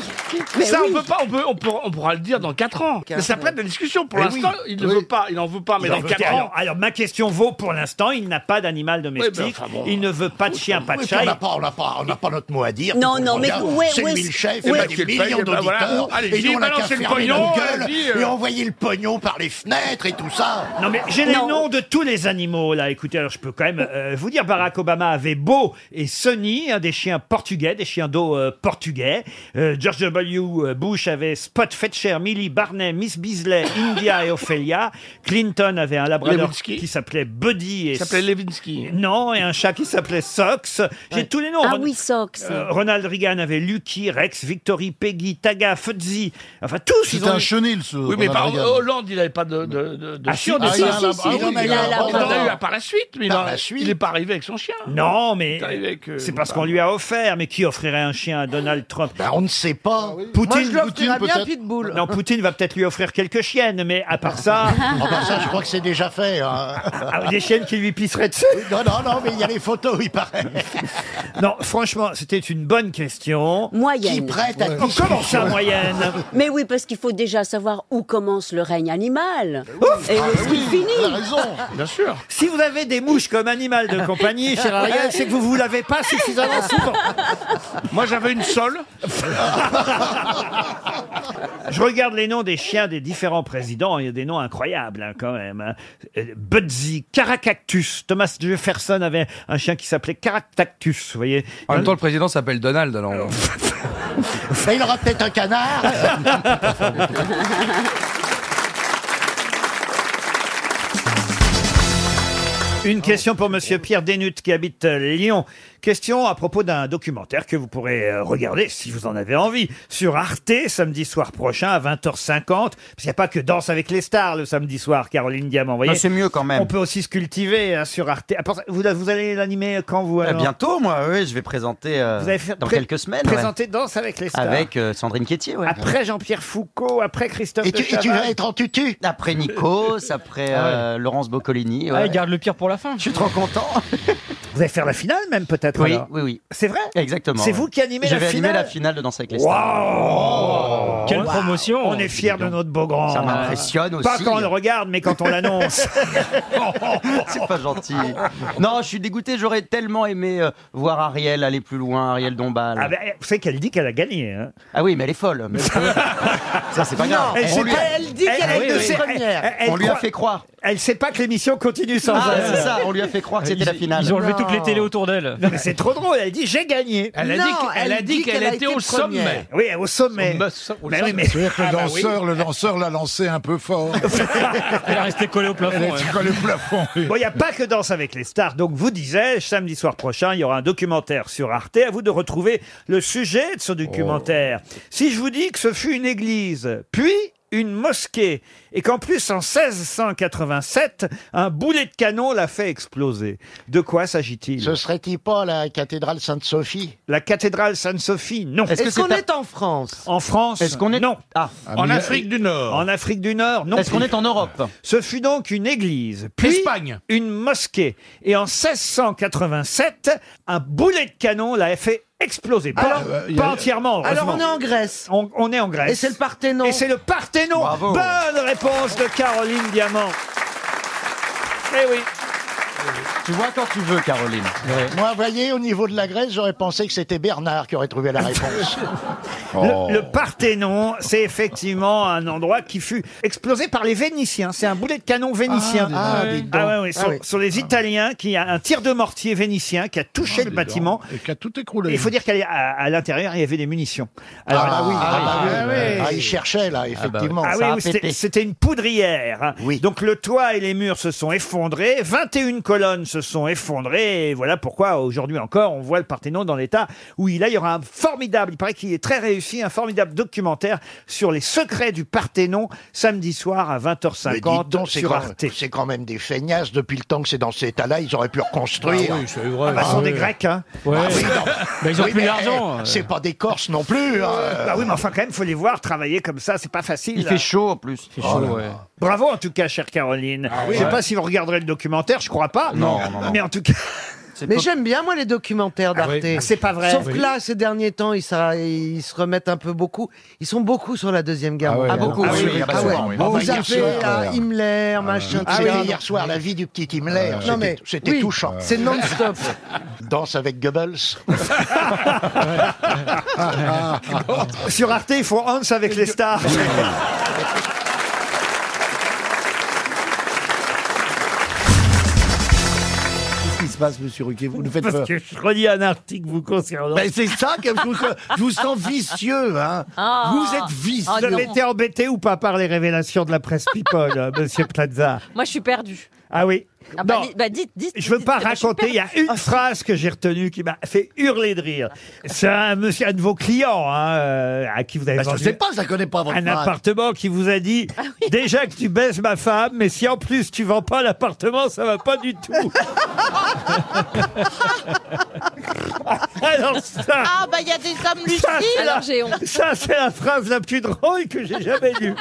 Speaker 29: Mais
Speaker 14: ça,
Speaker 29: oui.
Speaker 14: on peut pas, on peut, on pourra- on pourra le dire dans 4 ans. Mais ça prête la discussion. Pour
Speaker 2: Eh
Speaker 14: l'instant,
Speaker 2: oui.
Speaker 14: il ne
Speaker 2: Oui.
Speaker 14: veut pas, il en veut pas, mais
Speaker 2: Il en
Speaker 14: dans
Speaker 2: veut
Speaker 14: 4
Speaker 2: pas.
Speaker 14: ans.
Speaker 2: alors, alors, ma question vaut pour l'instant, il n'a pas d'animal domestique,
Speaker 17: Oui, mais enfin bon.
Speaker 2: il ne veut pas de chien, pas de
Speaker 17: Oui,
Speaker 2: chat.
Speaker 17: puis on n'a pas- on n'a pas, on n'a pas notre mot à dire.
Speaker 29: Non,
Speaker 17: puis
Speaker 29: non,
Speaker 17: on
Speaker 29: mais
Speaker 17: regarde,
Speaker 29: ouais,
Speaker 17: c'est
Speaker 29: ouais,
Speaker 17: lui le chef,
Speaker 29: ouais.
Speaker 17: il y a
Speaker 29: Eh ben,
Speaker 17: des
Speaker 29: qu'il paye,
Speaker 17: millions
Speaker 29: eh ben voilà.
Speaker 17: d'auditeurs.
Speaker 29: Allez,
Speaker 17: et nous,
Speaker 29: dis,
Speaker 17: on n'a qu'à
Speaker 29: balancez le
Speaker 17: fermer
Speaker 29: pognon,
Speaker 17: notre
Speaker 29: euh,
Speaker 17: gueule
Speaker 29: dis, euh.
Speaker 17: et envoyer le pognon par les fenêtres et tout ça.
Speaker 2: Non mais j'ai les noms de tous les animaux là. Écoutez, alors je peux quand même euh, vous dire Barack Obama avait Beau et Sonny, un des chiens portugais, des chiens d'eau euh, portugais. Euh, George W. Bush avait Spot Fetcher, Millie Barney, Miss Beasley, India et Ophelia. Clinton avait un labrador
Speaker 14: Lewinsky.
Speaker 2: qui s'appelait Buddy et
Speaker 14: Il s'appelait Levinsky.
Speaker 2: non, et un chat qui s'appelait Sox. J'ai tous les noms.
Speaker 29: Ah
Speaker 2: Ron-
Speaker 29: oui, Sox.
Speaker 2: Euh, Ronald Reagan avait Lucky, Rex, Victory, Peggy, Taga, Fuzzy. Enfin, tous. ils
Speaker 14: C'était
Speaker 2: ont
Speaker 14: un
Speaker 2: eu-
Speaker 14: chenil, ce Oui, mais par oh, Hollande, il n'avait pas de. de, de, de
Speaker 2: Ah, si,
Speaker 14: chien
Speaker 2: ah,
Speaker 14: de
Speaker 2: si,
Speaker 14: ça.
Speaker 2: si, si,
Speaker 14: Ah,
Speaker 2: si,
Speaker 14: oui,
Speaker 2: il en a eu
Speaker 14: il en a- il
Speaker 2: un
Speaker 14: en a eu
Speaker 2: Labrador.
Speaker 14: un par la suite, mais il
Speaker 2: Par
Speaker 14: en-
Speaker 2: la
Speaker 14: il n'est pas arrivé avec son chien.
Speaker 2: Non, mais
Speaker 14: Il est arrivé avec, euh,
Speaker 2: c'est parce qu'on lui a offert. Mais qui offrirait un chien à Donald Trump Ben, On ne sait pas. Poutine,
Speaker 8: Moi, je lui offrirais bien
Speaker 2: Poutine, peut-être-
Speaker 8: Pitbull.
Speaker 2: Non, Poutine va peut-être lui offrir quelques chiennes, mais à part ça.
Speaker 8: Ah, bah ça, je
Speaker 2: crois que c'est déjà fait. des chiennes qui lui pisseraient dessus. Non, non, non, mais il y a les photos, il paraît. non, franchement, c'était une bonne question.
Speaker 29: Moyenne. Qui
Speaker 2: prête à Ouais. Oh, comment ça, moyenne
Speaker 29: Mais oui, parce qu'il faut déjà savoir où commence le règne animal.
Speaker 2: Ouf
Speaker 29: Et où est-ce qu'il finit
Speaker 2: Bien sûr. Si vous avez des mouches comme animal de compagnie, cher Ariel, c'est que vous vous lavez pas suffisamment souvent.
Speaker 14: Moi, j'avais une sole.
Speaker 2: Je regarde les noms des chiens des différents présidents. Il y a des noms incroyables, hein, quand même. hein. Euh, Budsy, Caracactus. Thomas Jefferson avait un chien qui s'appelait Caractactus, vous voyez.
Speaker 3: En même temps, le président s'appelle Donald, alors.
Speaker 2: il aura peut-être un canard. Une question pour Monsieur Pierre Dénut qui habite euh, Lyon. Question à propos d'un documentaire que vous pourrez euh, regarder si vous en avez envie sur Arte samedi soir prochain à 20h50. Parce qu'il n'y a pas que Danse avec les stars le samedi soir, Caroline Diamant. vous voyez.
Speaker 5: Non, c'est mieux quand même.
Speaker 2: On peut aussi se cultiver hein, sur Arte. À part ça, Vous, vous allez l'animer euh, quand vous
Speaker 5: Eh,
Speaker 2: alors
Speaker 5: bientôt, moi, oui, je vais présenter euh,
Speaker 2: Vous allez faire
Speaker 5: dans
Speaker 2: pré-
Speaker 5: quelques semaines. ouais.
Speaker 2: Présenter Danse avec les stars.
Speaker 5: Avec euh, Sandrine Quétier, ouais.
Speaker 2: Après Jean-Pierre Foucault, après Christophe. de Chavannes.
Speaker 5: être en tutu Après Nikos, après euh, Laurence Boccolini.
Speaker 2: Ah, il
Speaker 5: garde le pire pour la fin. Je suis trop content.
Speaker 2: Vous allez faire la finale même peut-être
Speaker 5: Oui,
Speaker 2: alors
Speaker 5: oui, oui.
Speaker 2: C'est vrai
Speaker 5: Exactement.
Speaker 2: C'est
Speaker 5: ouais.
Speaker 2: vous qui animez
Speaker 5: Je
Speaker 2: la
Speaker 5: vais animer
Speaker 2: finale
Speaker 5: la finale de Danse avec les
Speaker 2: Wow
Speaker 5: stars.
Speaker 2: Quelle promotion On est fiers de notre beau grand.
Speaker 5: Ça m'impressionne
Speaker 2: Pas
Speaker 5: aussi.
Speaker 2: quand on le regarde, mais quand on l'annonce.
Speaker 5: C'est pas gentil. Non, je suis dégoûté. J'aurais tellement aimé euh, voir Ariel aller plus loin, Ariel Dombal.
Speaker 2: Ah ben, vous savez qu'elle dit qu'elle a gagné. hein.
Speaker 5: Ah oui, mais elle est folle. Mais- Ça, c'est pas grave.
Speaker 2: Elle, sait
Speaker 5: On lui
Speaker 2: pas-
Speaker 5: a-
Speaker 2: elle ne sait- Eh, elle- elle
Speaker 5: On lui a
Speaker 2: croit-
Speaker 5: fait croire.
Speaker 2: Elle sait pas que l'émission continue sans
Speaker 5: Ah,
Speaker 2: elle.
Speaker 5: c'est ça, on lui a fait croire que c'était la finale.
Speaker 6: Ils ont enlevé
Speaker 5: Non.
Speaker 6: toutes les télés autour d'elle.
Speaker 2: Non mais c'est trop drôle, elle dit j'ai gagné.
Speaker 6: Elle a dit Non, qu'elle- elle elle a dit dit qu'elle qu'elle a était été au première. sommet.
Speaker 2: Oui, au sommet. Mais oui, mais-
Speaker 13: C'est-à-dire que le
Speaker 2: Ah bah oui.
Speaker 13: danseur, le danseur l'a lancé un peu fort.
Speaker 6: Elle a resté collée au plafond. hein.
Speaker 13: Elle a été
Speaker 6: ouais.
Speaker 13: collée au plafond. oui.
Speaker 2: Bon, il n'y a pas que Danse avec les stars. Donc, vous disais-je, samedi soir prochain, il y aura un documentaire sur Arte. À vous de retrouver le sujet de ce documentaire. Si je vous dis que ce fut une église, puis une mosquée, et qu'en plus, en 1687, un boulet de canon l'a fait exploser. De quoi s'agit-il Ce serait-il pas la cathédrale Sainte-Sophie La cathédrale Sainte-Sophie, non.
Speaker 4: Est-ce que Est-ce c'est qu'on à- est
Speaker 2: en France En France,
Speaker 5: Est-ce qu'on est
Speaker 2: non.
Speaker 5: En mais- Afrique
Speaker 2: du Nord En Afrique du Nord, non.
Speaker 5: Est-ce qu'on
Speaker 2: plus.
Speaker 5: est en Europe
Speaker 2: Ce fut donc une église, puis une mosquée. Et en 1687, un boulet de canon l'a fait exploser. Pas, euh,
Speaker 4: Alors-
Speaker 2: pas entièrement,
Speaker 4: Alors,
Speaker 2: heureusement.
Speaker 4: on est en Grèce.
Speaker 2: On, on est en Grèce.
Speaker 4: Et c'est le Parthénon.
Speaker 2: Et c'est le Parthénon.
Speaker 4: Bravo.
Speaker 2: Bonne réponse de Caroline Diamant. Eh oui.
Speaker 5: Tu vois quand tu veux, Caroline.
Speaker 17: Moi, vous voyez, au niveau de la Grèce, j'aurais pensé que c'était Bernard qui aurait trouvé la réponse. Oh.
Speaker 2: Le, le Parthénon, c'est effectivement un endroit qui fut explosé par les Vénitiens. C'est un boulet de canon vénitien.
Speaker 1: Ah, ah, dis donc.
Speaker 2: Ah ouais, ouais,
Speaker 1: Ah
Speaker 2: sur,
Speaker 1: oui.
Speaker 2: sur les Italiens, qui a un tir de mortier vénitien qui a
Speaker 17: Ah,
Speaker 2: touché le bâtiment. Et qui a tout écroulé. Il faut dire qu'à à, à l'intérieur, il y avait des munitions.
Speaker 17: Ah, bah oui, ah, bah oui.
Speaker 2: ouais.
Speaker 17: Ah, il cherchait, là, effectivement.
Speaker 2: Ah oui,
Speaker 17: Ça a
Speaker 2: oui, c'était-
Speaker 17: pété.
Speaker 2: c'était une poudrière. hein. Donc le toit et les murs se sont effondrés, 21 colonnes se sont effondrées, et voilà pourquoi aujourd'hui encore on voit le Parthénon dans l'état où il a. Il y aura un formidable, il paraît qu'il est très réussi, un formidable documentaire sur les secrets du Parthénon samedi soir à
Speaker 17: Mais dites
Speaker 2: 20h50
Speaker 17: donc, c'est
Speaker 2: sur
Speaker 17: quand,
Speaker 2: Arte.
Speaker 17: c'est quand même des feignasses. Depuis le temps que c'est dans cet état-là, ils auraient pu reconstruire.
Speaker 2: Ah oui, c'est vrai. Ah bah, ce sont des Grecs, hein. Ouais.
Speaker 17: Ah
Speaker 2: Mais ils ont plus
Speaker 17: mais,
Speaker 2: d'argent. euh.
Speaker 17: eh, C'est pas des Corses non plus. hein.
Speaker 2: Bah oui, mais enfin quand même, faut les voir travailler comme ça, c'est pas facile.
Speaker 17: Il fait
Speaker 5: chaud en plus.
Speaker 17: fait
Speaker 5: Oh
Speaker 17: chaud, ouais.
Speaker 2: Oh Bravo en tout cas, chère Caroline.
Speaker 1: Ah
Speaker 8: oui.
Speaker 2: je sais
Speaker 8: Ouais.
Speaker 2: pas si vous regarderez le documentaire, je crois pas.
Speaker 8: Non, non, non.
Speaker 2: Mais en tout cas.
Speaker 8: Mais j'aime bien, moi, les documentaires d'Arte.
Speaker 2: Ah, c'est pas vrai.
Speaker 8: Sauf
Speaker 2: Oui.
Speaker 8: que là, ces derniers temps, ils, se- ils se remettent un peu beaucoup. Ils sont beaucoup sur la Deuxième Guerre
Speaker 17: Ah ouais,
Speaker 8: mondiale.
Speaker 17: alors. Ah oui, ah bah
Speaker 8: ouais.
Speaker 17: souvent, oui.
Speaker 8: Vous
Speaker 17: Ah bah, hier
Speaker 8: avez
Speaker 17: soir,
Speaker 8: ah,
Speaker 17: ouais.
Speaker 8: Himmler, machin,
Speaker 17: Ah
Speaker 8: etc.
Speaker 17: oui, hier soir, la vie du petit Himmler,
Speaker 8: Non,
Speaker 17: c'était-
Speaker 8: mais-
Speaker 17: c'était
Speaker 8: oui,
Speaker 17: touchant.
Speaker 8: c'est non-stop.
Speaker 17: Danse avec Goebbels.
Speaker 2: Sur Arte, ils font Hans avec les stars.
Speaker 1: Qu'est-ce qui se passe, monsieur Ruquier Vous nous faites
Speaker 2: Parce
Speaker 1: peur.
Speaker 2: que je relis un article vous concernant.
Speaker 1: Ben, c'est ça que je vous, je vous sens vicieux, hein.
Speaker 2: Ah.
Speaker 1: vous êtes vicieux.
Speaker 2: Vous avez été embêté ou pas par les révélations de la presse People, euh, monsieur Plaza
Speaker 10: Moi, je suis perdue.
Speaker 2: Ah oui.
Speaker 10: Ah bah,
Speaker 2: Non.
Speaker 10: di- bah, dites, dites.
Speaker 2: Je veux
Speaker 10: dites,
Speaker 2: pas
Speaker 10: bah, je suis
Speaker 2: raconter, il y a une phrase que j'ai retenue qui m'a fait hurler de rire. C'est un monsieur, un de vos clients, hein, euh, à qui vous avez
Speaker 1: Ben, je
Speaker 2: vendu
Speaker 1: sais pas, je la connais pas, votre
Speaker 2: un
Speaker 1: phrase.
Speaker 2: appartement qui vous a dit,
Speaker 10: Ah
Speaker 2: déjà que tu baises ma femme, mais si en plus tu vends pas l'appartement, ça va pas du tout. Alors ça.
Speaker 10: Ah, bah, il y a des hommes lucides.
Speaker 2: Ça, c'est la-
Speaker 10: Alors, j'ai honte.
Speaker 2: Ça, c'est la phrase la plus drôle que j'ai jamais lue.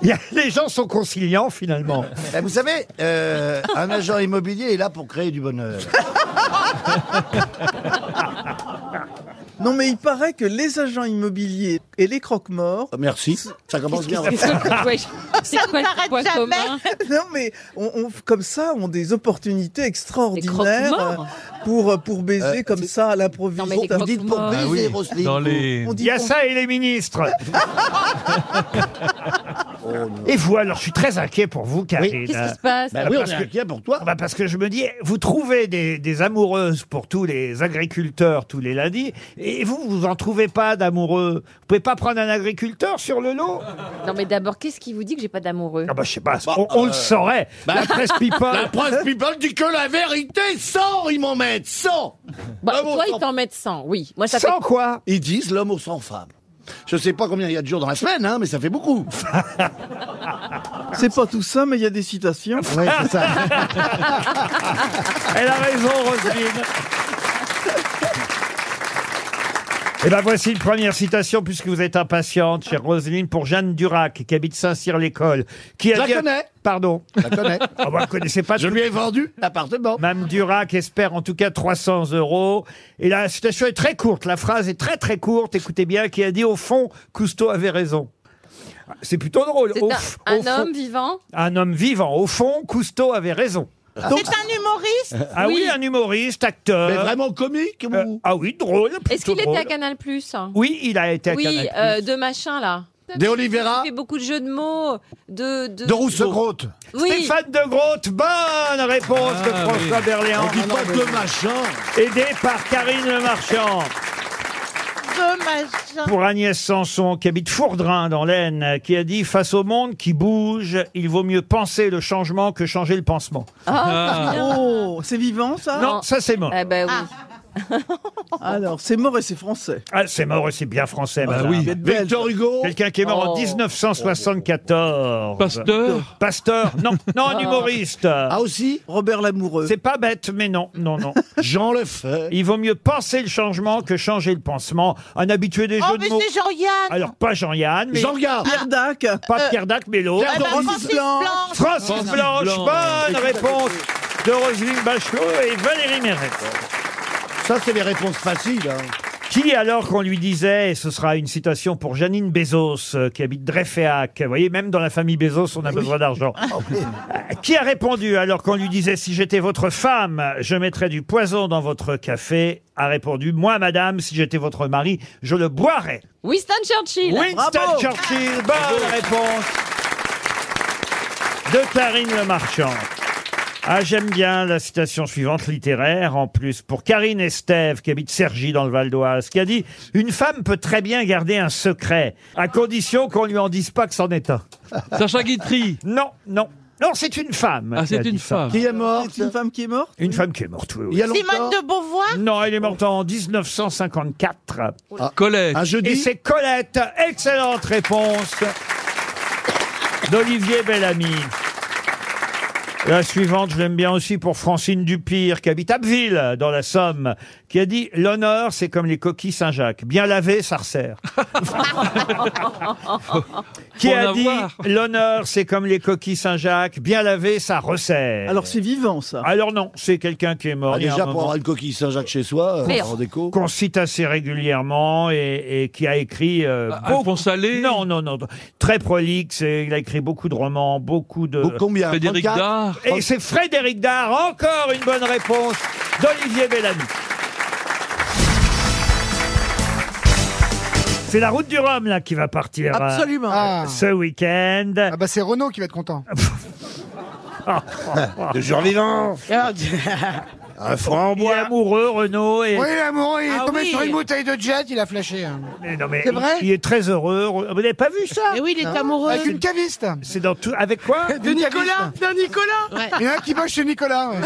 Speaker 2: Il y a- les gens sont conciliants, finalement.
Speaker 1: Ben, vous savez, euh, un agent immobilier est là pour créer du bonheur.
Speaker 7: Non, mais il paraît que les agents immobiliers et les
Speaker 5: Ah,
Speaker 7: croque-morts.
Speaker 1: Merci. Ça commence bien.
Speaker 7: Ça Non, mais on, on- comme ça, ont des opportunités extraordinaires
Speaker 1: croque-morts
Speaker 7: euh, pour, euh, pour baiser comme ça à l'improviste.
Speaker 1: mais les Vous dites pour croque-morts. baiser, Ah oui. Roselyne, Dans vous. les-
Speaker 7: On dit
Speaker 2: Il y a
Speaker 7: qu'on-
Speaker 2: ça et les ministres. et vous, alors, je suis très inquiet pour vous, Karine.
Speaker 1: Qu'est-ce qui se passe Bah oui, on est inquiet
Speaker 2: pour toi. Ah parce que je me dis, vous trouvez des, des amoureuses pour tous les agriculteurs tous les lundis, et vous, vous en trouvez pas d'amoureux. Vous pouvez pas prendre un agriculteur sur le lot
Speaker 10: Non, mais d'abord, qu'est-ce qui vous dit que j'ai pas d'amoureux
Speaker 2: Ah bah, je sais pas, on, on
Speaker 1: euh,
Speaker 2: le saurait. la presse people.
Speaker 10: la presse
Speaker 1: bah, people dit que la vérité, 100, ils m'en mettent, 100
Speaker 10: Bah, toi, ils t'en mettent 100, oui. Moi, ça fait...
Speaker 2: quoi
Speaker 1: Ils disent l'homme aux 100 femmes. Je sais pas combien il y a de jours dans la semaine, hein, mais ça fait beaucoup.
Speaker 7: C'est pas tout ça, mais il y a des citations.
Speaker 1: Oui, c'est ça.
Speaker 2: Elle a raison, Roselyne. Et ben voici une première citation, puisque vous êtes impatiente, chère Roselyne, pour Jeanne Durac, qui habite Saint-Cyr-l'École. Qui a
Speaker 1: Je la
Speaker 2: dit-
Speaker 1: connais.
Speaker 2: Pardon.
Speaker 1: Je la connais.
Speaker 2: Ah, vous la connaissez pas. Je lui ai vendu l'appartement. Mme Durac espère en tout cas 300 euros. Et la citation est très courte, la phrase est très très courte, écoutez bien, qui a dit au fond, Cousteau avait raison. C'est plutôt drôle.
Speaker 10: C'est
Speaker 2: Au
Speaker 10: un-
Speaker 2: f- au
Speaker 10: un,
Speaker 2: fond-
Speaker 10: homme vivant
Speaker 2: Un homme vivant. Au fond, Cousteau avait raison.
Speaker 10: C'est un humoriste
Speaker 2: Ah oui. un humoriste, acteur.
Speaker 1: Mais vraiment comique
Speaker 2: Euh, Ah oui, drôle.
Speaker 10: Est-ce
Speaker 2: plutôt
Speaker 10: qu'il était
Speaker 2: drôle.
Speaker 10: à Canal Plus
Speaker 2: Oui, il a été à
Speaker 10: Oui,
Speaker 2: Canal+.
Speaker 10: euh, de machin, là.
Speaker 2: De Oliveira
Speaker 10: Il fait beaucoup de jeux de mots, de... De, Oui.
Speaker 2: Stéphane de Grotte, bonne réponse de François
Speaker 1: Ah, oui.
Speaker 2: Berléand.
Speaker 1: On dit pas de machin.
Speaker 2: Aidé par Karine Le Marchand. Oh, Pour Agnès Sanson, qui habite Fourdrin dans l'Aisne, qui a dit Face au monde qui bouge, il vaut mieux penser le changement que changer le pansement.
Speaker 7: Ah, Oh, c'est vivant ça
Speaker 2: Non, ça, c'est mort.
Speaker 7: Eh ben oui. Alors, c'est mort et c'est français.
Speaker 2: Ah, c'est Ah, mort et c'est bien français, madame.
Speaker 7: Bah oui. Vous êtes belge. Victor Hugo.
Speaker 2: Quelqu'un qui est mort en
Speaker 7: Oh.
Speaker 2: 1974.
Speaker 7: Pasteur.
Speaker 2: Pasteur, non. Non, un
Speaker 7: Ah.
Speaker 2: humoriste. Ah aussi Robert Lamoureux. C'est pas bête, mais non, non, non. Jean Lefebvre. Il vaut mieux penser le changement que changer le pansement. Un habitué des
Speaker 7: Oh,
Speaker 2: jeux de mots.
Speaker 10: Jean-Yann
Speaker 2: Alors, pas Jean-Yann, mais...
Speaker 7: Jean-Yann. Pierre Dac.
Speaker 2: Pas
Speaker 7: Euh,
Speaker 2: Pierre Dac, mais l'autre.
Speaker 7: Pierre Eh ben, Doris. Francis Blanche.
Speaker 2: Francis
Speaker 7: Francis
Speaker 2: Blanche,
Speaker 7: Blanche.
Speaker 2: bonne
Speaker 7: Écoute,
Speaker 2: réponse de Roselyne Bachelot et Valérie Mérès.
Speaker 1: Ça, c'est les réponses faciles. hein.
Speaker 2: Qui, alors qu'on lui disait, et ce sera une citation pour Janine Bezos, euh, qui habite Dreyféac, vous voyez, même dans la famille Bezos, on a besoin d'argent. Qui a répondu alors qu'on lui disait si j'étais votre femme, je mettrais du poison dans votre café a répondu moi madame, si j'étais votre mari, je le boirais.
Speaker 10: Winston Churchill.
Speaker 2: Winston Churchill, bonne réponse de Karine Le Marchand. Ah, j'aime bien la citation suivante littéraire, en plus, pour Karine Estève, qui habite Cergy dans le Val d'Oise, qui a dit « Une femme peut très bien garder un secret, à condition qu'on lui en dise pas que c'en est un. »
Speaker 30: Sacha Guitry
Speaker 2: Non, non. Non, c'est une femme.
Speaker 30: Ah,
Speaker 2: qui a
Speaker 30: c'est une
Speaker 2: dit ça.
Speaker 30: femme. Qui
Speaker 31: est morte C'est une femme qui est morte
Speaker 2: Une femme qui est morte, oui, oui.
Speaker 7: Simone de Beauvoir
Speaker 2: Non, elle est morte en 1954.
Speaker 30: Colette.
Speaker 2: Un jeudi. Et c'est Colette. Excellente réponse d'Olivier Bellamy. La suivante, je l'aime bien aussi pour Francine Dupire, qui habite Abbeville, dans la Somme, qui a dit « L'honneur, c'est comme les coquilles Saint-Jacques. Bien lavé, ça resserre. » Qui
Speaker 32: Pour en
Speaker 2: a dit
Speaker 32: avoir.
Speaker 2: « L'honneur, c'est comme les coquilles Saint-Jacques. Bien lavé, ça resserre. »
Speaker 31: Alors c'est vivant ça.
Speaker 2: Alors non, c'est quelqu'un qui est mort.
Speaker 33: Ah,
Speaker 2: il y a un
Speaker 33: déjà,
Speaker 2: moment.
Speaker 33: pour avoir une coquille Saint-Jacques chez soi, euh, en déco.
Speaker 2: Qu'on cite assez régulièrement et, et qui a écrit euh,
Speaker 33: Ah,
Speaker 2: beaucoup. Non, non, non. Très prolixe. et Il a écrit beaucoup de romans, beaucoup de.
Speaker 33: combien Frédéric 34? Dard
Speaker 2: Et c'est Frédéric Dard. Encore une bonne réponse d'Olivier Bellamy. C'est la route du Rhum là qui va partir euh,
Speaker 1: Absolument. Ah.
Speaker 2: ce week-end.
Speaker 1: Ah bah c'est Renaud qui va être content.
Speaker 9: De jour vivant.
Speaker 1: Ah,
Speaker 9: Un franc en bois.
Speaker 2: amoureux, Renaud. Et...
Speaker 1: Oui, l'amoureux, il est
Speaker 2: Ah
Speaker 1: tombé
Speaker 2: oui.
Speaker 1: sur une bouteille de jet, il a flashé. hein.
Speaker 2: Mais non, mais
Speaker 1: C'est vrai
Speaker 2: il, il est très heureux. Ah, Vous n'avez pas vu ça
Speaker 1: Et oui, il est Non. amoureux. Avec une caviste.
Speaker 2: C'est dans tout. Avec quoi
Speaker 1: De Nicolas De Nicolas Il y en a un qui bosse chez Nicolas. ouais.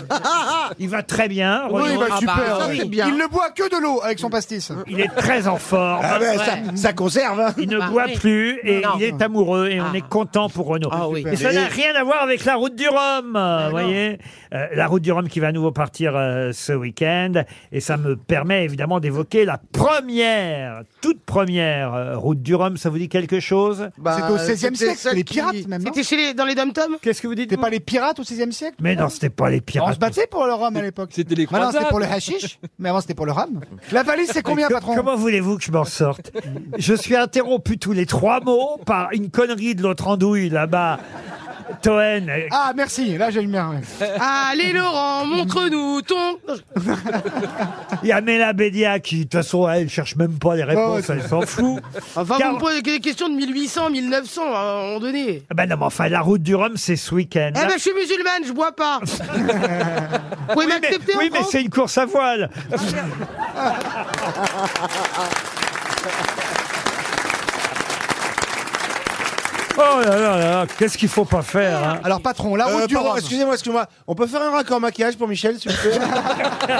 Speaker 2: Il va très bien.
Speaker 1: Ah, bah, Oui,
Speaker 2: Renaud.
Speaker 1: il va super.
Speaker 2: ça,
Speaker 1: ouais.
Speaker 2: c'est bien.
Speaker 1: Il ne boit que de l'eau avec son pastis.
Speaker 2: Il est très en forme.
Speaker 1: Ah ben, ça- ça
Speaker 2: conserve. Il ne
Speaker 1: Ah,
Speaker 2: boit
Speaker 1: oui.
Speaker 2: plus et
Speaker 1: Non. Ah.
Speaker 2: il est amoureux et on est content pour Renaud. Et ça n'a rien à voir avec la route du Rhum,
Speaker 1: Ah
Speaker 2: vous voyez. Euh, la route du Rhum qui va à nouveau partir euh, ce week-end et ça me permet évidemment d'évoquer la première, toute première euh, route du Rhum. Ça vous dit quelque chose
Speaker 1: Bah, C'était au XVIe siècle, les pirates même. C'était chez dans les dom-toms
Speaker 2: Qu'est-ce que vous dites
Speaker 1: C'était pas les pirates au XVIe siècle
Speaker 2: Mais non, c'était pas les
Speaker 1: On
Speaker 2: pirates.
Speaker 1: se battait pour le rhum à l'époque.
Speaker 30: C'était les
Speaker 1: Maintenant,
Speaker 30: croisades.
Speaker 1: c'est pour le hashish, mais avant, c'était pour le rhum. La valise, c'est combien,
Speaker 2: Mais
Speaker 1: patron
Speaker 2: Comment voulez-vous que je m'en sorte Je suis interrompu tous les trois mots par une connerie de l'autre andouille là-bas. Toen. euh,
Speaker 1: Ah, merci, là, j'ai le mien.
Speaker 7: Allez Laurent, montre-nous ton...
Speaker 2: Il y a Mela Bédia qui, de toute façon, elle cherche même pas les réponses,
Speaker 1: Oh,
Speaker 7: ouais.
Speaker 2: elle s'en fout.
Speaker 1: Ah,
Speaker 7: Enfin,
Speaker 2: Car-
Speaker 7: vous me posez des questions de 1800, 1900 à un moment donné.
Speaker 2: Ah ben non, mais enfin, la route du Rhum, c'est ce week-end.
Speaker 7: Eh ben, je suis musulmane, je bois pas. vous pouvez m'accepter
Speaker 2: oui,
Speaker 7: en
Speaker 2: mais
Speaker 7: France
Speaker 2: c'est une course à voile. Oh là là là, qu'est-ce qu'il faut pas faire hein.
Speaker 1: Alors, patron, la route
Speaker 9: Euh,
Speaker 1: du
Speaker 9: pardon,
Speaker 1: rhum.
Speaker 9: excusez-moi, excusez-moi. On peut faire un raccord maquillage pour Michel, s'il vous plaît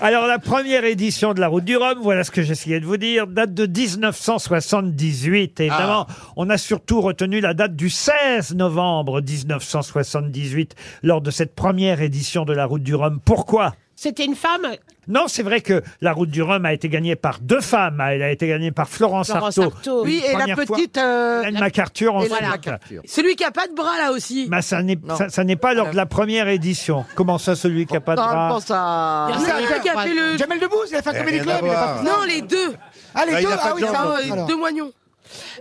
Speaker 2: Alors, la première édition de la Route du Rhum, voilà ce que j'essayais de vous dire, date de 1978. Et évidemment,
Speaker 7: Ah.
Speaker 2: on a surtout retenu la date du 16 novembre 1978 lors de cette première édition de la Route du Rhum. Pourquoi
Speaker 7: C'était une femme
Speaker 2: non, c'est vrai que la route du Rhum a été gagnée par deux femmes. Elle a été gagnée par Florence,
Speaker 7: Florence
Speaker 2: Artaud.
Speaker 7: Artaud.
Speaker 2: une
Speaker 7: Oui, et la
Speaker 2: première fois.
Speaker 7: petite, euh,
Speaker 2: Hélène
Speaker 7: la-
Speaker 2: MacArthur
Speaker 7: Hélène
Speaker 2: ensuite.
Speaker 7: MacArthur. Celui qui a pas de bras, là aussi.
Speaker 2: Bah, ça n'est ça- ça n'est pas lors de la première édition. Comment ça, celui qui a pas de bras
Speaker 7: à...
Speaker 1: C'est un gars-
Speaker 7: qui a fait le...
Speaker 1: Jamel Debbouze, il a fait un
Speaker 2: Eh,
Speaker 1: comédie
Speaker 2: rien
Speaker 1: club.
Speaker 2: à
Speaker 1: il a pas
Speaker 2: voir.
Speaker 1: fait ça.
Speaker 7: Non, les deux.
Speaker 1: Ah, les
Speaker 2: Bah, il
Speaker 1: deux,
Speaker 2: a pas
Speaker 1: ah
Speaker 2: de
Speaker 1: oui,
Speaker 2: jambes.
Speaker 1: ça,
Speaker 7: Non,
Speaker 1: alors.
Speaker 7: les deux moignons.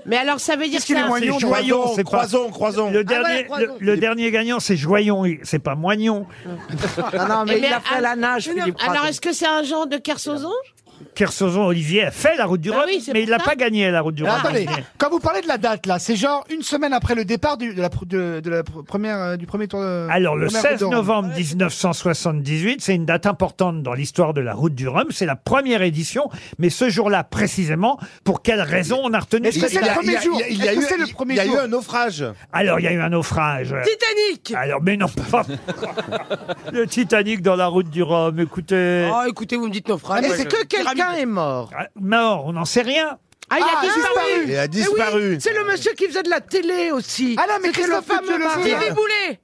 Speaker 7: Mais alors, ça veut dire
Speaker 1: Qu'est-ce qu'il
Speaker 7: ça-
Speaker 1: est moignon,
Speaker 2: C'est Joyon,
Speaker 1: Croison,
Speaker 2: c'est pas-
Speaker 1: Croison, Croison.
Speaker 2: Le
Speaker 7: Ah
Speaker 2: dernier,
Speaker 7: ouais, Croison.
Speaker 2: le, le dernier gagnant, c'est Joyon, il- c'est pas Moignon.
Speaker 7: Ah non,
Speaker 2: Eh
Speaker 4: mais il a fait la nage,
Speaker 7: non,
Speaker 4: Philippe
Speaker 7: Alors,
Speaker 4: Croison.
Speaker 7: est-ce que c'est un genre de Kersozon
Speaker 2: Kersozon Olivier a fait la route du
Speaker 7: Bah
Speaker 2: Rhum,
Speaker 7: oui, c'est
Speaker 2: mais il
Speaker 7: pour
Speaker 2: n'a
Speaker 7: ça.
Speaker 2: pas gagné la route du
Speaker 1: Alors,
Speaker 2: Rhum.
Speaker 1: Ah, attendez, quand vous parlez de la date là, c'est genre une semaine après le départ du, de la, pr- de, de la pr- première, euh, du premier tour de.
Speaker 2: Alors, le
Speaker 1: première
Speaker 2: 16
Speaker 1: Route de Rome.
Speaker 2: novembre 1978, c'est une date importante dans l'histoire de la route du Rhum. C'est la première édition, mais ce jour-là, précisément, pour quelle raison on a retenu
Speaker 1: Est-ce que
Speaker 2: cette
Speaker 1: c'est le
Speaker 2: date
Speaker 1: premier jour
Speaker 9: il y a
Speaker 1: Est-ce que
Speaker 9: eu-
Speaker 1: c'est le
Speaker 9: il-
Speaker 1: premier
Speaker 9: il y a eu
Speaker 1: jour
Speaker 9: un naufrage.
Speaker 2: Alors, il y a eu un naufrage.
Speaker 7: Titanic
Speaker 2: Alors, mais non, pas le Titanic dans la route du Rhum. Écoutez,
Speaker 7: Oh, écoutez, vous me dites naufrage.
Speaker 4: Mais c'est que quelqu'un est mort.
Speaker 2: Ah, mort, on n'en sait rien.
Speaker 4: Ah, il a
Speaker 7: Ah,
Speaker 4: disparu.
Speaker 7: disparu.
Speaker 9: Il a
Speaker 4: Eh oui,
Speaker 9: disparu.
Speaker 4: c'est le monsieur qui faisait de la télé aussi.
Speaker 1: Ah non, mais
Speaker 4: C'était
Speaker 1: Christophe
Speaker 4: fameux
Speaker 1: Lutz, le
Speaker 7: Stevie
Speaker 4: mari.
Speaker 7: Boulet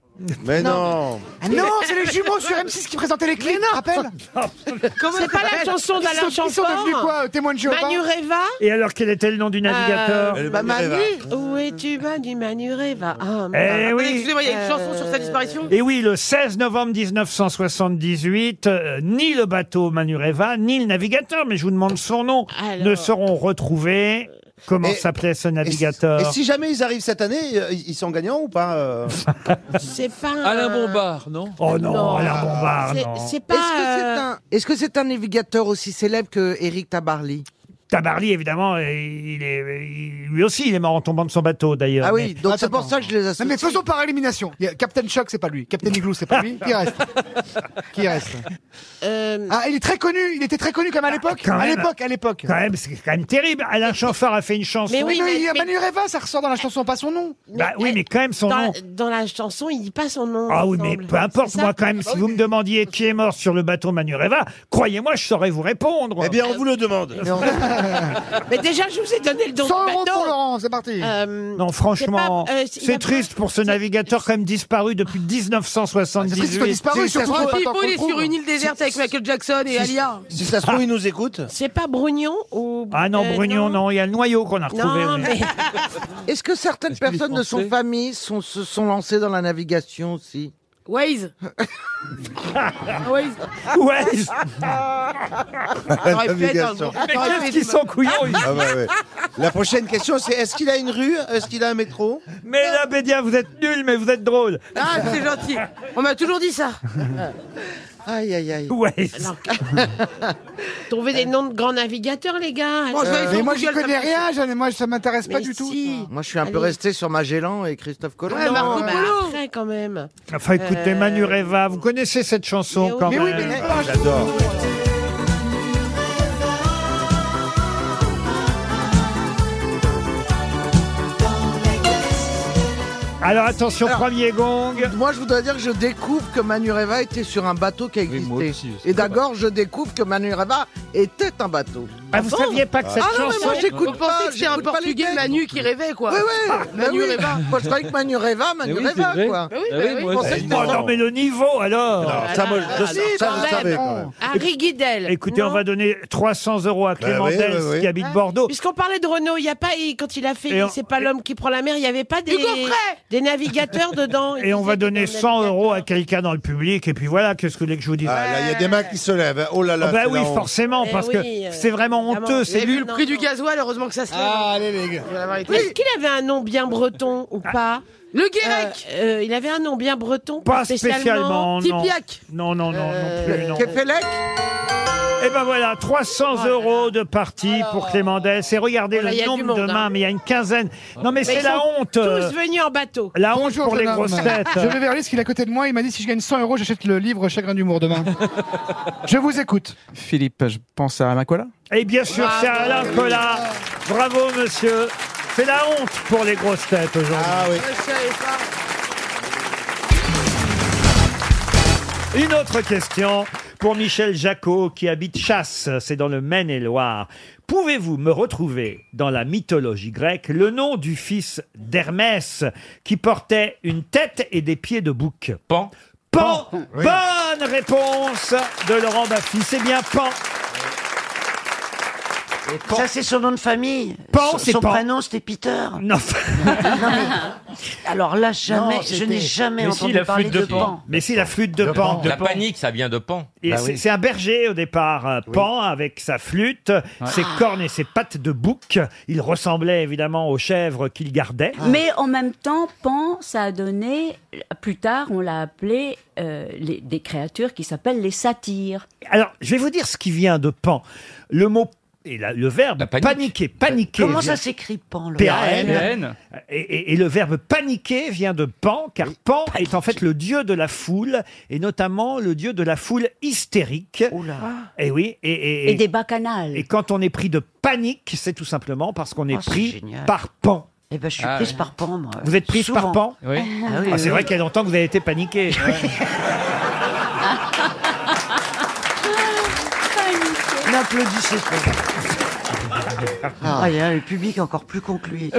Speaker 9: Mais non.
Speaker 1: Ah non, c'est les jumeaux sur M6 qui présentaient les clips, tu te rappelles
Speaker 7: C'est pas la chanson
Speaker 1: Ils
Speaker 7: d'Alain
Speaker 1: sont- Ils sont devenus
Speaker 7: Chamfort
Speaker 1: quoi euh, Témoins de Jéhovah
Speaker 7: Manu Reva
Speaker 2: Et alors, quel était le nom du navigateur
Speaker 7: Euh, bah, Manu, où es-tu Manu, Manu Reva Ah, Euh,
Speaker 2: Eh
Speaker 7: merde.
Speaker 2: oui.
Speaker 7: Excusez-moi, il y a une chanson sur sa disparition
Speaker 2: Et oui, le 16 novembre 1978, euh, ni le bateau Manureva, ni le navigateur, mais je vous demande son nom,
Speaker 7: Alors.
Speaker 2: ne seront retrouvés. Comment s'appelait ce navigateur
Speaker 9: Et si jamais ils arrivent cette année, euh, ils ils sont gagnants ou pas euh
Speaker 7: C'est pas un...
Speaker 34: Alain Bombard, non
Speaker 2: Oh
Speaker 7: Non.
Speaker 2: Alain Bombard,
Speaker 7: C'est-
Speaker 2: non.
Speaker 7: c'est pas,
Speaker 4: Est-ce que c'est
Speaker 7: euh,
Speaker 4: un, est-ce que c'est un navigateur aussi célèbre que Éric Tabarly
Speaker 2: Tabarly, évidemment, euh, il est, il- lui aussi, il est mort en tombant de son bateau, d'ailleurs.
Speaker 4: Ah oui,
Speaker 2: mais-
Speaker 4: donc c'est pour ça que je les associe.
Speaker 1: Non, mais faisons par élimination. Il y a Captain Shock, c'est pas lui. Captain Igloo, c'est pas lui. Qui reste Qui reste
Speaker 7: Euh,
Speaker 1: Ah, il est très connu. Il était très connu comme à l'époque.
Speaker 2: Ah, Quand
Speaker 1: À
Speaker 2: même.
Speaker 1: l'époque, à l'époque.
Speaker 2: Quand même, c'est quand même terrible. Alain Chanfort a fait une chanson.
Speaker 1: Mais oui,
Speaker 7: mais-
Speaker 1: il y a
Speaker 7: mais-
Speaker 1: Manu Reva, ça ressort dans la chanson, pas son nom.
Speaker 2: Bah oui, mais quand même son
Speaker 7: dans,
Speaker 2: nom.
Speaker 7: dans la chanson, il dit pas son nom.
Speaker 2: Ah
Speaker 7: il
Speaker 2: oui,
Speaker 7: me
Speaker 2: mais
Speaker 7: semble.
Speaker 2: peu importe,
Speaker 7: C'est
Speaker 2: moi
Speaker 7: ça
Speaker 2: quand même, si vous me demandiez qui est mort sur le bateau Manureva, croyez-moi, je saurais vous répondre. Eh bien, on vous le demande.
Speaker 7: Mais déjà, je vous ai donné le don.
Speaker 1: 100
Speaker 7: du
Speaker 1: euros
Speaker 7: bateau.
Speaker 1: pour Laurent, c'est parti.
Speaker 7: Euh,
Speaker 2: Non, franchement,
Speaker 7: c'est pas- euh, il a
Speaker 2: c'est
Speaker 7: pas-
Speaker 2: triste pour ce navigateur quand même disparu depuis
Speaker 1: C'est triste qu'il soit
Speaker 2: 1978.
Speaker 1: disparu,
Speaker 2: Si ça se
Speaker 1: surtout,
Speaker 2: trouve-
Speaker 1: pas
Speaker 4: Pipo,
Speaker 1: tant qu'on
Speaker 4: il est
Speaker 1: trouve.
Speaker 4: sur une île déserte avec Michael Jackson et Alia.
Speaker 9: Si ça se trouve, ils nous écoutent.
Speaker 7: C'est pas Brugnon ou.
Speaker 2: Ah non,
Speaker 7: euh,
Speaker 2: Brugnon, non, il y a le noyau qu'on a retrouvé.
Speaker 7: Non,
Speaker 2: oui.
Speaker 7: mais.
Speaker 4: Est-ce que certaines
Speaker 7: qu'il est
Speaker 4: personnes de son
Speaker 7: français
Speaker 4: famille sont, se sont lancées dans la navigation aussi
Speaker 7: Waze. Waze.
Speaker 2: Waze.
Speaker 7: Ah,
Speaker 9: T'aurais pu être un gros-
Speaker 2: Mais qu'est-ce qu'ils sont couillons ils-
Speaker 9: Ah bah ouais. La prochaine question, c'est est-ce qu'il a une rue Est-ce qu'il a un métro
Speaker 2: Mais la Bédia, vous êtes nul, mais vous êtes drôle.
Speaker 4: Ah, c'est gentil. On m'a toujours dit ça. aïe, aïe, aïe.
Speaker 2: Waze.
Speaker 7: Trouvez des noms de grands navigateurs, les gars.
Speaker 1: Bon, je vais aller sur
Speaker 4: mais
Speaker 1: moi, j'y
Speaker 4: Google,
Speaker 1: connais
Speaker 4: Oh, ça me-
Speaker 1: rien. j'en- Moi, ça m'intéresse pas
Speaker 7: Mais
Speaker 1: du tout.
Speaker 7: si.
Speaker 4: Moi, je suis un peu
Speaker 7: Allez.
Speaker 4: resté sur Magellan et Christophe Colomb.
Speaker 7: Ouais, Marco
Speaker 4: Non,
Speaker 7: Polo. Après, quand même.
Speaker 2: Enfin, écoutez,
Speaker 7: Euh,
Speaker 2: Manureva, vous connaissez cette chanson quand
Speaker 1: Mais oui,
Speaker 2: même.
Speaker 1: mais-
Speaker 2: Ah, J'adore. Alors attention,
Speaker 4: Alors,
Speaker 2: premier gong.
Speaker 4: Moi, je voudrais dire que je découvre que Manureva était sur un bateau qui a existé. et d'accord, je découvre que Manureva était un bateau.
Speaker 2: Ah, vous saviez pas que cette
Speaker 4: ah, non, mais
Speaker 2: chanson-
Speaker 4: moi, j'écoute
Speaker 2: Vous
Speaker 4: pas.
Speaker 7: pensez que c'est un
Speaker 4: j'écoute pas les
Speaker 7: Portugais,
Speaker 4: textes.
Speaker 7: Manu, qui rêvait, quoi. Ah.
Speaker 4: Oui, oui. Manu
Speaker 7: Manu
Speaker 4: Reva.
Speaker 7: Reva.
Speaker 4: Moi, je croyais que Manu Reva, Manu
Speaker 7: Mais oui,
Speaker 4: Reva,
Speaker 7: c'est vrai.
Speaker 4: quoi.
Speaker 2: Ah
Speaker 7: Bah oui, bah oui, moi
Speaker 4: Pensez
Speaker 7: aussi.
Speaker 4: que-
Speaker 2: Oh non, mais le niveau alors
Speaker 9: Non, ça, moi, je-
Speaker 7: Ah,
Speaker 9: ça,
Speaker 7: non,
Speaker 9: je
Speaker 7: quand même.
Speaker 9: savais quand même.
Speaker 7: Harry Guidel.
Speaker 2: Écoutez, on
Speaker 7: Non.
Speaker 2: va donner 300 euros
Speaker 1: Ah
Speaker 2: à Clément
Speaker 9: Bah oui,
Speaker 2: Dels,
Speaker 9: oui, oui.
Speaker 2: qui habite Bordeaux.
Speaker 7: Ah. Puisqu'on parlait de Renault, il y a pas et quand il a
Speaker 2: Et
Speaker 7: fait
Speaker 2: on-
Speaker 7: c'est pas l'homme qui prend la mer, il y avait pas des
Speaker 4: Hugo Frey
Speaker 7: des navigateurs dedans.
Speaker 2: Et on va donner
Speaker 7: Dans le
Speaker 2: 100 euros à quelqu'un dans le public. Et puis voilà, qu'est-ce que vous voulez que je vous dise
Speaker 9: Ah, là, il y a des mains qui se lèvent. Oh là là.
Speaker 2: Ah bah
Speaker 9: c'est
Speaker 2: oui,
Speaker 9: la honte.
Speaker 2: forcément,
Speaker 7: Eh
Speaker 2: parce
Speaker 7: oui,
Speaker 2: que
Speaker 7: euh,
Speaker 2: c'est vraiment
Speaker 7: évidemment.
Speaker 2: honteux.
Speaker 7: Vous
Speaker 2: C'est
Speaker 7: avez vu
Speaker 2: nul.
Speaker 7: le
Speaker 4: prix du gasoil, heureusement que ça se
Speaker 1: Ah, allez, les gars.
Speaker 7: Est-ce qu'il avait un nom bien breton ou pas
Speaker 4: Le
Speaker 7: Guérec Il avait un nom bien breton
Speaker 2: Ah.
Speaker 7: Euh,
Speaker 2: Pas spécialement. non.
Speaker 7: Tipiak
Speaker 2: Non, non, non, non plus. Non.
Speaker 4: Kefelec
Speaker 2: Et ben voilà, 300 euros de parti pour Clément Dels. Et regardez
Speaker 7: Voilà, il y
Speaker 2: le
Speaker 7: a du
Speaker 2: nombre
Speaker 7: monde,
Speaker 2: de mains,
Speaker 7: hein.
Speaker 2: mais il y a une quinzaine. Non, mais
Speaker 7: Mais
Speaker 2: c'est
Speaker 7: ils
Speaker 2: la
Speaker 7: sont
Speaker 2: honte. euh,
Speaker 7: Tous venus en bateau.
Speaker 2: La honte
Speaker 1: Bonjour,
Speaker 2: pour les
Speaker 1: jeune homme.
Speaker 2: grosses têtes.
Speaker 1: Je vais vers lui parce qu'il est à côté de moi. Il m'a dit si je gagne 100 euros, j'achète le livre Chagrin d'humour demain. je vous écoute.
Speaker 3: Philippe, je pense à Makola.
Speaker 2: Et bien sûr, c'est Alain Collat. Bravo, monsieur. C'est la honte pour les grosses têtes aujourd'hui.
Speaker 9: Ah oui.
Speaker 2: Une autre question pour Michel Jacot qui habite Chasse, c'est dans le Maine-et-Loire. Pouvez-vous me retrouver dans la mythologie grecque le nom du fils d'Hermès qui portait une tête et des pieds de bouc Pan. Pan. Bonne réponse de Laurent Baffy. C'est bien Pan.
Speaker 6: Ça, c'est son nom de famille.
Speaker 2: Pan,
Speaker 6: Son-
Speaker 2: c'est
Speaker 6: Son
Speaker 2: Pan.
Speaker 6: prénom, c'était Peter.
Speaker 2: Non.
Speaker 6: Non, mais- Alors là, jamais,
Speaker 35: Non,
Speaker 6: je
Speaker 35: c'était-
Speaker 6: n'ai jamais
Speaker 35: Mais si,
Speaker 6: entendu
Speaker 35: la
Speaker 6: parler
Speaker 35: flûte
Speaker 6: de,
Speaker 35: de Pan.
Speaker 6: Pan.
Speaker 2: Mais si la flûte de, Pan.
Speaker 35: La panique, ça vient de Pan.
Speaker 2: Et
Speaker 3: Bah
Speaker 2: c'est c'est un berger au départ, euh, Pan, avec sa flûte, ses
Speaker 6: Ah.
Speaker 2: cornes et ses pattes de bouc. Il ressemblait évidemment aux chèvres qu'il gardait.
Speaker 6: Ah.
Speaker 27: Mais en même temps, Pan, ça a donné, plus tard, on l'a appelé euh, les- des créatures qui s'appellent les satyres.
Speaker 2: Alors, je vais vous dire ce qui vient de Pan. Le mot et la- le verbe paniquer, paniquer.
Speaker 6: Comment ça
Speaker 2: vient-
Speaker 6: s'écrit Pan le-
Speaker 2: PAN. Et, et- et le verbe paniquer vient de Pan, car Pan est en fait le dieu de la foule, et notamment le dieu de la foule hystérique.
Speaker 6: Oh
Speaker 2: Et oui, et, et-
Speaker 27: Et des bacchanales.
Speaker 2: et quand on est pris de panique, c'est tout simplement parce qu'on est
Speaker 6: Oh, c'est
Speaker 2: pris
Speaker 6: génial.
Speaker 2: par Pan.
Speaker 6: Eh ben, je suis
Speaker 2: Ah,
Speaker 6: prise
Speaker 2: ouais.
Speaker 6: par Pan, moi.
Speaker 2: Vous êtes prise par
Speaker 6: Souvent.
Speaker 2: Pan
Speaker 6: Oui. Ah oui,
Speaker 2: Ah, c'est
Speaker 6: oui.
Speaker 2: vrai qu'il y a longtemps que vous avez été paniqué.
Speaker 6: N'applaudissez pas. Ah, il y a le public encore plus conclu.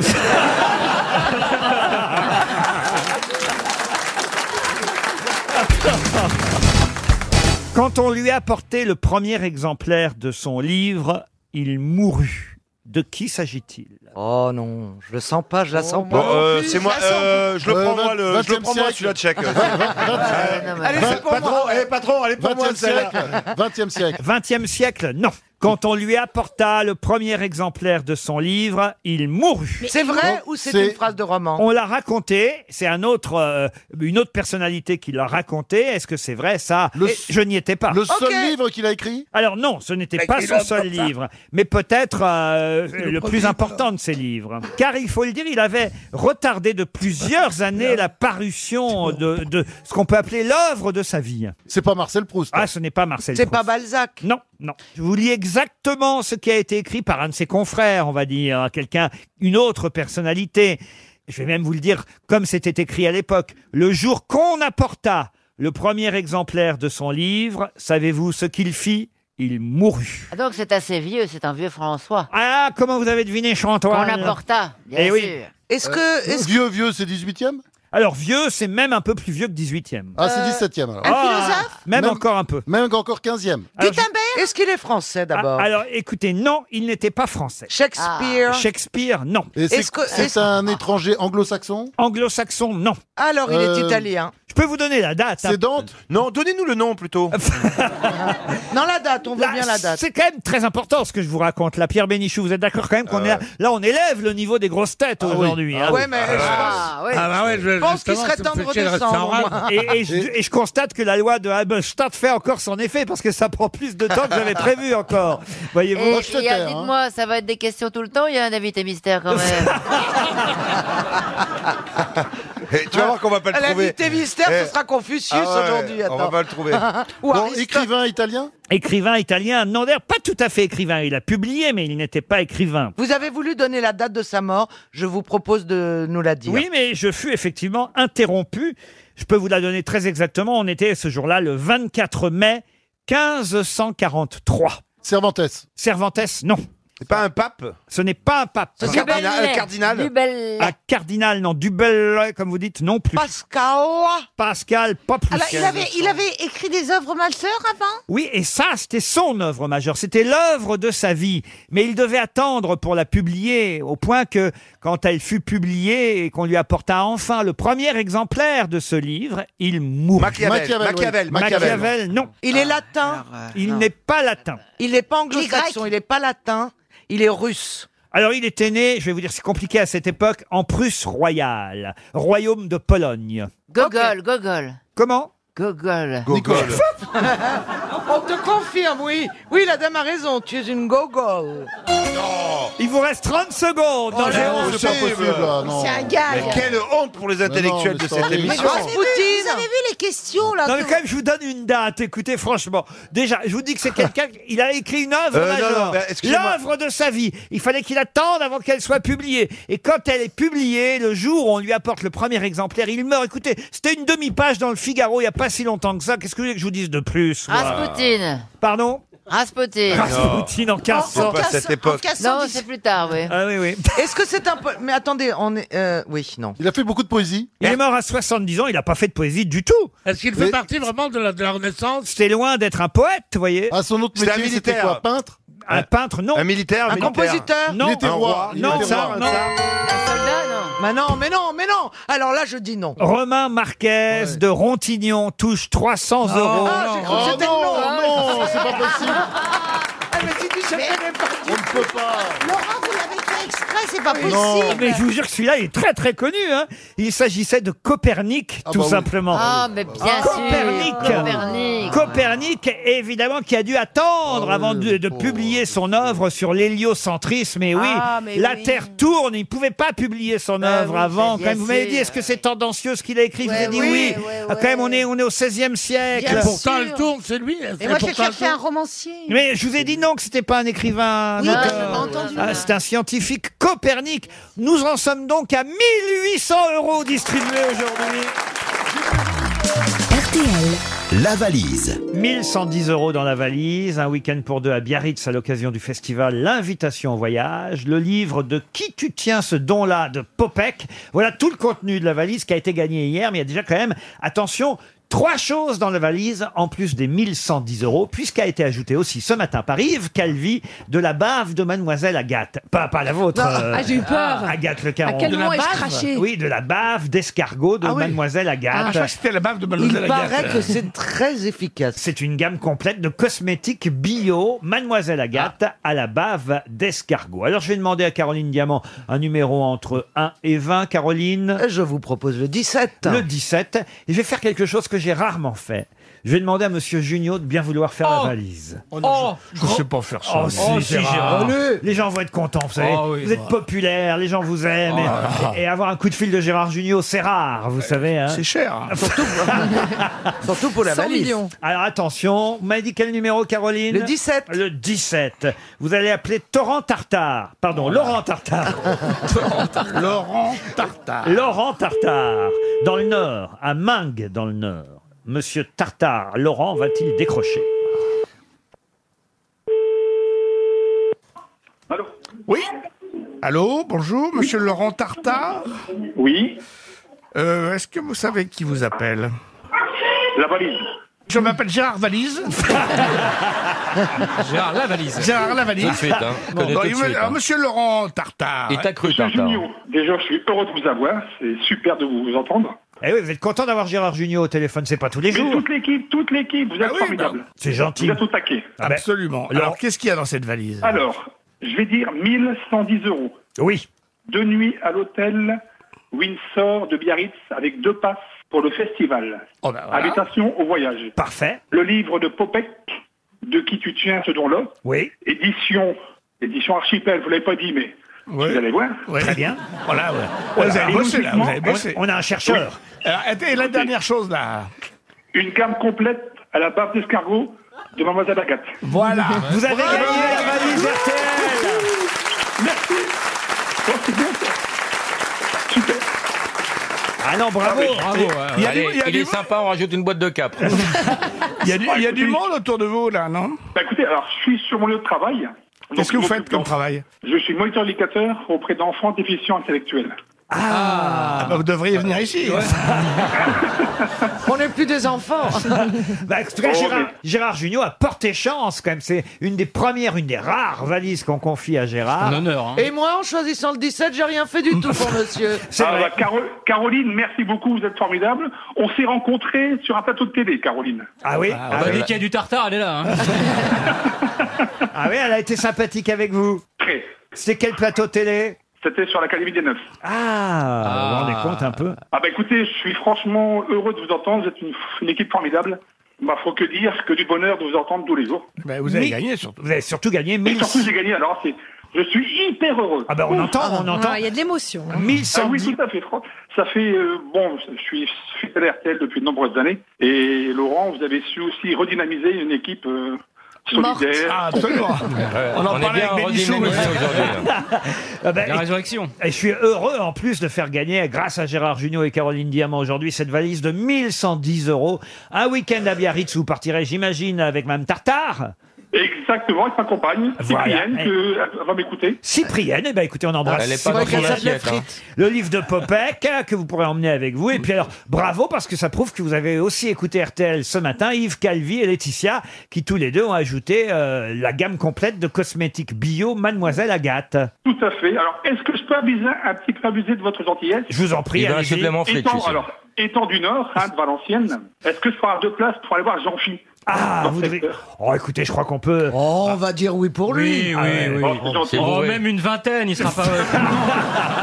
Speaker 2: Quand on lui apportait le premier exemplaire de son livre, il mourut. De qui s'agit-il
Speaker 4: Oh non, je le sens pas, je la sens
Speaker 9: Bon,
Speaker 4: pas.
Speaker 9: euh, c'est moi, euh, je le prends moi, le, je le prends moi celui-là de chèque.
Speaker 6: Ah, bah,
Speaker 4: Allez,
Speaker 9: c'est pour moi. Allez, patron, allez pour moi
Speaker 2: 20e
Speaker 9: celle-là.
Speaker 2: 20e siècle. 20e siècle, non. Quand on lui apporta le premier exemplaire de son livre, il mourut.
Speaker 8: C'est vrai ou c'est une phrase de roman
Speaker 2: On l'a raconté, c'est un autre, euh, une autre personnalité qui l'a raconté. Est-ce que c'est vrai ça Et Je n'y étais pas.
Speaker 12: Le seul livre qu'il a écrit
Speaker 2: Alors non, ce n'était
Speaker 12: Mais
Speaker 2: pas
Speaker 12: qu'il
Speaker 2: son
Speaker 12: a-
Speaker 2: seul livre, mais peut-être euh,
Speaker 12: le
Speaker 2: le, plus
Speaker 12: premier,
Speaker 2: important de ses livres. Car il faut le dire, il avait retardé de plusieurs années la parution de, de ce qu'on peut appeler l'œuvre de sa vie. C'est pas Marcel Proust. Ah, ce n'est pas Marcel
Speaker 4: C'est
Speaker 2: Proust.
Speaker 4: pas Balzac.
Speaker 2: Non, non. Je vous lis exactement ce qui a été écrit par un de ses confrères, on va dire, quelqu'un, une autre personnalité. Je vais même vous le dire comme c'était écrit à l'époque. Le jour qu'on apporta le premier exemplaire de son livre, savez-vous ce qu'il fit Il mourut.
Speaker 15: Ah, Donc c'est assez vieux, c'est un vieux François.
Speaker 2: Ah, comment vous avez deviné,
Speaker 15: Qu'on
Speaker 2: Chantoine
Speaker 15: apporta, bien
Speaker 2: Eh oui.
Speaker 15: sûr. Euh,
Speaker 4: Est-ce
Speaker 2: que- est-ce-
Speaker 12: Euh, Vieux, vieux, c'est 18e
Speaker 2: Alors vieux, c'est même un peu plus vieux que 18e.
Speaker 12: Ah, c'est 17e alors.
Speaker 2: même, encore un peu.
Speaker 12: Même encore 15e.
Speaker 4: Est-ce qu'il est français d'abord
Speaker 2: Ah, Alors écoutez, non, il n'était pas français.
Speaker 4: Shakespeare. Ah.
Speaker 2: Shakespeare, non.
Speaker 12: Et c'est- Est-ce que- c'est est-ce- un
Speaker 2: étranger anglo-saxon Anglo-saxon, non.
Speaker 4: Alors, il est Euh, italien.
Speaker 2: Je peux vous donner la date. hein. C'est
Speaker 12: Dante
Speaker 2: Non, donnez-nous le nom plutôt.
Speaker 4: Non, la date, on veut bien la date.
Speaker 2: C'est quand même très important ce que je vous raconte. La Pierre Bénichou, vous êtes d'accord quand même
Speaker 9: Ah
Speaker 2: qu'on est là, là, on élève le niveau des grosses têtes aujourd'hui. hein.
Speaker 4: Ouais, mais je pense-
Speaker 9: Ah bah
Speaker 4: je pense qu'il serait temps de redescendre.
Speaker 2: Et, et je, et je constate que la loi de Halberstadt fait encore son effet parce que ça prend plus de temps que j'avais prévu encore.
Speaker 15: Et,
Speaker 2: Voyez-vous.
Speaker 15: et, ah, dites-moi, ça va être des questions tout le temps, il y a un invité mystère quand même.
Speaker 9: Et tu vas voir qu'on va pas le
Speaker 15: Ah,
Speaker 9: trouver.
Speaker 15: l'invité mystère, ce
Speaker 9: Eh.
Speaker 15: sera
Speaker 4: Confucius
Speaker 9: Ah ouais,
Speaker 4: aujourd'hui,
Speaker 9: On va
Speaker 4: attends.
Speaker 9: pas le trouver.
Speaker 4: Ou Aristote.
Speaker 12: écrivain italien
Speaker 2: Écrivain italien, non d'ailleurs pas tout à fait écrivain. Il a publié, mais il n'était pas écrivain.
Speaker 4: Vous avez voulu donner la date de sa mort, je vous propose de nous la dire.
Speaker 2: Oui, mais je fus effectivement interrompu. Je peux vous la donner très exactement. On était ce jour-là le 24 mai 1543. Cervantes. Cervantes, non. C'est pas un pape Ce n'est pas un euh, pape.
Speaker 9: Ce Cardinal- Dubelet. un cardinal Dubelet.
Speaker 2: Un cardinal, non. Dubel, comme vous dites, non plus. Pascal Pascal, pas
Speaker 7: Ah
Speaker 2: plus.
Speaker 7: bah,
Speaker 23: Alors, il avait, il avait écrit des œuvres majeures avant
Speaker 2: Oui, et ça, c'était son œuvre majeure. C'était l'œuvre de sa vie. Mais il devait attendre pour la publier, au point que, quand elle fut publiée et qu'on lui apporta enfin le premier exemplaire de ce livre, il mourut.
Speaker 9: Machiavel, Machiavel,
Speaker 2: oui.
Speaker 9: Machiavel.
Speaker 2: Machiavel, non.
Speaker 4: Il est
Speaker 6: Ah,
Speaker 4: latin.
Speaker 6: euh,
Speaker 2: Il n'est pas latin.
Speaker 4: Il n'est pas anglo-saxon, il n'est pas latin, il est russe.
Speaker 2: Alors, il était né, je vais vous dire, c'est compliqué à cette époque, en Prusse royale, royaume de Pologne.
Speaker 15: Gogol, Gogol.
Speaker 2: Comment
Speaker 15: Gogol.
Speaker 2: Gogol.
Speaker 4: On te confirme, oui. Oui, la dame a raison, tu es une gogole.
Speaker 2: Il vous reste 30 secondes.
Speaker 4: Oh,
Speaker 2: dans
Speaker 4: c'est
Speaker 2: Géant.
Speaker 4: pas possible,
Speaker 12: là, non.
Speaker 23: C'est un gage.
Speaker 9: Mais quelle honte pour les
Speaker 12: Mais non,
Speaker 9: intellectuels
Speaker 12: mais
Speaker 9: de
Speaker 12: ça
Speaker 9: cette
Speaker 12: arrive.
Speaker 2: Ah
Speaker 9: émission.
Speaker 23: Vous avez vu- Vous avez vu les questions là
Speaker 2: Non,
Speaker 23: que
Speaker 2: mais quand même, je vous donne une date. Écoutez, franchement, déjà, je vous dis que c'est quelqu'un. Il a écrit une œuvre
Speaker 9: Euh, non,
Speaker 2: majeure.
Speaker 9: non, bah, excusez-moi.
Speaker 2: L'œuvre de sa vie. Il fallait qu'il attende avant qu'elle soit publiée. Et quand elle est publiée, le jour où on lui apporte le premier exemplaire, il meurt. Écoutez, c'était une demi-page dans le Figaro il n'y a pas si longtemps que ça. Qu'est-ce que vous voulez que je vous dise de plus moi
Speaker 15: Rasputin.
Speaker 2: Pardon
Speaker 15: Rasputin.
Speaker 2: Rasputin en 1500.
Speaker 15: Non, c'est plus tard, oui.
Speaker 2: Ah oui, oui.
Speaker 4: Est-ce que c'est un peu... Mais attendez, on est... euh, oui, non.
Speaker 12: Il a fait beaucoup de poésie.
Speaker 2: Il est mort à 70 ans, il n'a pas fait de poésie du tout.
Speaker 16: Est-ce qu'il fait partie vraiment de la, de la Renaissance
Speaker 2: C'était loin d'être un poète, vous voyez.
Speaker 12: Ah, son autre
Speaker 2: C'était un
Speaker 12: métier, c'était quoi
Speaker 2: militaire.
Speaker 12: Peintre
Speaker 2: Un peintre, non.
Speaker 9: Un militaire,
Speaker 4: Un
Speaker 9: militaire.
Speaker 4: compositeur
Speaker 2: Non,
Speaker 12: Il était
Speaker 2: un
Speaker 12: roi.
Speaker 2: roi.
Speaker 12: Il
Speaker 2: Non,
Speaker 12: était
Speaker 2: ça,
Speaker 12: roi.
Speaker 2: non.
Speaker 4: Mais non, mais non, mais non Alors là, je dis non.
Speaker 2: Romain Marquez de Rontignon touche 300 euros.
Speaker 4: Ah, j'ai cru que
Speaker 12: Oh
Speaker 4: c'était
Speaker 12: non,
Speaker 4: non.
Speaker 12: non, c'est pas possible.
Speaker 23: Ah, mais si tu savais même pas du
Speaker 12: On ne peut pas.
Speaker 23: Laurent, vous l'avez fait exprès,
Speaker 15: Oh,
Speaker 23: c'est pas possible.
Speaker 2: Non, mais je vous jure que celui-là il est très très connu. hein. Il s'agissait de Copernic, tout
Speaker 15: bah oui.
Speaker 2: simplement.
Speaker 15: Ah, mais bien sûr.
Speaker 2: Copernic.
Speaker 15: Copernic.
Speaker 2: Copernic, évidemment, qui a dû attendre avant de, de publier son œuvre sur l'héliocentrisme. Et oui,
Speaker 15: Ah, mais
Speaker 2: la
Speaker 15: oui. Bah
Speaker 2: Terre tourne. Il ne pouvait pas publier son œuvre
Speaker 15: oui,
Speaker 2: avant.
Speaker 15: c'est
Speaker 2: Quand même,
Speaker 15: bien
Speaker 2: vous m'avez
Speaker 15: sûr.
Speaker 2: dit, est-ce que c'est tendancieux ce qu'il a écrit Je
Speaker 23: Ouais,
Speaker 2: vous ai dit
Speaker 23: oui,
Speaker 2: oui.
Speaker 23: ouais,
Speaker 2: Ah, Quand même, on est, on est au 16e siècle.
Speaker 16: Et pourtant, elle tourne, c'est lui.
Speaker 23: Et moi,
Speaker 16: pourtant,
Speaker 23: j'ai
Speaker 16: elle
Speaker 23: cherché un
Speaker 16: tourne.
Speaker 23: romancier.
Speaker 2: Mais je vous ai dit non que c'était pas un écrivain. un
Speaker 23: Oui,
Speaker 2: auteur.
Speaker 23: mais j'ai pas entendu.
Speaker 2: Ah, c'est un scientifique Copernic. Nous en sommes donc à 1800 euros distribués aujourd'hui.
Speaker 24: La valise.
Speaker 2: 1110 euros dans la valise, un week-end pour deux à Biarritz à l'occasion du festival L'invitation au voyage, le livre de Qui tu tiens ce don-là de Popek. Voilà tout le contenu de la valise qui a été gagné hier, mais il y a déjà quand même, attention, Trois choses dans la valise, en plus des 1110 euros, puisqu'a été ajouté aussi ce matin par Yves Calvi de la bave de Mademoiselle Agathe. Pas, pas la vôtre. euh,
Speaker 3: Non. Ah, j'ai eu peur.
Speaker 2: Agathe Le Caron.
Speaker 3: À quel
Speaker 2: De la
Speaker 3: moment ai-je
Speaker 2: bave
Speaker 3: craché
Speaker 2: Oui, de la bave d'escargot de
Speaker 3: Ah oui.
Speaker 2: Mademoiselle
Speaker 3: Ah, je
Speaker 2: Agathe.
Speaker 3: crois que
Speaker 2: c'était la bave de
Speaker 3: Mademoiselle Il Agathe. paraît que c'est
Speaker 2: très efficace. C'est une gamme complète de cosmétiques bio, Mademoiselle Agathe, à la bave d'escargot. Alors, je vais demander à Caroline Diamant un numéro entre 1 et 20. Caroline Euh, Je vous propose le 17. Le 17. Et je vais faire quelque chose que j'ai rarement fait. Je vais demander à Monsieur Junio de bien vouloir faire la valise.
Speaker 1: je ne sais pas faire ça.
Speaker 2: Oh, si, Gérard. Les gens vont être contents, vous savez.
Speaker 1: Ah, oui.
Speaker 2: vous êtes populaire, les gens vous aiment. et-
Speaker 1: Ah. Euh,
Speaker 2: et, avoir un coup de fil de Gérard Junior, c'est rare, vous savez. hein.
Speaker 1: c'est cher.
Speaker 2: Surtout, pour
Speaker 1: la 100 valise. millions.
Speaker 2: Alors attention, vous m'avez dit quel numéro, Caroline
Speaker 1: Le
Speaker 2: 17. Le 17. Vous allez appeler Torrent Tartare. Pardon, Laurent Tartare.
Speaker 1: Laurent Tartare.
Speaker 2: Laurent Tartare, dans le Nord, à Mingue, dans le Nord. Monsieur Tartare, Laurent va-t-il décrocher
Speaker 1: Oui Allô, bonjour, monsieur Laurent Tartare Oui Est-ce que vous savez qui vous appelle La valise. Je m'appelle Gérard Valise.
Speaker 6: Gérard Lavalise.
Speaker 1: Gérard Lavalise.
Speaker 6: Tout de suite, hein.
Speaker 1: Bon,
Speaker 6: Connais
Speaker 1: bon,
Speaker 6: tout de
Speaker 1: il-
Speaker 6: suite,
Speaker 1: alors,
Speaker 6: hein.
Speaker 1: Monsieur Laurent Tartare.
Speaker 6: Et t'as cru,
Speaker 1: Monsieur
Speaker 6: Tartare.
Speaker 1: Junio.
Speaker 14: Déjà, je suis heureux de vous avoir. C'est super de vous entendre.
Speaker 2: Eh oui, vous êtes content d'avoir Gérard Junior au téléphone, c'est pas tous les
Speaker 14: Mais
Speaker 2: jours.
Speaker 14: toute l'équipe, toute l'équipe, vous êtes formidable.
Speaker 2: C'est gentil.
Speaker 14: Vous êtes au taquet.
Speaker 2: Ah ben,
Speaker 1: Absolument.
Speaker 2: Laurent-
Speaker 1: Alors, qu'est-ce qu'il y a dans cette valise
Speaker 6: Ah.
Speaker 14: Alors, je vais dire 1110 euros.
Speaker 2: Oui.
Speaker 14: Deux nuits à l'hôtel Windsor de Biarritz avec deux passes pour le festival.
Speaker 1: Oh ben voilà.
Speaker 14: Invitation au voyage.
Speaker 2: Parfait.
Speaker 14: Le livre de Popek, De qui tu tiens ce don-là.
Speaker 2: Oui.
Speaker 14: Édition, édition Archipel, vous l'avez pas dit, mais vous allez voir.
Speaker 2: Très bien.
Speaker 1: Voilà, ouais.
Speaker 14: Voilà.
Speaker 1: Vous avez
Speaker 14: Et
Speaker 1: bossé, là, vous
Speaker 14: logiquement,
Speaker 1: avez bossé.
Speaker 2: on a un chercheur.
Speaker 1: Oui.
Speaker 14: Euh,
Speaker 1: Alors, et- et la dernière chose, là.
Speaker 14: Une gamme complète à la base d'escargot de Mademoiselle Agathe.
Speaker 1: Voilà.
Speaker 2: Vous avez
Speaker 1: Bravo.
Speaker 2: gagné la valise RTL.
Speaker 14: Merci. Oh, c'est bien ça. Super.
Speaker 2: Ah non, bravo.
Speaker 6: Bravo.
Speaker 1: Il y a
Speaker 6: Allez,
Speaker 1: du- il y a
Speaker 6: il
Speaker 1: du-
Speaker 6: est sympa, on rajoute une boîte de cap.
Speaker 1: Il y a du,
Speaker 14: Ah,
Speaker 1: il y a
Speaker 14: écoutez-
Speaker 1: du monde autour de vous, là, non
Speaker 14: Bah, écoutez, alors je suis sur mon lieu de travail. Donc,
Speaker 1: Qu'est-ce que vous
Speaker 14: je
Speaker 1: faites
Speaker 14: m'occupe
Speaker 1: comme
Speaker 14: d'en-
Speaker 1: travail
Speaker 14: Je suis moniteur éducateur auprès d'enfants déficients intellectuels.
Speaker 1: ah, bah, Vous devriez venir ici.
Speaker 8: On n'est plus des enfants.
Speaker 2: Bah, en tout cas,
Speaker 14: Oh,
Speaker 2: Gérard,
Speaker 14: mais-
Speaker 2: Gérard Jugnot a porté chance quand même. C'est une des premières, une des rares valises qu'on confie à Gérard.
Speaker 6: Un honneur, hein.
Speaker 8: Et moi, en choisissant le 17, j'ai rien fait du tout pour monsieur.
Speaker 2: C'est
Speaker 14: Ah,
Speaker 2: vrai.
Speaker 14: bah, Caro- Caroline, merci beaucoup, vous êtes formidable. On s'est rencontrés sur un plateau de télé, Caroline.
Speaker 2: Ah oui,
Speaker 6: On
Speaker 14: bah,
Speaker 2: ah,
Speaker 6: va
Speaker 2: oui.
Speaker 6: dire qu'il y a du tartare, elle est là. hein.
Speaker 2: Ah oui, elle a été sympathique avec vous.
Speaker 14: Très.
Speaker 2: C'était quel plateau télé
Speaker 14: C'était sur l'Académie des Neufs.
Speaker 2: Ah, vous vous rendez compte un peu
Speaker 14: Ah bah écoutez, je suis franchement heureux de vous entendre, vous êtes une, une équipe formidable. Bah faut que dire, que du bonheur de vous entendre tous les jours.
Speaker 1: Bah, vous avez
Speaker 2: Oui.
Speaker 1: gagné, surtout.
Speaker 2: Vous avez surtout gagné
Speaker 14: Et
Speaker 2: 1000.
Speaker 14: surtout j'ai gagné, alors c'est... Je suis hyper heureux.
Speaker 2: Ah ben on
Speaker 14: Ouf.
Speaker 2: entend, on entend.
Speaker 3: Ah, Il y a de l'émotion. hein.
Speaker 2: 1110.
Speaker 14: Ah oui, tout à fait. Fran- Ça fait, euh, bon, je suis fidèle à RTL depuis de nombreuses années. Et Laurent, vous avez su aussi redynamiser une équipe euh, solidaire.
Speaker 1: Ah, absolument. On en
Speaker 6: est
Speaker 1: parlait
Speaker 6: bien
Speaker 1: avec Bénichou.
Speaker 6: redynamisé aujourd'hui. hein. là.
Speaker 2: Ah ben,
Speaker 6: La résurrection.
Speaker 2: et je suis heureux en plus de faire gagner, grâce à Gérard Junior et Caroline Diamant aujourd'hui, cette valise de 1110 euros. Un week-end à Biarritz, vous partirez, j'imagine, avec Mme Tartare.
Speaker 14: Exactement, avec ma compagne,
Speaker 2: Voilà.
Speaker 14: Cyprienne, que- elle va m'écouter.
Speaker 2: Cyprienne, eh ben écoutez, on embrasse
Speaker 6: Elle est pas dans
Speaker 2: Cyprienne.
Speaker 6: son assiette. hein.
Speaker 2: Le livre de Popek hein, que vous pourrez emmener avec vous. Et puis alors, bravo parce que ça prouve que vous avez aussi écouté RTL ce matin, Yves Calvi et Laetitia, qui tous les deux ont ajouté euh, la gamme complète de cosmétiques bio Mademoiselle Agathe.
Speaker 14: Tout à fait. Alors, est-ce que je peux abuser, un petit peu abuser de votre gentillesse
Speaker 2: Je vous en prie,
Speaker 6: Il veut un
Speaker 2: allez-y.
Speaker 6: supplément flic, tu
Speaker 14: étant,
Speaker 6: sais.
Speaker 14: alors, étant du Nord, hein, de Valenciennes, est-ce que je peux avoir deux places pour aller voir Jean-Phi
Speaker 2: Ah,
Speaker 14: Dans
Speaker 2: vous
Speaker 14: le
Speaker 2: devez...
Speaker 14: secteur.
Speaker 2: Oh, écoutez, je crois qu'on peut...
Speaker 8: Oh, on va dire oui pour lui.
Speaker 2: Ah ouais.
Speaker 14: Oh, c'est gentil.
Speaker 6: Oh,
Speaker 14: Oh,
Speaker 6: même une vingtaine, il sera pas.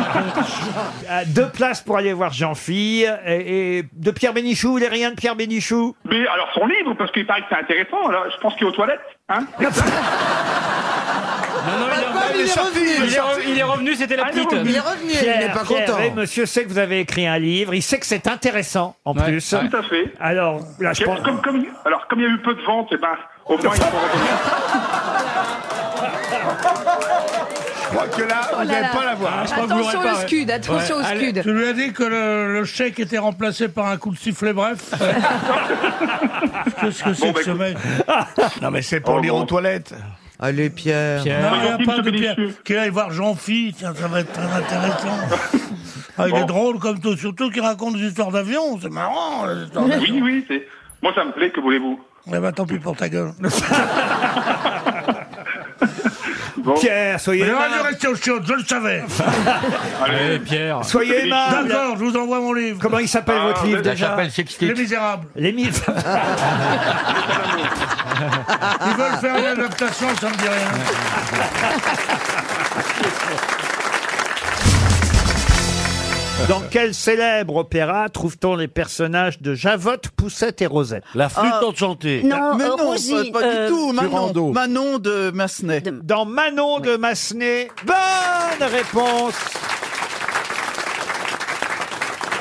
Speaker 2: Ah, Deux places pour aller voir Jean-Fille et, et de Pierre Bénichou, les rien de Pierre Bénichou.
Speaker 14: Mais alors, son livre, parce qu'il paraît que c'est intéressant. Alors, je pense qu'il est aux toilettes. Hein
Speaker 6: Non, non, il est
Speaker 8: Paul, il est revenu.
Speaker 6: Il est re- il est revenu, c'était la
Speaker 14: Ah, non,
Speaker 6: petite.
Speaker 8: Il est revenu, il n'est pas
Speaker 2: Pierre,
Speaker 8: content.
Speaker 2: oui, monsieur sait que vous avez écrit un livre, il sait que c'est intéressant en
Speaker 6: Ouais,
Speaker 2: plus.
Speaker 6: ouais.
Speaker 14: Tout à fait.
Speaker 2: Alors là, je pense.
Speaker 14: Comme, comme- alors, comme il y a eu peu de ventes, eh ben, au moins, il faut revenir.
Speaker 1: Je crois que là, vous
Speaker 3: là
Speaker 1: n'allez
Speaker 3: là.
Speaker 1: pas l'avoir.
Speaker 6: crois que vous
Speaker 3: Attention
Speaker 6: l'aurez
Speaker 3: au
Speaker 6: pas, ouais.
Speaker 3: scud, attention au
Speaker 25: Allez,
Speaker 3: scud.
Speaker 25: je lui ai dit que le, le chèque était remplacé par un coup de sifflet bref. Qu'est-ce que c'est
Speaker 14: Bon, bah,
Speaker 25: que ce mec
Speaker 1: Ah Non, mais c'est pour
Speaker 14: Oh,
Speaker 1: lire
Speaker 14: bon.
Speaker 1: aux toilettes.
Speaker 36: Allez, Pierre.
Speaker 23: Non, il n'y a pas de Pierre. Qu'il aille voir Jean-Phi, tiens, ça va être très intéressant. Ah, il
Speaker 14: Bon.
Speaker 23: est drôle comme tout, surtout qu'il raconte des histoires d'avion, c'est marrant. les histoires d'avion.
Speaker 14: Oui, oui, c'est. Moi, ça me plaît, que voulez-vous
Speaker 23: Eh ben, tant pis pour ta gueule.
Speaker 2: Pierre, soyez
Speaker 23: Mais
Speaker 2: aimable.
Speaker 23: aurait dû rester au chiottes, je le savais.
Speaker 1: Allez, Pierre.
Speaker 2: Soyez aimable.
Speaker 23: D'accord, je vous envoie mon livre.
Speaker 2: Comment il s'appelle votre livre déjà
Speaker 23: Les Misérables.
Speaker 2: Les Misérables.
Speaker 23: Ils veulent faire une adaptation, ça me dit rien.
Speaker 2: Dans quel célèbre opéra trouve-t-on les personnages de Javotte, Poussette et Rosette La
Speaker 5: flûte Ah,
Speaker 2: enchantée.
Speaker 5: non, Mais euh, non, Rosie, pas- pas du euh, tout, Manon.
Speaker 2: Manon de Massenet. Dans Manon de Massenet. Bonne réponse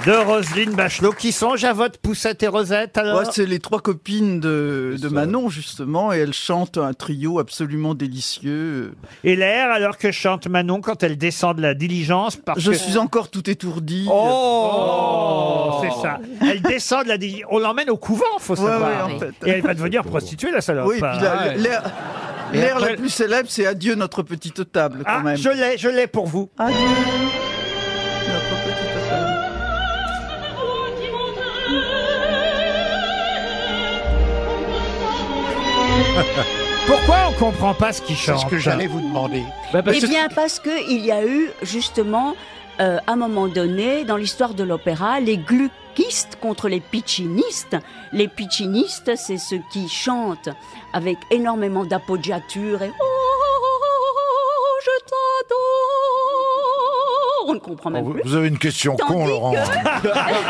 Speaker 2: de Roselyne Bachelot. Qui sont Javotte, Poussette et Rosette alors
Speaker 5: Ah. Ouais, c'est les trois copines de, de Manon, justement, et elles chantent un trio absolument délicieux.
Speaker 2: Et l'air alors que chante Manon quand elle descend de la diligence parce
Speaker 5: Je
Speaker 2: que-
Speaker 5: suis encore tout étourdi.
Speaker 2: Oh, c'est ça. Elle descend de la diligence. On l'emmène au couvent, faut
Speaker 5: Ouais,
Speaker 2: savoir.
Speaker 5: ouais, en fait.
Speaker 2: Et elle va devenir prostituée, la salope.
Speaker 5: Oui, et puis la-
Speaker 2: Ah, ouais.
Speaker 5: l'air
Speaker 2: Et
Speaker 5: l'air
Speaker 2: après-
Speaker 5: la plus célèbre, c'est Adieu notre petite table, quand même.
Speaker 2: Ah,
Speaker 5: Ah,
Speaker 2: Je l'ai, je l'ai pour vous.
Speaker 5: Adieu.
Speaker 2: Pourquoi on comprend pas ce qu'il
Speaker 6: C'est
Speaker 2: chante
Speaker 6: ce que j'allais vous
Speaker 2: demander.
Speaker 1: Bah,
Speaker 6: Bah,
Speaker 27: Eh bien, parce qu'il y a eu, justement, euh, à un moment donné, dans l'histoire de l'opéra, les gluckistes contre les piccinistes. Les piccinistes, c'est ceux qui chantent avec énormément d'apoggiature et Oh, je t'adore On ne comprend même
Speaker 6: Oh, vous,
Speaker 27: plus.
Speaker 6: vous avez une question
Speaker 27: Tandis
Speaker 6: con, Laurent.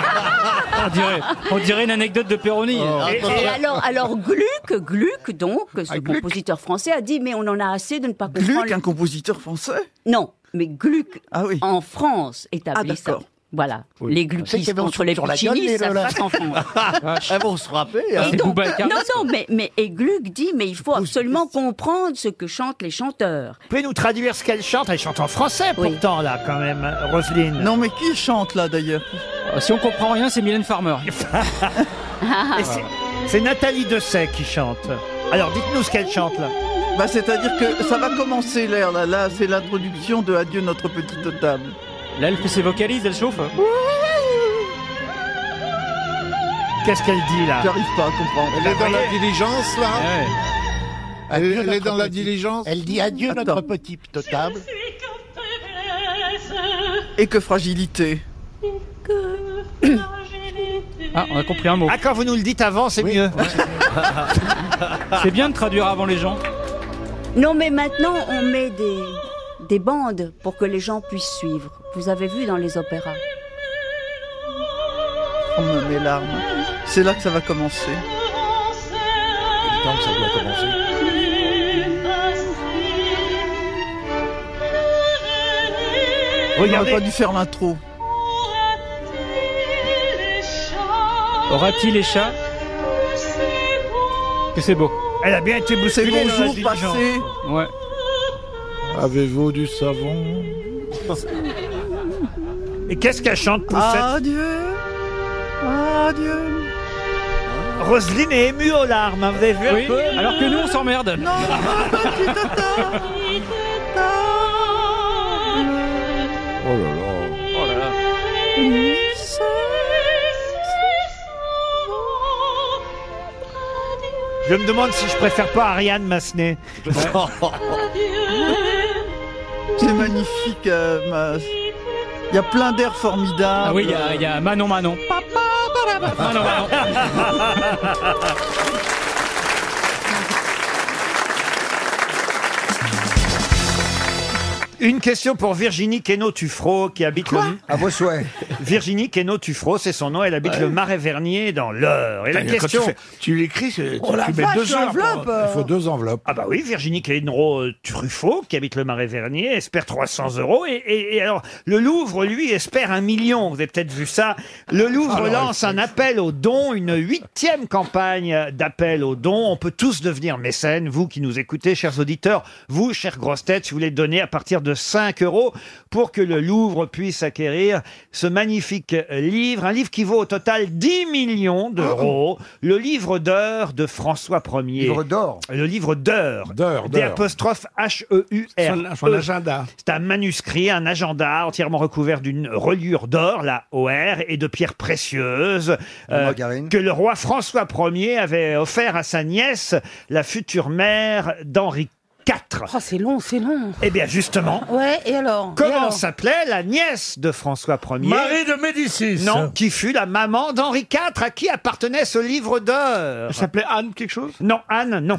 Speaker 1: on, dirait, on dirait une anecdote de Péroni.
Speaker 6: Oh.
Speaker 27: Et, et alors, alors Gluck, Gluck donc, ce compositeur français a dit mais on en a assez de ne pas comprendre.
Speaker 5: Ah, Gluck, un compositeur français
Speaker 27: Non, mais Gluck en France établit
Speaker 5: Ah,
Speaker 27: ça.
Speaker 5: d'accord. Ah,
Speaker 27: Voilà, les gluckistes contre les puccinistes, ça passe en France.
Speaker 5: Elles vont Ah se frapper. hein.
Speaker 27: Et donc- non, non, mais, mais et Gluck dit mais il faut absolument comprendre ce que chantent les chanteurs.
Speaker 2: Vous pouvez nous traduire ce qu'elle chante Elle chante en français pourtant, là, quand même, Roselyne.
Speaker 5: Non, mais qui chante là d'ailleurs
Speaker 1: Ah, Si on comprend rien, c'est Mylène Farmer.
Speaker 5: Ah,
Speaker 2: Et c'est- C'est Nathalie Dessay qui chante. Alors dites-nous ce qu'elle chante là.
Speaker 5: Bah, c'est-à-dire que ça va commencer l'air là. Là, c'est l'introduction de Adieu notre petite table.
Speaker 1: Là, elle fait ses vocalises, elle chauffe.
Speaker 2: Qu'est-ce qu'elle dit là
Speaker 5: J'arrive pas à comprendre.
Speaker 6: Elle est dans la diligence, là Elle, elle est dans la diligence Elle dit adieu notre petite table.
Speaker 5: Et que fragilité.
Speaker 1: Ah, on a compris un mot.
Speaker 2: Ah, quand vous nous le dites avant, c'est mieux.
Speaker 1: c'est bien de traduire avant les gens.
Speaker 27: Non, mais maintenant, on met des, des bandes pour que les gens puissent suivre. Vous avez vu dans les opéras.
Speaker 5: Oh, mes larmes. C'est là que ça va commencer.
Speaker 6: ça doit commencer.
Speaker 2: Regardez.
Speaker 5: On aurait pas dû faire l'intro.
Speaker 1: Aura-t-il les chats Que c'est beau.
Speaker 2: Elle a bien été
Speaker 5: C'est
Speaker 2: bousculée. dans la
Speaker 5: bonjour
Speaker 2: diligence.
Speaker 5: passé.
Speaker 1: Ouais.
Speaker 6: Avez-vous du savon
Speaker 2: Et qu'est-ce qu'elle chante Poussette
Speaker 5: Adieu. Adieu.
Speaker 2: Roselyne est émue aux larmes, hein, vous avez vu un
Speaker 1: Oui,
Speaker 2: peu
Speaker 1: alors que nous, on s'emmerde.
Speaker 6: Oh là là.
Speaker 1: Oh là là.
Speaker 2: Je me demande si je préfère pas Ariane Massenet.
Speaker 5: C'est magnifique. euh, ma- Il y a plein d'air formidables.
Speaker 1: Ah oui, il y a- il y, a Manon Manon. Manon Manon.
Speaker 2: Une question pour Virginie Quénaud-Tuffreau qui habite le... À vos souhaits. Virginie Quénaud-Tuffreau, c'est son nom, elle habite
Speaker 37: Ouais.
Speaker 2: le Marais-Vernier dans l'Eure. Et la
Speaker 37: Putain, quand
Speaker 2: question... Oh
Speaker 37: Tu, fais- tu l'écris, c'est- tu, tu mets deux heures. pour-
Speaker 6: Il faut deux enveloppes.
Speaker 2: euh. Ah bah oui, Virginie Clénero euh, Truffaut, qui habite le Marais Vernier, espère 300 euros. Et, et- et alors, le Louvre, lui, espère un million. Vous avez peut-être vu ça. Le Louvre
Speaker 37: Ah
Speaker 6: Alors,
Speaker 2: lance un appel aux dons, une huitième campagne d'appel aux dons. On peut tous devenir mécène, vous qui nous écoutez, chers auditeurs, vous, chers grosses têtes, si vous voulez donner à partir de de 5 euros pour que le Louvre puisse acquérir ce magnifique livre, un livre qui vaut au total 10 millions d'euros, le livre d'heures de François Ier.
Speaker 1: Ah. Livre d'or.
Speaker 2: Le livre d'heures.
Speaker 1: D'heures,
Speaker 2: Des
Speaker 1: d'heures.
Speaker 2: apostrophes E H-E-U-R.
Speaker 23: Son- son agenda.
Speaker 2: C'est un manuscrit, un agenda entièrement recouvert d'une reliure d'or, la OR, et de pierres précieuses euh, que le roi François Ier avait offert à sa nièce, la future mère d'Henri IV.
Speaker 7: Oh, c'est long, c'est long.
Speaker 2: Eh bien, justement.
Speaker 7: Ouais, et alors Et
Speaker 2: Comment
Speaker 7: alors
Speaker 2: s'appelait la nièce de François Ier
Speaker 38: Marie de Médicis.
Speaker 2: Non, qui fut la maman d'Henri IV, à qui appartenait ce livre d'or. Elle s'appelait Anne quelque chose Non, Anne, non.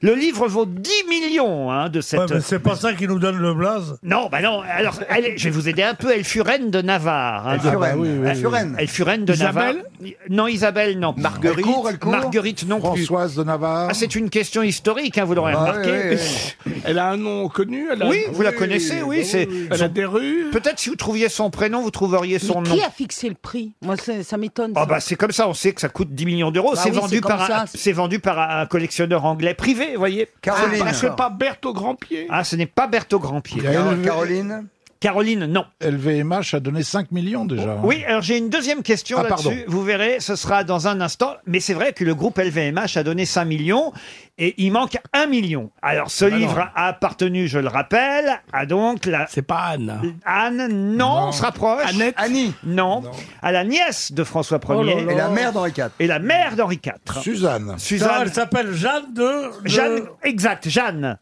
Speaker 2: Le livre vaut 10 millions hein, de cette...
Speaker 38: Ouais, mais c'est pas ça qui nous donne le blaze.
Speaker 2: Non, bah non. Alors, elle est- je vais vous aider un peu. Elle fut reine de Navarre. hein.
Speaker 38: Elle fut Ah, reine. bah oui, oui,
Speaker 2: Elle
Speaker 38: oui.
Speaker 2: fut reine. Elle fut reine de
Speaker 38: Isabelle
Speaker 2: Navarre. Non, Isabelle, non. Marguerite. Marguerite, non plus.
Speaker 1: Françoise de Navarre.
Speaker 2: Ah, c'est une question historique, hein, vous l'aurez
Speaker 1: Ah,
Speaker 2: remarqué.
Speaker 1: ouais,
Speaker 23: Elle a un nom connu elle a-
Speaker 2: Oui, vous la connaissez, oui. c'est.
Speaker 23: Elle a des rues.
Speaker 2: Peut-être si vous trouviez son prénom, vous trouveriez son
Speaker 7: Mais
Speaker 2: nom.
Speaker 7: qui a fixé le prix Moi, c'est- ça m'étonne.
Speaker 2: Ah
Speaker 7: ça.
Speaker 2: bah c'est comme ça, on sait que ça coûte 10 millions d'euros.
Speaker 7: Bah
Speaker 2: c'est
Speaker 7: oui,
Speaker 2: vendu
Speaker 7: c'est comme
Speaker 2: par un,
Speaker 7: ça.
Speaker 2: c'est vendu par un collectionneur anglais privé, vous voyez.
Speaker 23: Caroline.
Speaker 2: Ah,
Speaker 23: Ah, c'est pas Berthe au Grand-Pied.
Speaker 2: Ah, ce n'est pas Berthaud Grandpied.
Speaker 1: Caroline
Speaker 2: Caroline, non.
Speaker 1: LVMH a donné 5 millions déjà.
Speaker 2: Oui, alors j'ai une deuxième question
Speaker 1: Ah,
Speaker 2: là-dessus.
Speaker 1: pardon.
Speaker 2: Vous verrez, ce sera dans un instant. Mais c'est vrai que le groupe LVMH a donné 5 millions et il manque 1 million. Alors ce
Speaker 23: Bah non.
Speaker 2: livre a appartenu, je le rappelle, à donc la. C'est pas Anne. Anne, non, on se rapproche. Annette. Annie. Non. À la nièce de François
Speaker 1: Oh
Speaker 2: Ier.
Speaker 1: là là. Et la mère d'Henri IV.
Speaker 2: Et la mère d'Henri IV.
Speaker 1: Suzanne.
Speaker 2: Suzanne.
Speaker 38: Non, elle s'appelle Jeanne de. de-
Speaker 2: Jeanne, exact, Jeanne.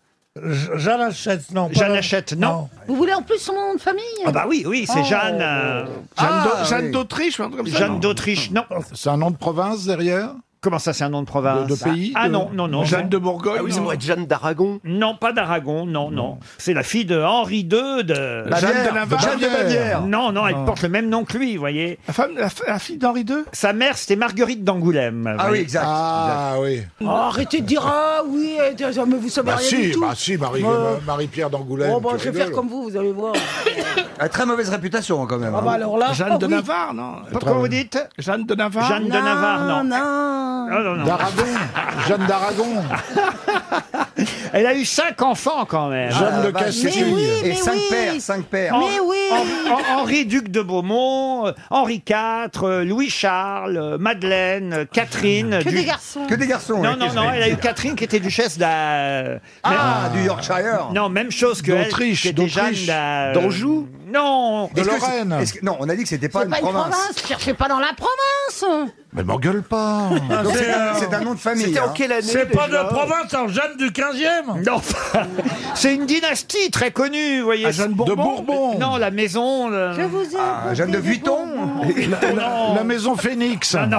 Speaker 38: Jeanne Hachette, non. pas
Speaker 2: Jeanne
Speaker 38: la-
Speaker 2: Hachette, non.
Speaker 7: Vous voulez en plus son nom de famille
Speaker 2: Ah bah oui, oui, c'est
Speaker 7: Oh.
Speaker 2: Jeanne. euh,
Speaker 23: Jeanne d'Au-
Speaker 2: Ah,
Speaker 23: Jeanne
Speaker 2: oui.
Speaker 23: d'Autriche ou un truc comme ça
Speaker 2: Jeanne
Speaker 23: non
Speaker 2: d'Autriche, non.
Speaker 1: Ah, C'est un nom de province derrière
Speaker 2: Comment ça, c'est un nom de province
Speaker 1: De, de pays
Speaker 2: Ah
Speaker 1: de-
Speaker 2: non, non, non.
Speaker 1: Jeanne de
Speaker 2: Bourgogne
Speaker 1: Ah oui, ça non. doit
Speaker 2: être Jeanne d'Aragon Non, pas d'Aragon, non, non. C'est la fille de Henri II de...
Speaker 23: Bavière, Jeanne de Navarre. Jeanne de Bavière.
Speaker 2: Non, non, elle
Speaker 1: Ah.
Speaker 23: Non.
Speaker 2: porte le même nom que lui, vous voyez.
Speaker 23: La, femme, la, f- la fille d'Henri II
Speaker 2: Sa mère, c'était Marguerite d'Angoulême. vous voyez.
Speaker 1: Ah oui.
Speaker 7: Oh, arrêtez de dire ah oui, euh, mais vous savez
Speaker 1: Bah
Speaker 7: rien du
Speaker 1: si,
Speaker 7: tout.
Speaker 1: bah si, Marie-
Speaker 7: Euh,
Speaker 1: Marie-Pierre d'Angoulême.
Speaker 7: oh, bah,
Speaker 1: tu
Speaker 7: je vais
Speaker 1: rigoles.
Speaker 7: faire comme vous, vous allez voir.
Speaker 1: A très mauvaise réputation quand même. hein.
Speaker 7: Ah bah alors là,
Speaker 23: Jeanne
Speaker 7: oh,
Speaker 23: de
Speaker 7: oui.
Speaker 23: Navarre, non
Speaker 2: Pourquoi vous dites
Speaker 23: Jeanne de Navarre
Speaker 2: Jeanne de Navarre, non. Ah,
Speaker 7: non.
Speaker 2: Non, non, non.
Speaker 1: D'Aragon. Jeanne d'Aragon.
Speaker 2: Elle a eu cinq enfants quand même.
Speaker 1: Jeanne Ah, de la vache. Castille. Mais oui, Et mais cinq oui. pères, cinq pères. Mais
Speaker 2: Hen-
Speaker 1: oui.
Speaker 2: Hen- Hen- Henri duc de Beaumont, euh, Henri IV, euh, Louis Charles, euh, Madeleine, euh, Catherine.
Speaker 4: Que des garçons. Que des garçons,
Speaker 2: Non
Speaker 4: ouais,
Speaker 2: non
Speaker 4: qu'est-ce
Speaker 2: non,
Speaker 4: que
Speaker 2: elle a
Speaker 4: je
Speaker 2: eu
Speaker 4: dis
Speaker 2: Catherine qui était duchesse d'A.
Speaker 4: Ah,
Speaker 2: Mais-
Speaker 4: du Yorkshire.
Speaker 2: Non même chose que elle,
Speaker 1: D'Autriche,
Speaker 2: qui était
Speaker 1: d'Autriche.
Speaker 2: Jeanne d'A- euh,
Speaker 1: D'Anjou.
Speaker 2: Non.
Speaker 1: De Lorraine.
Speaker 4: non, on a dit que c'était
Speaker 1: pas
Speaker 7: C'est pas une province, cherchez pas dans la province.
Speaker 1: Mais m'engueule pas.
Speaker 4: Donc
Speaker 38: c'est,
Speaker 4: c'est un-
Speaker 38: euh,
Speaker 4: c'est un nom de famille. hein.
Speaker 38: C'est pas de province, alors Jeanne du 15e
Speaker 2: Non, c'est une dynastie très connue, vous voyez.
Speaker 23: Ah, Jeanne Bourbon
Speaker 2: De Bourbon. Non, la maison. le-
Speaker 4: Je vous ai.
Speaker 1: Ah, Jeanne de Vuitton.
Speaker 2: La- la- la
Speaker 1: maison Phoenix.
Speaker 2: Ah, non.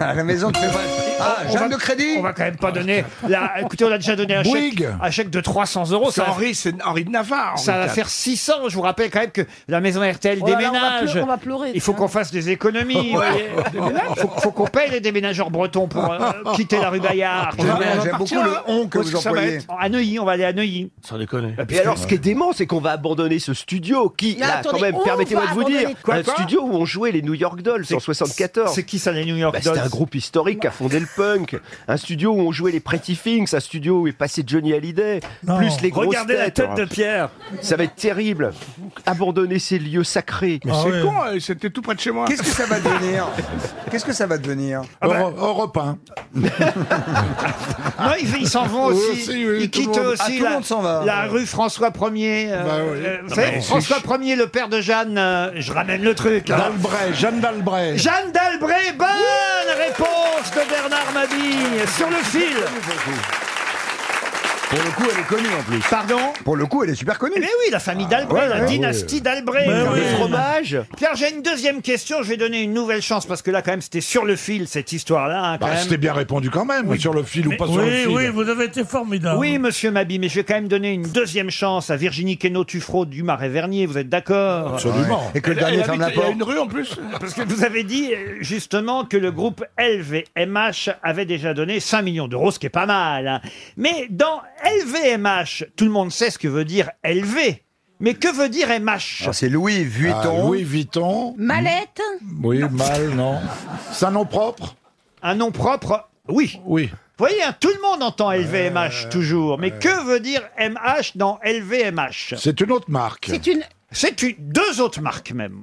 Speaker 1: À la maison de Ah,
Speaker 2: On
Speaker 1: Jeanne
Speaker 2: va-
Speaker 1: de Crédit.
Speaker 2: On va quand même pas donner. la- écoutez, on a déjà donné un chèque,
Speaker 1: Bouygues.
Speaker 2: un chèque de 300 euros.
Speaker 23: C'est
Speaker 2: Ça, va-
Speaker 23: Henri, c'est Henri de Navarre.
Speaker 2: ça
Speaker 23: Henri
Speaker 2: va
Speaker 23: IV.
Speaker 2: faire 600. Je vous rappelle quand même que la maison RTL
Speaker 7: Oh là là, on va
Speaker 2: déménage.
Speaker 7: pleu- on va pleurer,
Speaker 2: Il faut
Speaker 7: tiens.
Speaker 2: qu'on fasse des économies. vous voyez. Il faut, faut qu'on paye les déménageurs bretons pour euh, quitter la rue Bayard.
Speaker 23: On va- on va J'aime partir, beaucoup le hein. on que Où est-ce vous que ça va employez. être
Speaker 2: À Neuilly, on va aller à Neuilly.
Speaker 23: Sans déconner.
Speaker 13: Et alors, ce qui est dément, c'est qu'on va abandonner ce studio qui,
Speaker 7: Mais
Speaker 13: là,
Speaker 7: attendez,
Speaker 13: quand même,
Speaker 7: on
Speaker 13: permettez-moi
Speaker 7: va
Speaker 13: de vous dire,
Speaker 7: abandonner quoi,
Speaker 13: un
Speaker 7: quoi
Speaker 13: studio où on jouait les New York Dolls en
Speaker 2: C'est-
Speaker 13: 74.
Speaker 2: C'est qui ça, les New York
Speaker 13: Bah,
Speaker 2: Dolls
Speaker 13: C'était un groupe historique qui a fondé le punk. Un studio où on jouait les Pretty Things, un studio où est passé Johnny Hallyday,
Speaker 2: Non.
Speaker 13: plus les grosses
Speaker 2: Regardez la
Speaker 13: têtes.
Speaker 2: tête de Pierre.
Speaker 13: Ça va être terrible. Abandonner ces lieux
Speaker 2: Ah
Speaker 13: sacrés.
Speaker 23: Mais c'est con, euh, c'était tout près de chez moi.
Speaker 1: Qu'est-ce que ça va devenir Qu'est-ce que ça va devenir
Speaker 2: Ah bah,
Speaker 13: Oh,
Speaker 1: Euro- Europe 1.
Speaker 2: Non, ils ils s'en vont
Speaker 1: Oui,
Speaker 2: aussi.
Speaker 1: aussi, oui,
Speaker 2: ils
Speaker 1: tout le
Speaker 2: quittent
Speaker 1: monde- ah,
Speaker 2: aussi
Speaker 1: tout le
Speaker 2: la,
Speaker 1: monde s'en va.
Speaker 2: la rue François 1er. euh,
Speaker 1: Bah oui.
Speaker 2: euh, vous
Speaker 1: Ah,
Speaker 2: savez,
Speaker 1: bah, c'est
Speaker 2: François 1er, le père de Jeanne. euh, je ramène le truc. hein.
Speaker 1: D'Albret, Jeanne d'Albret.
Speaker 2: Jeanne d'Albret, bonne réponse de Bernard Mabille sur le fil.
Speaker 1: Pour le coup, elle est connue en plus.
Speaker 2: Pardon
Speaker 1: Pour le coup, elle est super connue.
Speaker 2: Mais oui, la famille d'Albret,
Speaker 1: ouais,
Speaker 2: la
Speaker 1: ouais.
Speaker 2: dynastie d'Albret.
Speaker 13: Mais
Speaker 2: Pierre
Speaker 13: oui.
Speaker 2: de
Speaker 13: Fromage.
Speaker 2: Pierre, j'ai une deuxième question. Je vais donner une nouvelle chance parce que là, quand même, c'était sur le fil cette histoire-là. hein, quand
Speaker 1: Bah,
Speaker 2: même.
Speaker 1: c'était bien répondu quand même, sur le fil ou pas sur le
Speaker 38: Oui,
Speaker 1: fil.
Speaker 38: oui, vous avez été formidable.
Speaker 2: Oui, monsieur Mabi, mais je vais quand même donner une deuxième chance à Virginie Queneau Tuffreau du Marais-Vernier. Vous êtes d'accord
Speaker 1: Absolument. Et que le
Speaker 23: Elle-
Speaker 1: dernier
Speaker 23: elle
Speaker 1: ferme la
Speaker 23: habite- Il y a
Speaker 1: porte.
Speaker 23: une rue en plus.
Speaker 2: Parce que vous avez dit euh, justement que le groupe LVMH avait déjà donné 5 millions d'euros, ce qui est pas mal. hein. Mais dans LVMH, tout le monde sait ce que veut dire LV. Mais que veut dire MH
Speaker 1: c'est Louis
Speaker 2: Vuitton.
Speaker 1: Ah, Louis Vuitton.
Speaker 7: Mallette
Speaker 1: Oui, mal, non. C'est un nom propre
Speaker 2: Un nom propre Oui.
Speaker 1: Oui.
Speaker 2: voyez, hein, tout le monde entend LVMH toujours, mais que veut dire MH dans LVMH
Speaker 6: C'est une autre marque.
Speaker 2: C'est une... C'est une... deux autres marques même.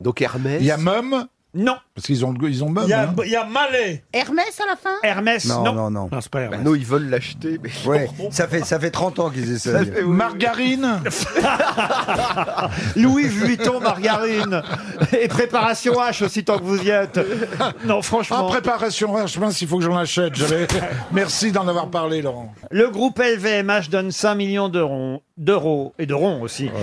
Speaker 6: Donc Hermès. Il y a Mum
Speaker 2: Non.
Speaker 6: Parce qu'ils ont, ils ont Mum.
Speaker 2: Il y a-
Speaker 6: hein.
Speaker 2: il y a Malais.
Speaker 7: Hermès à la fin
Speaker 2: Hermès,
Speaker 39: Non,
Speaker 2: non.
Speaker 39: non, non. Non,
Speaker 2: c'est pas Hermès.
Speaker 39: ils veulent l'acheter. Mais... Ouais, ça, fait, ça fait 30 ans qu'ils essayent.
Speaker 6: Margarine
Speaker 2: Louis Vuitton, margarine. Et préparation H aussi tant que vous y êtes. Non, franchement.
Speaker 6: Ah, préparation, franchement, s'il faut que j'en achète. j'avais- Merci d'en avoir parlé, Laurent.
Speaker 2: Le groupe LVMH donne 5 millions d'euros, d'euros et de ronds aussi.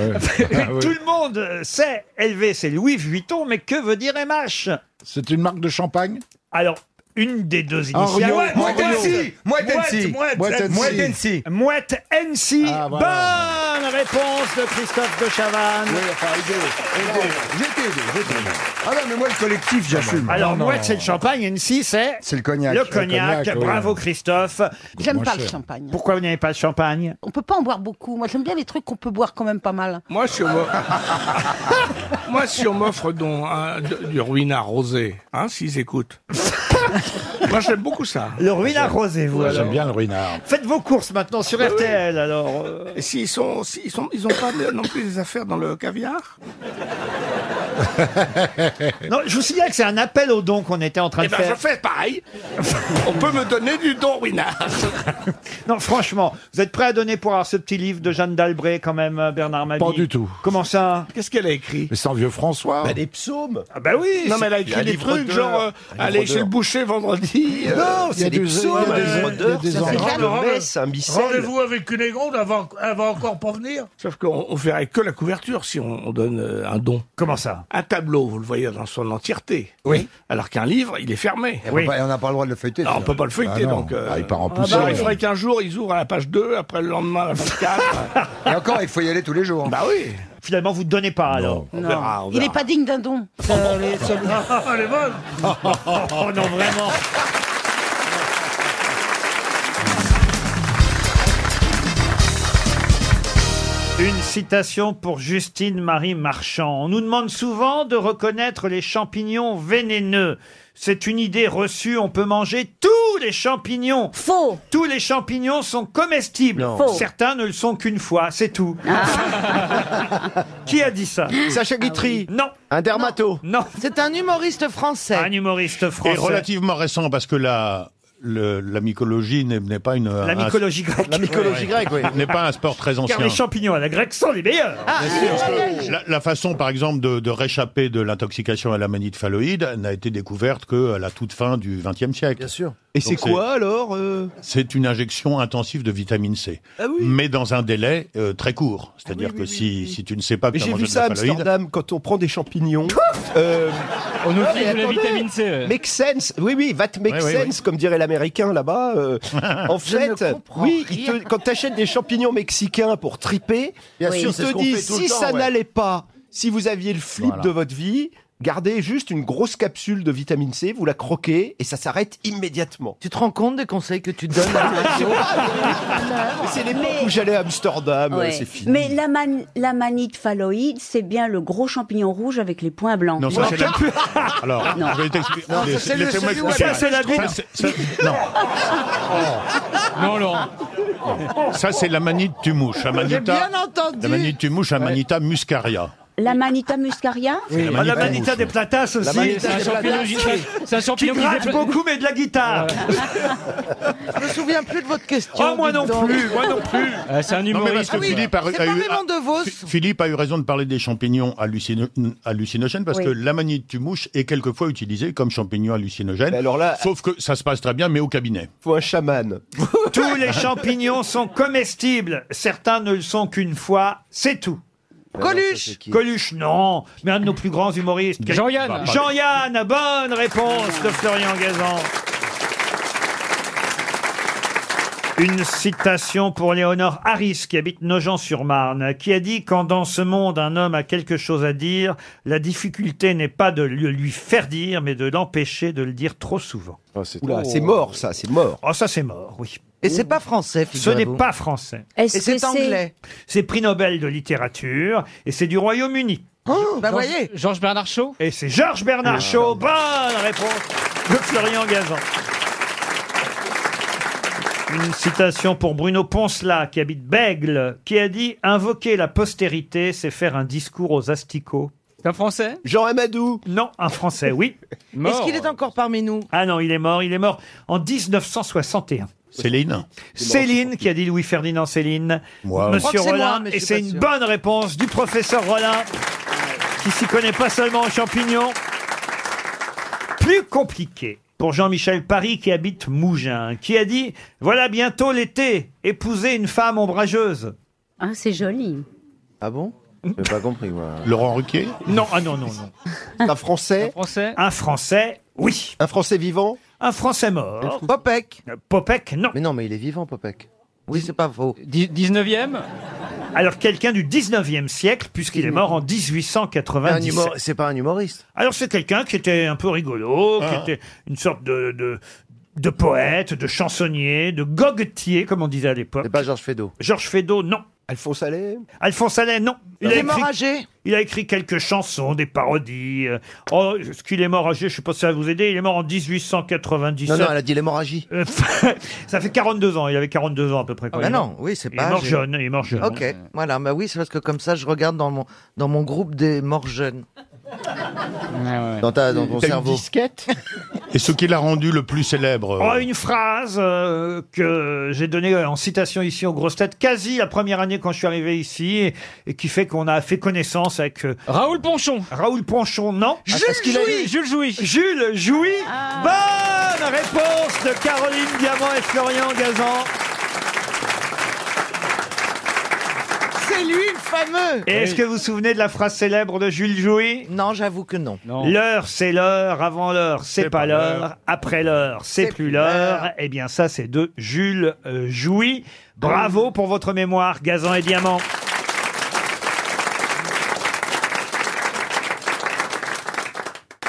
Speaker 6: Ah
Speaker 2: Tout le monde sait LV, c'est Louis Vuitton, mais que veut dire MH
Speaker 6: C'est une marque de champagne
Speaker 2: Alors, une des deux
Speaker 6: Ah,
Speaker 2: initiales.
Speaker 6: Rio, Mouette, Mouette, Rio. Hennessy,
Speaker 2: Mouette
Speaker 6: Mouette,
Speaker 2: Hennessy.
Speaker 6: Mouette, Mouette Hennessy.
Speaker 2: Mouette Hennessy. Mouette Hennessy.
Speaker 6: Ah,
Speaker 2: Bah.
Speaker 6: voilà.
Speaker 2: Bonne réponse de Christophe de Chavannes.
Speaker 6: Oui, enfin, aidez. aidez. J'étais aidé, j'étais aidé.
Speaker 39: Ah non, mais moi, le collectif, j'assume.
Speaker 2: Ah, bah. Alors,
Speaker 39: Non, non.
Speaker 2: Mouette, c'est le champagne, Hennessy, c'est
Speaker 39: C'est le cognac.
Speaker 2: Le cognac,
Speaker 39: Le cognac, oui.
Speaker 2: bravo Christophe.
Speaker 7: J'aime pas le champagne.
Speaker 2: Pourquoi vous n'aimez pas le champagne
Speaker 7: On peut pas en boire beaucoup. Moi, j'aime bien les trucs qu'on peut boire quand même pas mal.
Speaker 1: Moi, si on m'offre, Moi, si on m'offre donc, un- de- du ruinard rosé, hein, s'ils écoutent. Moi, j'aime beaucoup ça.
Speaker 2: Le ruinard rosé, vous.
Speaker 1: Ouais,
Speaker 2: alors.
Speaker 1: j'aime bien
Speaker 6: le ruinard.
Speaker 2: Faites vos courses maintenant sur
Speaker 1: Bah oui.
Speaker 2: RTL, alors. euh,
Speaker 1: Et s'ils sont, s'ils sont, ils ont pas de- non plus des affaires dans le caviar
Speaker 2: Non, je vous signale que c'est un appel au don qu'on était en train
Speaker 1: Eh
Speaker 2: de
Speaker 1: ben,
Speaker 2: faire.
Speaker 1: je fais pareil. On peut me donner du don ruinard.
Speaker 2: Non, franchement, vous êtes prêt à donner pour avoir ce petit livre de Jeanne d'Albret, quand même, euh, Bernard Mabie
Speaker 6: Pas du tout.
Speaker 2: Comment ça
Speaker 1: Qu'est-ce qu'elle a écrit
Speaker 6: Mais sans vieux François.
Speaker 1: des
Speaker 6: psaumes.
Speaker 2: Ah bah oui
Speaker 1: Non,
Speaker 2: c'est-
Speaker 1: mais elle a
Speaker 6: Il y a
Speaker 1: écrit
Speaker 6: un
Speaker 1: des
Speaker 6: livre
Speaker 1: trucs
Speaker 6: d'heures.
Speaker 1: genre euh,
Speaker 6: Un livre
Speaker 1: aller chez
Speaker 6: d'heures.
Speaker 1: le boucher vendredi. euh,
Speaker 6: Non,
Speaker 1: il y a
Speaker 6: c'est des psaumes,
Speaker 1: hommes,
Speaker 6: il y a des
Speaker 1: euh,
Speaker 6: odeurs,
Speaker 1: il y a
Speaker 6: ça fait
Speaker 1: endroits.
Speaker 6: jamais
Speaker 13: Hermès, un missel.
Speaker 23: Rendez-vous avec une égronde avant, avant encore pas venir.
Speaker 1: Sauf qu'on on ferait que la couverture si on, on donne euh, un don.
Speaker 2: Comment ça
Speaker 1: Un tableau, vous le voyez dans son entièreté. Oui. Alors qu'un livre, il est fermé.
Speaker 39: Et on peut pas- et on n'a pas le droit de le feuilleter.
Speaker 1: Ah, on
Speaker 39: ça.
Speaker 1: peut pas le feuilleter,
Speaker 39: Ah non.
Speaker 1: donc... euh,
Speaker 39: Ah, il part en
Speaker 1: ah bah,
Speaker 39: poussière.
Speaker 1: il faudrait qu'un jour, ils ouvrent à la page 2, après le lendemain à la page 4.
Speaker 39: Et encore, il faut y aller tous les jours.
Speaker 1: bah oui
Speaker 2: Finalement, vous ne donnez pas, alors.
Speaker 1: On verra, on
Speaker 7: Il
Speaker 1: verra.
Speaker 7: est pas digne d'un don. Euh, les- celui-là.
Speaker 23: Elle est bonne.
Speaker 2: Oh non, vraiment Une citation pour Justine Marie Marchand. On nous demande souvent de reconnaître les champignons vénéneux. C'est une idée reçue, on peut manger tous les champignons.
Speaker 7: Faux.
Speaker 2: Tous les champignons sont comestibles.
Speaker 7: Faux.
Speaker 2: Certains ne le sont qu'une fois, c'est tout.
Speaker 7: Ah.
Speaker 2: Qui a dit ça
Speaker 13: Sacha Guitry.
Speaker 2: Non.
Speaker 13: Un dermato.
Speaker 2: Non.
Speaker 4: C'est un humoriste français.
Speaker 2: Un humoriste
Speaker 17: Et
Speaker 2: français.
Speaker 17: relativement récent, parce que la, le- la mycologie n'est n'est pas une...
Speaker 2: La mycologie grecque.
Speaker 17: La mycologie grecque, oui. Ah, N'est pas un sport très ancien.
Speaker 2: Car les Ah, champignons à la grecque sont les meilleurs.
Speaker 17: La, la façon, par exemple, de, de réchapper de l'intoxication à la manie de phalloïde n'a été découverte qu'à la toute fin du XXe siècle. Bien sûr.
Speaker 13: Et c'est quoi alors euh
Speaker 17: C'est une injection intensive de vitamine C,
Speaker 13: Ah oui.
Speaker 17: mais dans un délai euh, très court. C'est-à-dire que si, si tu ne sais pas que
Speaker 13: Mais
Speaker 17: tu as
Speaker 13: J'ai
Speaker 17: mangé
Speaker 13: vu
Speaker 17: de
Speaker 13: ça à
Speaker 17: la phalloïde,
Speaker 13: Amsterdam quand on prend des champignons. euh, on nous
Speaker 40: Ah,
Speaker 13: dit
Speaker 40: mais
Speaker 13: de
Speaker 40: attendez.
Speaker 13: Make sense. Oui, oui, va te make
Speaker 17: Oui, oui,
Speaker 13: sense, comme dirait l'américain là-bas. euh, en
Speaker 17: Je
Speaker 13: fait,
Speaker 17: ne comprends
Speaker 13: oui, il te- quand tu achètes des champignons mexicains pour triper,
Speaker 17: Bien
Speaker 13: ils
Speaker 17: sûr, c'est ce
Speaker 13: te
Speaker 17: qu'on
Speaker 13: disent
Speaker 17: fait tout le
Speaker 13: si
Speaker 17: temps,
Speaker 13: ça
Speaker 17: ouais.
Speaker 13: n'allait pas, si vous aviez le flip
Speaker 17: Voilà.
Speaker 13: de votre vie, gardez juste une grosse capsule de vitamine C, vous la croquez et ça s'arrête immédiatement.
Speaker 4: Tu te rends compte des conseils que tu donnes à la radio
Speaker 13: Mais C'est l'époque où j'allais à Amsterdam,
Speaker 17: Ah,
Speaker 13: euh,
Speaker 27: Ouais.
Speaker 13: c'est fini.
Speaker 27: Mais la, man- la manite phalloïde, c'est bien le gros champignon rouge avec les points blancs.
Speaker 17: Non, ça, c'est la- Alors, je vais t'expliquer.
Speaker 27: Non, ça,
Speaker 17: Laisse-
Speaker 27: c'est le-
Speaker 17: laissez-moi
Speaker 27: celui où
Speaker 17: expliquer.
Speaker 27: elle- Ça, c'est la bite.
Speaker 17: Ça, c'est- ça- Non. Non, Ça, c'est la manite tumouche.
Speaker 27: J'ai
Speaker 17: Amanita.
Speaker 27: bien entendu.
Speaker 17: La manite tumouche, Amanita muscaria.
Speaker 27: La manita muscaria
Speaker 17: Oui,
Speaker 2: Ah, la
Speaker 17: Manita
Speaker 2: manita
Speaker 17: rouge.
Speaker 2: des platas
Speaker 17: La
Speaker 2: aussi.
Speaker 17: manita C'est un des champignon platas. qui-
Speaker 40: c'est un champignon
Speaker 2: qui
Speaker 40: qui
Speaker 2: gratte
Speaker 40: dépla-
Speaker 2: beaucoup mais de la guitare.
Speaker 4: Je me souviens plus de votre question.
Speaker 2: Ah, moi
Speaker 4: dites
Speaker 2: non
Speaker 4: donc.
Speaker 2: plus, moi non plus.
Speaker 40: Ah, c'est un
Speaker 17: Non, mais parce
Speaker 40: humoriste.
Speaker 17: que Philippe a,
Speaker 4: C'est
Speaker 17: a
Speaker 4: pas
Speaker 17: eu,
Speaker 4: Raymond
Speaker 17: a-
Speaker 4: DeVos.
Speaker 17: Phi- Philippe a eu raison de parler des champignons hallucino- hallucinogènes parce
Speaker 27: Oui.
Speaker 17: que la manite tumouche est quelquefois utilisée comme champignon hallucinogène.
Speaker 13: alors là-
Speaker 17: sauf que ça se passe très bien, mais au cabinet.
Speaker 13: Faut un chaman.
Speaker 2: Tous les champignons sont comestibles. Certains ne le sont qu'une fois, c'est tout.
Speaker 17: Bah
Speaker 4: Coluche
Speaker 2: Coluche, non, mais un de nos plus grands humoristes. Quel-
Speaker 40: Jean-Yann.
Speaker 2: Bah, pardon. Jean-Yann, bonne réponse de Florian Gazan. Une citation pour Léonore Harris, qui habite Nogent-sur-Marne, qui a dit « Quand dans ce monde un homme a quelque chose à dire, la difficulté n'est pas de le lui faire dire, mais de l'empêcher de le dire trop souvent.
Speaker 13: Oula, Ah, c'est mort ça, c'est mort. »
Speaker 2: Oh, ça c'est mort, oui.
Speaker 4: Oh. Et c'est pas français,
Speaker 2: Ce n'est
Speaker 4: figurez-vous.
Speaker 2: pas français.
Speaker 4: Est-ce Et c'est que c'est- anglais
Speaker 2: C'est prix Nobel de littérature, et c'est du Royaume-Uni.
Speaker 39: Oh,
Speaker 4: Bah voyez
Speaker 40: Georges Bernard Shaw
Speaker 2: Et c'est Georges
Speaker 39: Ah, Ah,
Speaker 2: Bernard Shaw. Bonne réponse de Florian Gazan. Une citation pour Bruno Poncelat, qui habite Bègle, qui a dit Invoquer la postérité, c'est faire un discours aux asticots. Un français Jean Amadou Non, un français, oui.
Speaker 7: Est-ce qu'il est encore parmi nous
Speaker 2: Ah non, il est mort, il est mort en 1961.
Speaker 5: Céline
Speaker 2: Céline qui a dit Louis-Ferdinand Céline.
Speaker 5: Moi,
Speaker 7: Je crois que
Speaker 2: Monsieur
Speaker 7: c'est moi,
Speaker 2: Rollin.
Speaker 7: mais je
Speaker 2: Et
Speaker 7: suis
Speaker 2: c'est
Speaker 7: pas
Speaker 2: une
Speaker 7: sûr.
Speaker 2: bonne réponse du professeur Rollin, qui s'y connaît pas seulement en champignons. Plus compliqué pour Jean-Michel Paris qui habite Mougins, qui a dit Voilà bientôt l'été, épousez une femme ombrageuse.
Speaker 27: Ah, c'est joli.
Speaker 2: Ah bon
Speaker 13: J'ai pas compris, moi.
Speaker 5: Laurent Ruquier
Speaker 2: Non, ah non, non, non.
Speaker 13: Un français
Speaker 2: Un français, oui.
Speaker 13: Un français vivant
Speaker 2: Un français mort.
Speaker 13: Popek
Speaker 2: Popek, non.
Speaker 13: Mais non, mais il est vivant, Popek.
Speaker 2: Oui, c'est pas faux. 19e Alors, quelqu'un du 19e siècle, puisqu'il est mort en
Speaker 13: Un humor-
Speaker 2: 1897.
Speaker 13: C'est pas un humoriste.
Speaker 2: Alors, c'est quelqu'un qui était un peu rigolo,
Speaker 13: Ah.
Speaker 2: qui était une sorte de, de, de poète, de chansonnier, de goguetier, comme on disait à l'époque. C'est pas Georges Feydeau Georges Feydeau, non. Alphonse Allais Alphonse Allais, non.
Speaker 7: Il
Speaker 2: a
Speaker 7: est mort
Speaker 2: écrit-
Speaker 7: âgé
Speaker 2: Il a écrit quelques chansons, des parodies. euh, Oh, ce qu'il est mort âgé, je ne sais pas si ça va vous aider, il est mort en 1897.
Speaker 13: Non, non, elle a dit l'hémorragie.
Speaker 2: Euh, ça fait 42 ans, il avait 42 ans à peu près. quand
Speaker 4: Ah bah
Speaker 2: il est
Speaker 4: non,
Speaker 2: mort.
Speaker 4: oui, c'est pas
Speaker 2: Il est mort
Speaker 4: âgé.
Speaker 2: jeune, il est mort jeune. hein.
Speaker 4: Ok, voilà, bah oui, c'est parce que comme ça, je regarde dans mon, dans mon groupe des morts jeunes.
Speaker 13: Dans, ta, dans ton
Speaker 5: T'as une
Speaker 13: cerveau.
Speaker 4: disquette
Speaker 5: Et ce qui l'a rendu le plus célèbre
Speaker 2: Oh, une phrase euh, que j'ai donnée en citation ici aux grosses têtes, quasi la première année quand je suis arrivé ici, et, et qui fait qu'on a fait connaissance avec... Raoul Ponchon Raoul Ponchon, non.
Speaker 6: Jules Ah, parce qu'il a- Jouy.
Speaker 2: Jules Jouy Jules Jouy Bonne réponse de Caroline Diamant et Florian Ah, Gazan
Speaker 4: C'est lui le fameux
Speaker 2: Et est-ce que vous vous souvenez de la phrase célèbre de Jules Jouy
Speaker 4: Non, j'avoue que non.
Speaker 2: L'heure, c'est l'heure, avant l'heure, c'est pas l'heure, après l'heure, c'est plus l'heure. Eh bien, ça, c'est de Jules euh, Jouy. Bravo pour votre mémoire, Gazan et Diamant.